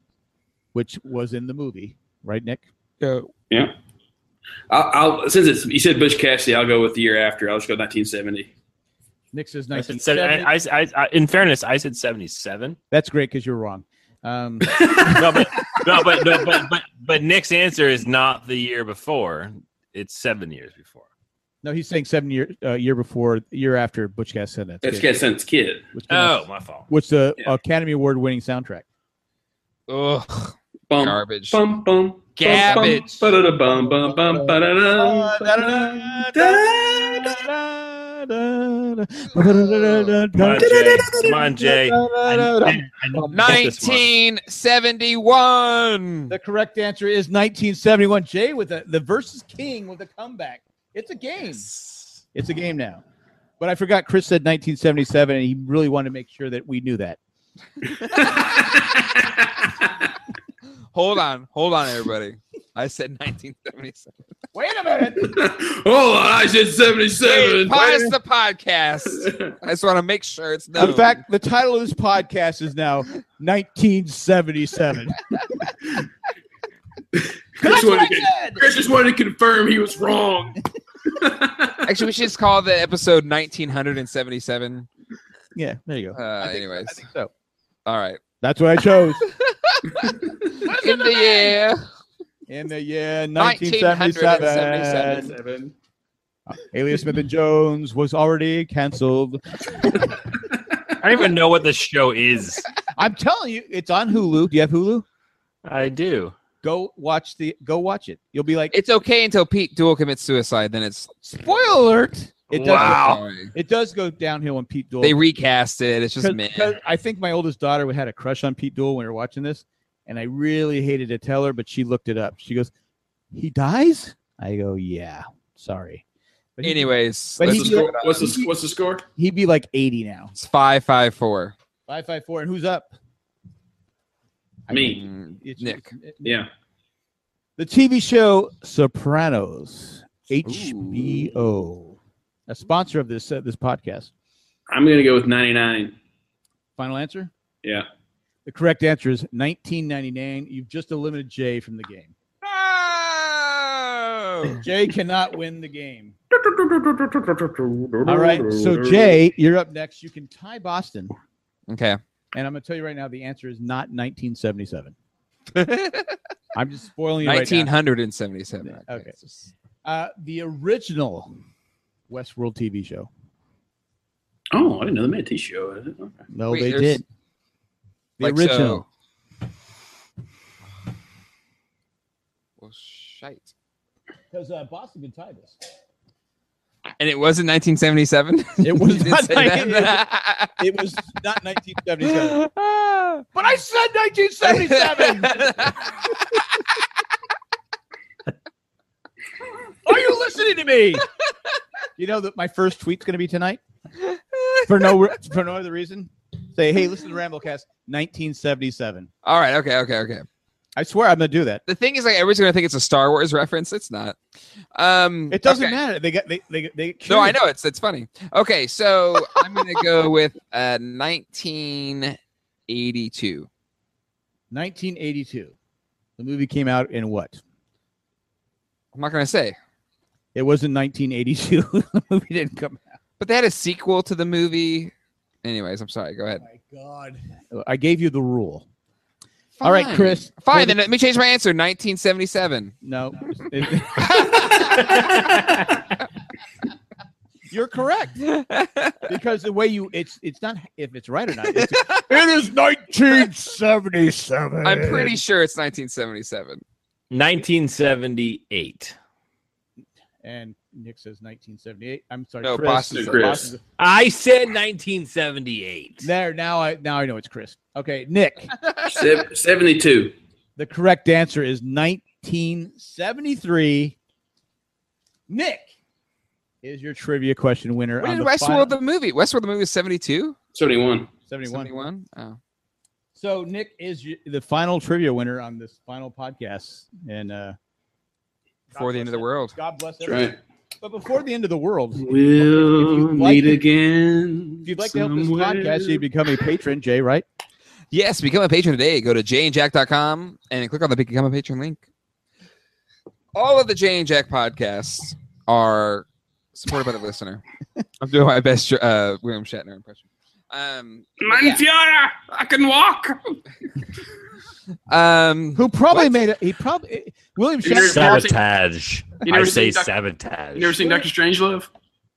Speaker 4: which was in the movie, right, Nick?
Speaker 3: Yeah.
Speaker 2: Yeah. I'll, I'll since it's you said Bush Cassidy, I'll go with the year after. I'll just go 1970.
Speaker 4: Nick says
Speaker 7: I said, se-
Speaker 4: 1970.
Speaker 7: I, I, I, I- in fairness, I said 77.
Speaker 4: that's great because you're wrong. Um,
Speaker 7: No, but no, but, no, but but but Nick's answer is not the year before. It's seven years before.
Speaker 4: no, he's saying seven year uh, year before, year after Butch Cassidy. and Sundance
Speaker 2: That's
Speaker 4: Kid,
Speaker 2: Cassidy since kid.
Speaker 4: Which came out-
Speaker 7: Oh, my fault.
Speaker 4: which the
Speaker 2: Yeah.
Speaker 4: Academy Award winning soundtrack.
Speaker 3: Ugh.
Speaker 2: Bum,
Speaker 3: Garbage.
Speaker 2: bum, bum.
Speaker 3: Garbage.
Speaker 2: Ba-da-da-bum, bum, bum, ba-da-dum, ba-da-dum.
Speaker 7: Come on, Jay. Come on, Jay. I- I need this one.
Speaker 3: 1971.
Speaker 4: The correct answer is 1971. Jay with the, the versus King with a comeback. It's a game. It's a game now. But I forgot Chris said 1977, and he really wanted to make sure that we knew that.
Speaker 3: Hold on. Hold on, everybody. I said 1977.
Speaker 4: Wait a minute.
Speaker 2: oh, I said
Speaker 3: Wait,
Speaker 2: 77.
Speaker 3: pause the podcast. I just want to make sure it's known.
Speaker 4: In fact, the title of this podcast is now 1977.
Speaker 2: Chris, wanted to, Chris just wanted to confirm he was wrong.
Speaker 3: actually, we should just call the episode 1977.
Speaker 4: yeah, there you go.
Speaker 3: Uh, anyways,
Speaker 4: I think so.
Speaker 3: all right.
Speaker 4: That's what I chose.
Speaker 3: In the year
Speaker 4: In the year 1977,
Speaker 3: 1977.
Speaker 4: Alias Smith and Jones was already canceled.
Speaker 7: I don't even know what this show is.
Speaker 4: I'm telling you, it's on Hulu. Do you have Hulu?
Speaker 7: I do.
Speaker 4: Go watch the. Go watch it. You'll be like,
Speaker 3: It's okay until Pete Duel commits suicide. Then it's
Speaker 4: spoiler alert. It does.
Speaker 7: Wow.
Speaker 3: sorry.
Speaker 4: It does go downhill when Pete Dool.
Speaker 3: They recast it. It's just
Speaker 4: Cause-
Speaker 3: meh.
Speaker 4: 'cause I think my oldest daughter had a crush on Pete Dool when we were watching this, and I really hated to tell her, but she looked it up. She goes, "He dies." I go, "Yeah, sorry." But he-
Speaker 3: Anyways,
Speaker 4: But
Speaker 3: let's
Speaker 2: What's the
Speaker 4: he-
Speaker 3: just-
Speaker 2: score? What's the, what's the score?
Speaker 4: he'd be like eighty now.
Speaker 3: it's five five four.
Speaker 4: Five five four, and who's up? I
Speaker 2: Me.
Speaker 3: Mm,
Speaker 4: It's-
Speaker 3: Nick.
Speaker 4: it-
Speaker 2: Yeah.
Speaker 4: The TV show Sopranos, HBO, a sponsor of this uh, this podcast.
Speaker 2: I'm going to go with 99.
Speaker 4: Final answer.
Speaker 2: Yeah.
Speaker 4: The correct answer is 1999. You've just eliminated Jay from the game.
Speaker 3: No!
Speaker 4: Jay cannot win the game. All right. So Jay, you're up next. You can tie Boston,
Speaker 3: Okay.
Speaker 4: and I'm going to tell you right now the answer is not 1977. I'm just spoiling you right now.
Speaker 3: 1977.
Speaker 4: Okay. Uh, the original Westworld TV show.
Speaker 2: Oh, I didn't know they made a TV show. Okay.
Speaker 4: No,
Speaker 3: Wait,
Speaker 4: they
Speaker 3: there's-
Speaker 4: did. The original.
Speaker 3: Well, shite.
Speaker 4: Because uh, Boston can tie this.
Speaker 3: And it was in 1977.
Speaker 4: It was
Speaker 3: You did
Speaker 4: not
Speaker 3: say that?
Speaker 4: It was not 1977. but I said 1977. Are you listening to me? You know that my first tweet's going to be tonight for no re- for no other reason. Say, hey, listen to Ramblecast 1977.
Speaker 3: All right. Okay. Okay. Okay.
Speaker 4: I swear I'm going to do that.
Speaker 3: The thing is, like, everyone's gonna think it's a Star Wars reference. It's not. Um,
Speaker 4: It doesn't
Speaker 3: okay.
Speaker 4: matter. They got they they they. get
Speaker 3: No, I
Speaker 4: curious.
Speaker 3: know it's it's funny. Okay, so I'm gonna go with uh 1982.
Speaker 4: 1982. The movie came out in what?
Speaker 3: I'm not gonna say,
Speaker 4: It was in 1982. the movie didn't come
Speaker 3: but they had a sequel to the movie. Anyways, I'm sorry. Go ahead.
Speaker 4: My God. I gave you the rule.
Speaker 3: Fine.
Speaker 4: All right, Chris.
Speaker 3: Fine. Then let me change my answer. 1977.
Speaker 4: No. You're correct because the way you it's it's not if it's right or not. It's, it is 1977.
Speaker 3: I'm pretty sure it's 1977.
Speaker 7: 1978.
Speaker 4: And Nick says 1978. I'm sorry,
Speaker 3: No,
Speaker 4: Chris.
Speaker 3: Boston
Speaker 2: Chris.
Speaker 4: Boston-
Speaker 7: I said 1978.
Speaker 4: There now I now I know it's Chris. Okay, Nick.
Speaker 2: Sev- 72.
Speaker 4: The correct answer is 1973. Nick is your trivia question winner.
Speaker 3: When
Speaker 4: on
Speaker 3: did
Speaker 4: the final-
Speaker 3: Westworld the movie? Westworld the movie was 72.
Speaker 2: 71.
Speaker 4: 71.
Speaker 3: 71. Oh.
Speaker 4: So Nick is y- the final trivia winner on this final podcast, and uh,
Speaker 3: Before the end of the
Speaker 4: bless
Speaker 3: world.
Speaker 4: ev- God bless
Speaker 2: That's
Speaker 4: everyone.
Speaker 2: right.
Speaker 4: But before the end of the world, if
Speaker 2: We'll
Speaker 4: you'd like-
Speaker 2: meet again.
Speaker 4: you'd like to help this
Speaker 2: somewhere.
Speaker 4: podcast, you become a patron, Jay. Right?
Speaker 3: Yes, become a patron today. Go to jayandjack.com and click on the Become a Patron link. All of the Jay and Jack podcasts are supported by the listener. I'm doing my best uh, William Shatner impression. Um,
Speaker 2: Manfiora, I can walk.
Speaker 3: um,
Speaker 4: Who probably
Speaker 3: What?
Speaker 4: made it? He probably William
Speaker 2: You're-
Speaker 4: Shatner.
Speaker 7: Sabotage.
Speaker 2: You
Speaker 7: I
Speaker 2: never
Speaker 7: say
Speaker 2: seen Doc-
Speaker 7: sabotage.
Speaker 2: You never seen Doctor Strangelove?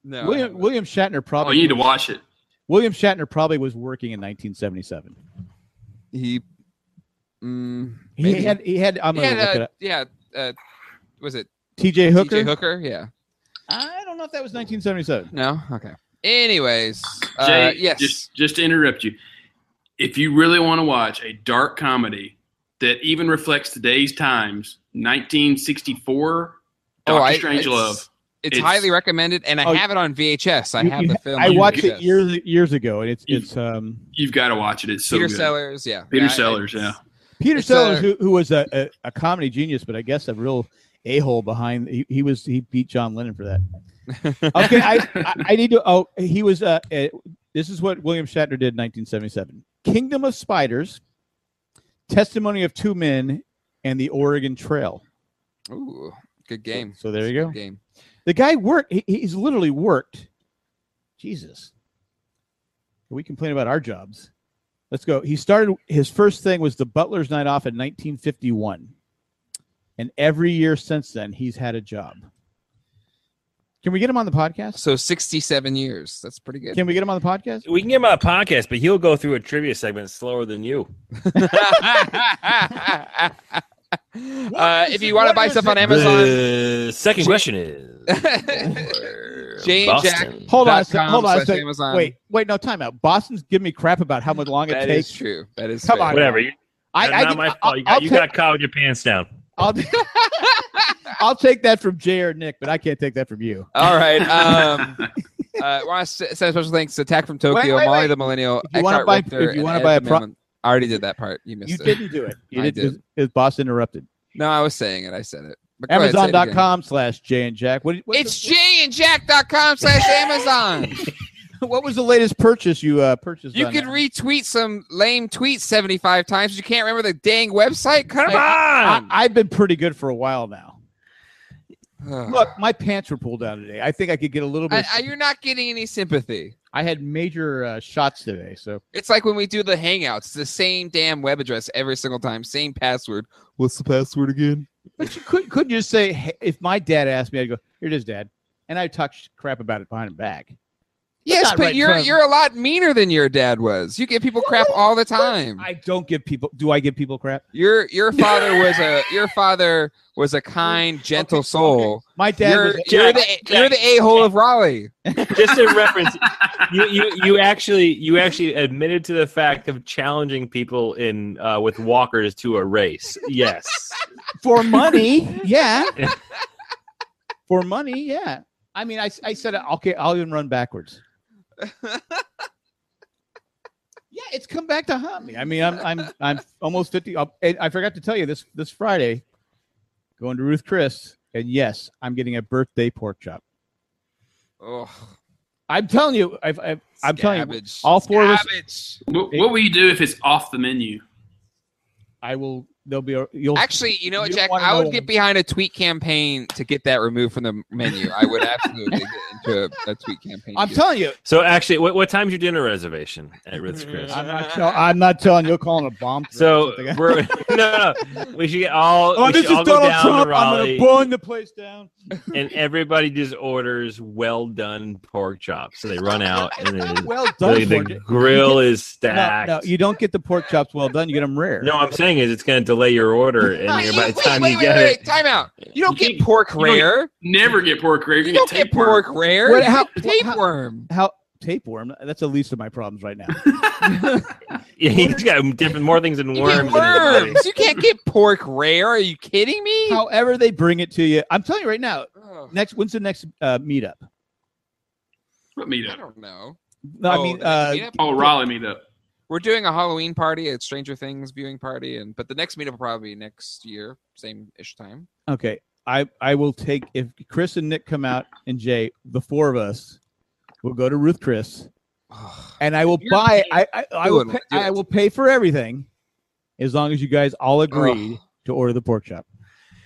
Speaker 3: no,
Speaker 4: William, William Shatner
Speaker 2: Oh,
Speaker 4: probably.
Speaker 2: you need to watch it.
Speaker 4: William Shatner probably was working in 1977.
Speaker 3: he Mm,
Speaker 4: He
Speaker 3: maybe.
Speaker 4: had he had. I'm gonna
Speaker 3: yeah,
Speaker 4: look it
Speaker 3: uh,
Speaker 4: up.
Speaker 3: yeah. Uh, was it
Speaker 4: T.J. Hooker.
Speaker 3: TJ Hooker? Yeah.
Speaker 4: I don't know if that was 1977.
Speaker 3: No. Okay. Anyways, uh,
Speaker 2: Jay,
Speaker 3: yes.
Speaker 2: just just to interrupt you, if you really want to watch a dark comedy that even reflects today's times, 1964,
Speaker 3: Oh, I-
Speaker 2: Doctor
Speaker 3: it's-
Speaker 2: Strange Love.
Speaker 3: it's,
Speaker 2: it's-
Speaker 3: highly recommended, and I
Speaker 4: Oh,
Speaker 3: have it on VHS. I
Speaker 4: You-
Speaker 3: have
Speaker 4: you
Speaker 3: the
Speaker 4: ha-
Speaker 3: film.
Speaker 4: I
Speaker 3: on
Speaker 4: watched it
Speaker 3: VHS.
Speaker 4: years years ago, and it's
Speaker 2: You-
Speaker 4: it's um
Speaker 2: You've got to watch it. It's so
Speaker 3: Peter
Speaker 2: good.
Speaker 3: Sellers, yeah.
Speaker 2: Peter
Speaker 3: I- I-
Speaker 2: Sellers, yeah.
Speaker 4: Peter
Speaker 3: It's,
Speaker 4: Sellers,
Speaker 3: uh,
Speaker 4: who, who was a, a, a comedy genius, but I guess a real a hole behind. He, he was he beat John Lennon for that. okay, I, I I need to. Oh, he was. Uh, uh, this is what William Shatner did in 1977: Kingdom of Spiders, Testimony of Two Men, and The Oregon Trail.
Speaker 3: Ooh, good game.
Speaker 4: So there you go.
Speaker 3: Good game.
Speaker 4: The guy worked. He, he's literally worked. Jesus. We complain about our jobs. Let's go. He started his first thing was the Butler's Night Off in 1951, and every year since then he's had a job. Can we get him on the podcast?
Speaker 3: So sixty-seven years. That's pretty good.
Speaker 4: Can we get him on the podcast?
Speaker 7: We can get him on a podcast, but he'll go through a trivia segment slower than you.
Speaker 3: uh, if you want to buy stuff on Amazon,
Speaker 7: The second question is
Speaker 3: Jane Jack.
Speaker 7: Boston.
Speaker 4: Hold on, a
Speaker 3: dot
Speaker 4: sec-
Speaker 3: com
Speaker 4: hold on, a
Speaker 3: slash
Speaker 4: sec.
Speaker 3: Amazon.
Speaker 4: wait, wait, no timeout. Boston's giving me crap about how much long it
Speaker 3: That is
Speaker 4: takes.
Speaker 3: true. That is
Speaker 4: Come
Speaker 3: fair.
Speaker 4: on.
Speaker 7: Whatever. You,
Speaker 4: I, I
Speaker 7: not
Speaker 4: can-
Speaker 7: my
Speaker 4: I'll-
Speaker 7: fault. You
Speaker 4: I'll
Speaker 7: got, you
Speaker 4: take-
Speaker 7: got caught with your pants down.
Speaker 4: I'll, I'll take that from Jay or Nick, but I can't take that from you.
Speaker 3: All right. Um, uh, want to send a special thanks to Tech from Tokyo,
Speaker 4: Wait, wait,
Speaker 3: Molly
Speaker 4: wait.
Speaker 3: the Millennial,
Speaker 4: If you wanna
Speaker 3: Eckhart
Speaker 4: buy-
Speaker 3: Richter,
Speaker 4: if you
Speaker 3: and
Speaker 4: wanna
Speaker 3: Ed
Speaker 4: buy a pro-
Speaker 3: Mammon. I already did that part. You missed
Speaker 4: You
Speaker 3: it.
Speaker 4: didn't do it. You
Speaker 3: I
Speaker 4: didn't.
Speaker 3: did.
Speaker 4: His, his boss interrupted.
Speaker 3: No, I was saying it. I said it. But go ahead, say it again.
Speaker 4: Amazon.com slash Jay and Jack. What, what-
Speaker 3: It's jayandjack.com slash Amazon.
Speaker 4: what was the latest purchase you uh, purchased?
Speaker 3: You
Speaker 4: on
Speaker 3: can
Speaker 4: that?
Speaker 3: retweet some lame tweets 75 times, but you can't remember the dang website? Come
Speaker 7: Come on.
Speaker 4: I, have been pretty good for a while now.
Speaker 3: on.
Speaker 4: Look, my pants were pulled down today. I think I could get a little bit.
Speaker 3: I, I,
Speaker 4: of sympathy.
Speaker 3: you're not getting any sympathy.
Speaker 4: I, had major uh, shots today, so
Speaker 3: It's like when we do the Hangouts, it's the same damn web address every single time, same password.
Speaker 6: What's the password again?
Speaker 4: but you could couldn't you say "Hey," if my dad asked me, I'd go, "Here it is, Dad," and I talk sh- crap about it behind him back.
Speaker 3: Yes,
Speaker 4: not
Speaker 3: but
Speaker 4: right in
Speaker 3: you're
Speaker 4: front of-
Speaker 3: you're a lot meaner than your dad was. You give people crap all the time.
Speaker 4: I don't give people. Do I give people crap?
Speaker 3: Your your father was a your father was a kind, gentle soul.
Speaker 4: My dad
Speaker 3: you're,
Speaker 4: was.
Speaker 3: you're
Speaker 7: Jack,
Speaker 3: the
Speaker 7: Jack,
Speaker 3: you're the a hole of Raleigh.
Speaker 7: Just in reference, you, you you actually you actually admitted to the fact of challenging people in uh, with walkers to a race. Yes.
Speaker 4: for money yeah for money yeah i mean i, I said okay i'll even run backwards yeah it's come back to haunt me i mean i'm i'm i'm almost 50 I'll, and i forgot to tell you this this friday going to ruth chris and yes i'm getting a birthday pork chop
Speaker 3: Oh,
Speaker 4: i'm telling you I've, I've, i'm telling you
Speaker 3: scabbage,
Speaker 4: all four of us-
Speaker 3: scabbage.
Speaker 2: What, what will you do if it's off the menu?
Speaker 4: i will there'll be a you'll
Speaker 3: Actually, you know what,
Speaker 4: You don't
Speaker 3: Jack?
Speaker 4: wanna
Speaker 3: I would
Speaker 4: know.
Speaker 3: get behind a tweet campaign to get that removed from the menu. I would absolutely get into a, a tweet campaign. to
Speaker 4: i'm
Speaker 3: get-
Speaker 4: telling you
Speaker 7: So actually, what, what time's your dinner reservation at Ritz Chris?
Speaker 4: Mm, I'm not, tell, I'm not telling you. You're calling a bomb. threat or
Speaker 7: So
Speaker 4: something.
Speaker 7: we're no, no. We should get all.
Speaker 4: oh,
Speaker 7: we
Speaker 4: this
Speaker 7: should
Speaker 4: is
Speaker 7: all go
Speaker 4: Donald
Speaker 7: down to
Speaker 4: Trump. I'm going
Speaker 7: Raleigh.
Speaker 4: to burn the place down.
Speaker 7: and everybody just orders well done pork chops. So they run out, and then
Speaker 4: well done.
Speaker 7: the, the
Speaker 4: Georgia.
Speaker 7: grill is
Speaker 4: no,
Speaker 7: stacked.
Speaker 4: no, you don't get the pork chops well done. You get them rare.
Speaker 7: No, I'm saying is it's going to delay your order, and
Speaker 3: Ah,
Speaker 7: you're-
Speaker 3: you-
Speaker 7: by the
Speaker 3: wait,
Speaker 7: time
Speaker 3: wait,
Speaker 7: you
Speaker 3: wait,
Speaker 7: get
Speaker 3: wait,
Speaker 7: it,
Speaker 3: time out. You don't
Speaker 2: You
Speaker 3: get
Speaker 2: can't-
Speaker 3: pork
Speaker 2: you don't-
Speaker 3: rare.
Speaker 2: Never get pork rare.
Speaker 3: You
Speaker 2: You
Speaker 3: don't
Speaker 2: get
Speaker 3: get
Speaker 2: tapeworm.
Speaker 3: pork rare.
Speaker 4: What- how-
Speaker 3: You get tapeworm.
Speaker 4: How tapeworm? That's the least of my problems right now.
Speaker 7: he's got different more things than
Speaker 3: You get
Speaker 7: worms. than anybody.
Speaker 3: worms. You can't get pork rare. Are you kidding me?
Speaker 4: However, they bring it to you. I'm telling you right now.
Speaker 3: Ugh,
Speaker 4: Next, when's the next uh, meetup?
Speaker 2: What meet
Speaker 3: I
Speaker 2: up?
Speaker 3: don't know.
Speaker 4: No, I
Speaker 3: Oh,
Speaker 4: mean,
Speaker 3: the
Speaker 4: uh,
Speaker 3: next meetup?
Speaker 2: Oh, Raleigh meet up.
Speaker 3: we're doing a Halloween party, a Stranger Things viewing party, and but the next meetup will probably be next year, same ish time.
Speaker 4: okay. I I will take if Chris and Nick come out and Jay, the four of us, will go to Ruth Chris, and I will
Speaker 3: You're
Speaker 4: buy.
Speaker 3: paying-
Speaker 4: I I, I
Speaker 3: You
Speaker 4: will
Speaker 3: wouldn't
Speaker 4: pay,
Speaker 3: do that.
Speaker 4: I will pay for everything, as long as you guys all agree to order the pork chop.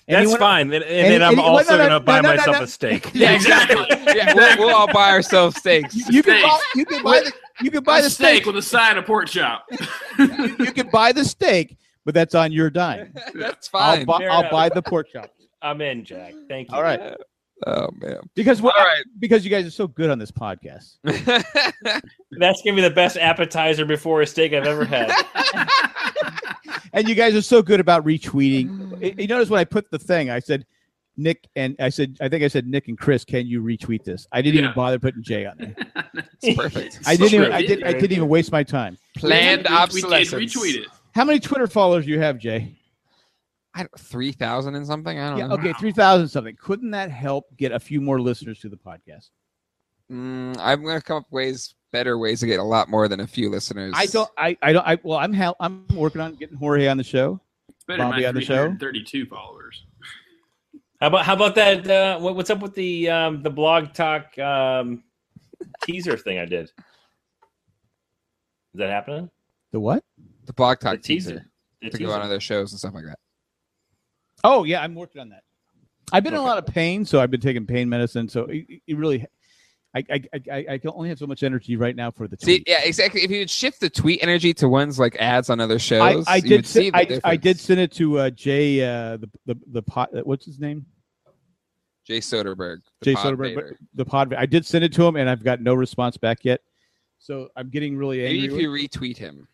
Speaker 7: That's
Speaker 4: Anyone-
Speaker 7: fine. And, and
Speaker 4: any-
Speaker 7: then I'm
Speaker 4: any- well,
Speaker 7: also
Speaker 4: no, no,
Speaker 7: going to
Speaker 4: no,
Speaker 7: buy
Speaker 4: no, no,
Speaker 7: myself
Speaker 4: no.
Speaker 7: a steak.
Speaker 3: Yeah, exactly. yeah, we'll, we'll all buy ourselves steaks.
Speaker 4: You can buy,
Speaker 2: Steaks.
Speaker 4: you can buy the you can buy
Speaker 2: A
Speaker 4: the steak.
Speaker 2: with a side of pork chop.
Speaker 4: you can buy the steak, but that's on your dime.
Speaker 3: That's
Speaker 4: I'll,
Speaker 3: fine.
Speaker 4: bu-
Speaker 7: Fair
Speaker 4: I'll
Speaker 7: enough.
Speaker 4: buy the pork chop
Speaker 7: I'm in, Jack. Thank you.
Speaker 4: All right.
Speaker 3: oh man.
Speaker 4: because what,
Speaker 3: All right.
Speaker 4: because you guys are so good on this podcast.
Speaker 7: That's gonna be the best appetizer before a steak I've ever had.
Speaker 4: and you guys are so good about
Speaker 7: Mm.
Speaker 4: retweeting. Y- You notice when I put the thing, I said Nick and I said I think I said Nick and Chris, can you retweet this? I didn't even
Speaker 2: Yeah.
Speaker 4: bother putting Jay on there.
Speaker 3: It's perfect.
Speaker 4: I didn't. Even, I
Speaker 2: Scripted.
Speaker 4: did. I didn't even waste my time.
Speaker 3: Planned
Speaker 2: we,
Speaker 3: obsolescence.
Speaker 2: We did retweet it.
Speaker 4: How many Twitter followers do you have, Jay?
Speaker 3: I don't, 3,000 and something? I don't
Speaker 7: Oh,
Speaker 4: Yeah,
Speaker 3: know.
Speaker 4: okay, three thousand something. Couldn't that help get a few more listeners to the podcast?
Speaker 3: Mm, I'm going to come up ways, better ways to get a lot more than a few listeners.
Speaker 4: I don't. I. I don't. I. Well, I'm. Hel- I'm working on getting Jorge on the show.
Speaker 2: It's better than
Speaker 4: Bobby
Speaker 2: my
Speaker 4: on the show?
Speaker 2: 32 followers.
Speaker 7: How about how about that? Uh, what, what's up with the um, the blog talk um, teaser thing I did? Is that happening?
Speaker 4: The what?
Speaker 3: The blog
Speaker 7: The
Speaker 3: talk teaser.
Speaker 7: teaser. The
Speaker 3: To go on
Speaker 7: teaser.
Speaker 3: other shows and stuff like that.
Speaker 4: Oh yeah, I'm working on that. I've been in a
Speaker 3: Okay.
Speaker 4: lot of pain, so I've been taking pain medicine. So it, it- it really, I, I I I I can only have so much energy right now for the
Speaker 3: See,
Speaker 4: tweet.
Speaker 3: yeah, exactly. If you would shift the tweet energy to ones like ads on other
Speaker 4: I,
Speaker 3: shows,
Speaker 4: I
Speaker 3: you
Speaker 4: did.
Speaker 3: would see
Speaker 4: se-
Speaker 3: the
Speaker 4: I, I did
Speaker 3: difference.
Speaker 4: send it to uh, Jay uh, the the the pot. What's his name?
Speaker 3: Jay Soderberg. the
Speaker 4: Jay
Speaker 3: pod
Speaker 4: Soderberg, but-
Speaker 3: vader.
Speaker 4: The pod. I did send it to him, and I've got no response back yet. So I'm getting really angry.
Speaker 3: Maybe if
Speaker 4: with-
Speaker 3: you retweet him.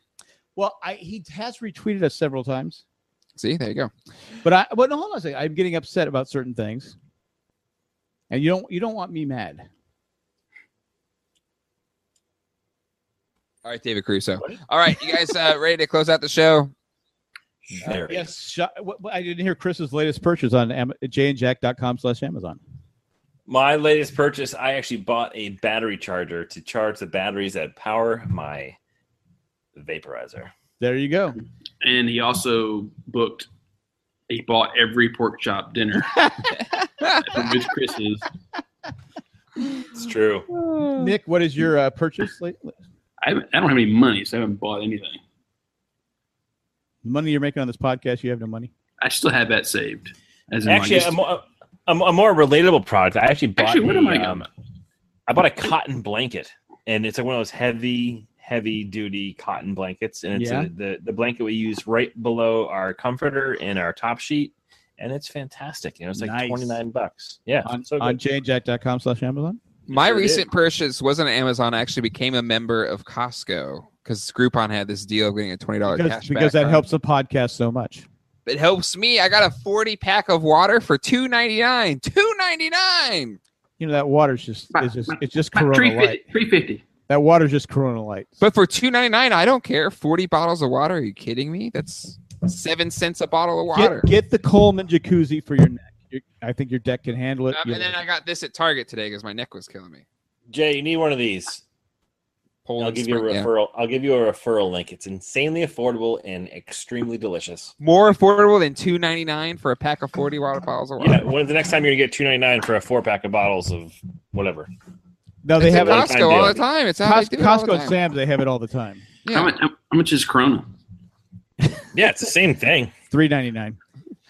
Speaker 4: well, I, he has retweeted us several times,
Speaker 3: See, there you go.
Speaker 4: but I but no, hold on a second. I'm getting upset about certain things, and you don't you don't want me mad.
Speaker 3: All right, David Crusoe. All right, you guys uh, ready to close out the show?
Speaker 7: There.
Speaker 4: Yes, sh- what, what- I didn't hear Chris's latest purchase on Am- jandjack.com slash Amazon.
Speaker 7: My latest purchase, I actually bought a battery charger to charge the batteries that power my vaporizer.
Speaker 4: There you go.
Speaker 2: And he also booked, he bought every pork chop dinner from Miss Chris's.
Speaker 7: It's true.
Speaker 3: Hmm.
Speaker 4: Nick, what is your uh, purchase? late-
Speaker 2: I, haven't- I don't have any money, so I haven't bought anything.
Speaker 4: Money you're making on this podcast, you have no money.
Speaker 2: I still have that saved. As in, like,
Speaker 7: Actually,
Speaker 2: it's-
Speaker 7: a, mo- a, a more relatable product. I actually bought.
Speaker 2: Actually, what
Speaker 7: a,
Speaker 2: am I gonna-
Speaker 7: um, I bought a cotton blanket, and it's like one of those heavy, heavy duty cotton blankets, and it's
Speaker 4: Yeah.
Speaker 7: a, the the blanket we use right below our comforter and our top sheet, and it's fantastic. You know, it's like
Speaker 4: Nice.
Speaker 7: twenty nine bucks. Yeah,
Speaker 4: On,
Speaker 7: so good.
Speaker 4: on jandjack.com slash Amazon?
Speaker 3: My
Speaker 7: Sure did.
Speaker 3: recent purchase wasn't on Amazon. I actually became a member of Costco because Groupon had this deal of getting a twenty dollar
Speaker 4: Because,
Speaker 3: cash
Speaker 4: because that helps the podcast so much.
Speaker 3: It helps me. I got a forty pack of water for two ninety nine. Two ninety nine.
Speaker 4: You know, that water's just, it's just, it's just
Speaker 2: Ah,
Speaker 4: Corona Light.
Speaker 2: 350, 350.
Speaker 4: That water's just Corona Light.
Speaker 3: But for two ninety nine, I don't care. Forty bottles of water? Are you kidding me? That's seven cents a bottle of water.
Speaker 4: Get, get the Coleman jacuzzi for your neck. Your, I think your deck can handle it.
Speaker 3: Um,
Speaker 4: You'll-
Speaker 3: and then I got this at Target today because my neck was killing me.
Speaker 7: Jay, you need one of these.
Speaker 3: Poland
Speaker 7: I'll give you a
Speaker 3: spring- yeah.
Speaker 7: referral. I'll give you a referral link. It's insanely affordable and extremely delicious.
Speaker 3: More affordable than two ninety nine for a pack of forty water bottles of water.
Speaker 7: Yeah, when the next time you're gonna get two ninety nine for a four pack of bottles of whatever.
Speaker 4: no, they
Speaker 3: It's
Speaker 4: have
Speaker 3: at
Speaker 4: it.
Speaker 7: That's
Speaker 3: Costco
Speaker 7: a one-time
Speaker 3: all
Speaker 7: deal.
Speaker 3: the time. It's how
Speaker 4: Cos-
Speaker 3: they do it all the
Speaker 4: Costco and
Speaker 3: time.
Speaker 4: Sam's, they have it all the time.
Speaker 3: Yeah.
Speaker 2: How, much, how, how much is Corona?
Speaker 7: Yeah, it's the same thing.
Speaker 4: Three ninety nine.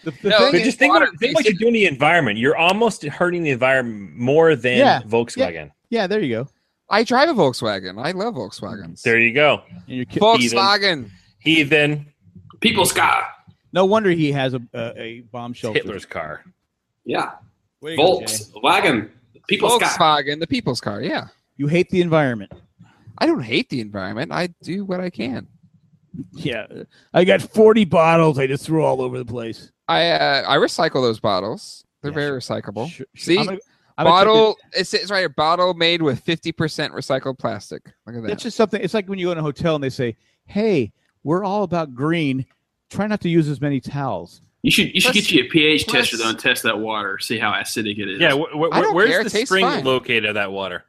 Speaker 4: The, the
Speaker 3: No,
Speaker 4: thing
Speaker 7: But
Speaker 3: is
Speaker 7: just think
Speaker 3: water,
Speaker 7: what, think what
Speaker 3: basic-
Speaker 7: you're doing to the environment. You're almost hurting the environment more than
Speaker 4: Yeah.
Speaker 7: Volkswagen.
Speaker 4: Yeah, there you go.
Speaker 3: I drive a Volkswagen. I love Volkswagens.
Speaker 7: There you go.
Speaker 4: And your kid,
Speaker 3: Volkswagen.
Speaker 7: Heathen
Speaker 2: People Sky.
Speaker 4: no wonder he has a a, a bomb shelter.
Speaker 7: Hitler's car.
Speaker 2: Yeah.
Speaker 4: Way to go, Jay.
Speaker 2: Volkswagen. People Sky.
Speaker 3: Volkswagen, the people's car. Yeah.
Speaker 4: You hate the environment.
Speaker 3: I don't hate the environment. I do what I can.
Speaker 4: Yeah, I got forty bottles. I just threw all over the place.
Speaker 3: I uh, I recycle those bottles. They're
Speaker 4: Yeah,
Speaker 3: very recyclable.
Speaker 4: Sh- sh-
Speaker 3: See?
Speaker 4: I'm gonna- I'm gonna check
Speaker 3: bottle. It says right here. Bottle made with fifty percent recycled plastic. Look at
Speaker 4: it.
Speaker 3: that.
Speaker 4: That's just something. It's like when you go in a hotel and they say, "Hey, we're all about green. Try not to use as many towels."
Speaker 2: You should you should
Speaker 3: Plus-
Speaker 2: get you a pH
Speaker 3: plus-
Speaker 2: tester though and test that water, see how acidic it is.
Speaker 7: Yeah, wh- wh-
Speaker 3: I don't
Speaker 7: where's
Speaker 3: care. It
Speaker 7: the
Speaker 3: tastes
Speaker 7: spring
Speaker 3: fine.
Speaker 7: located of that water?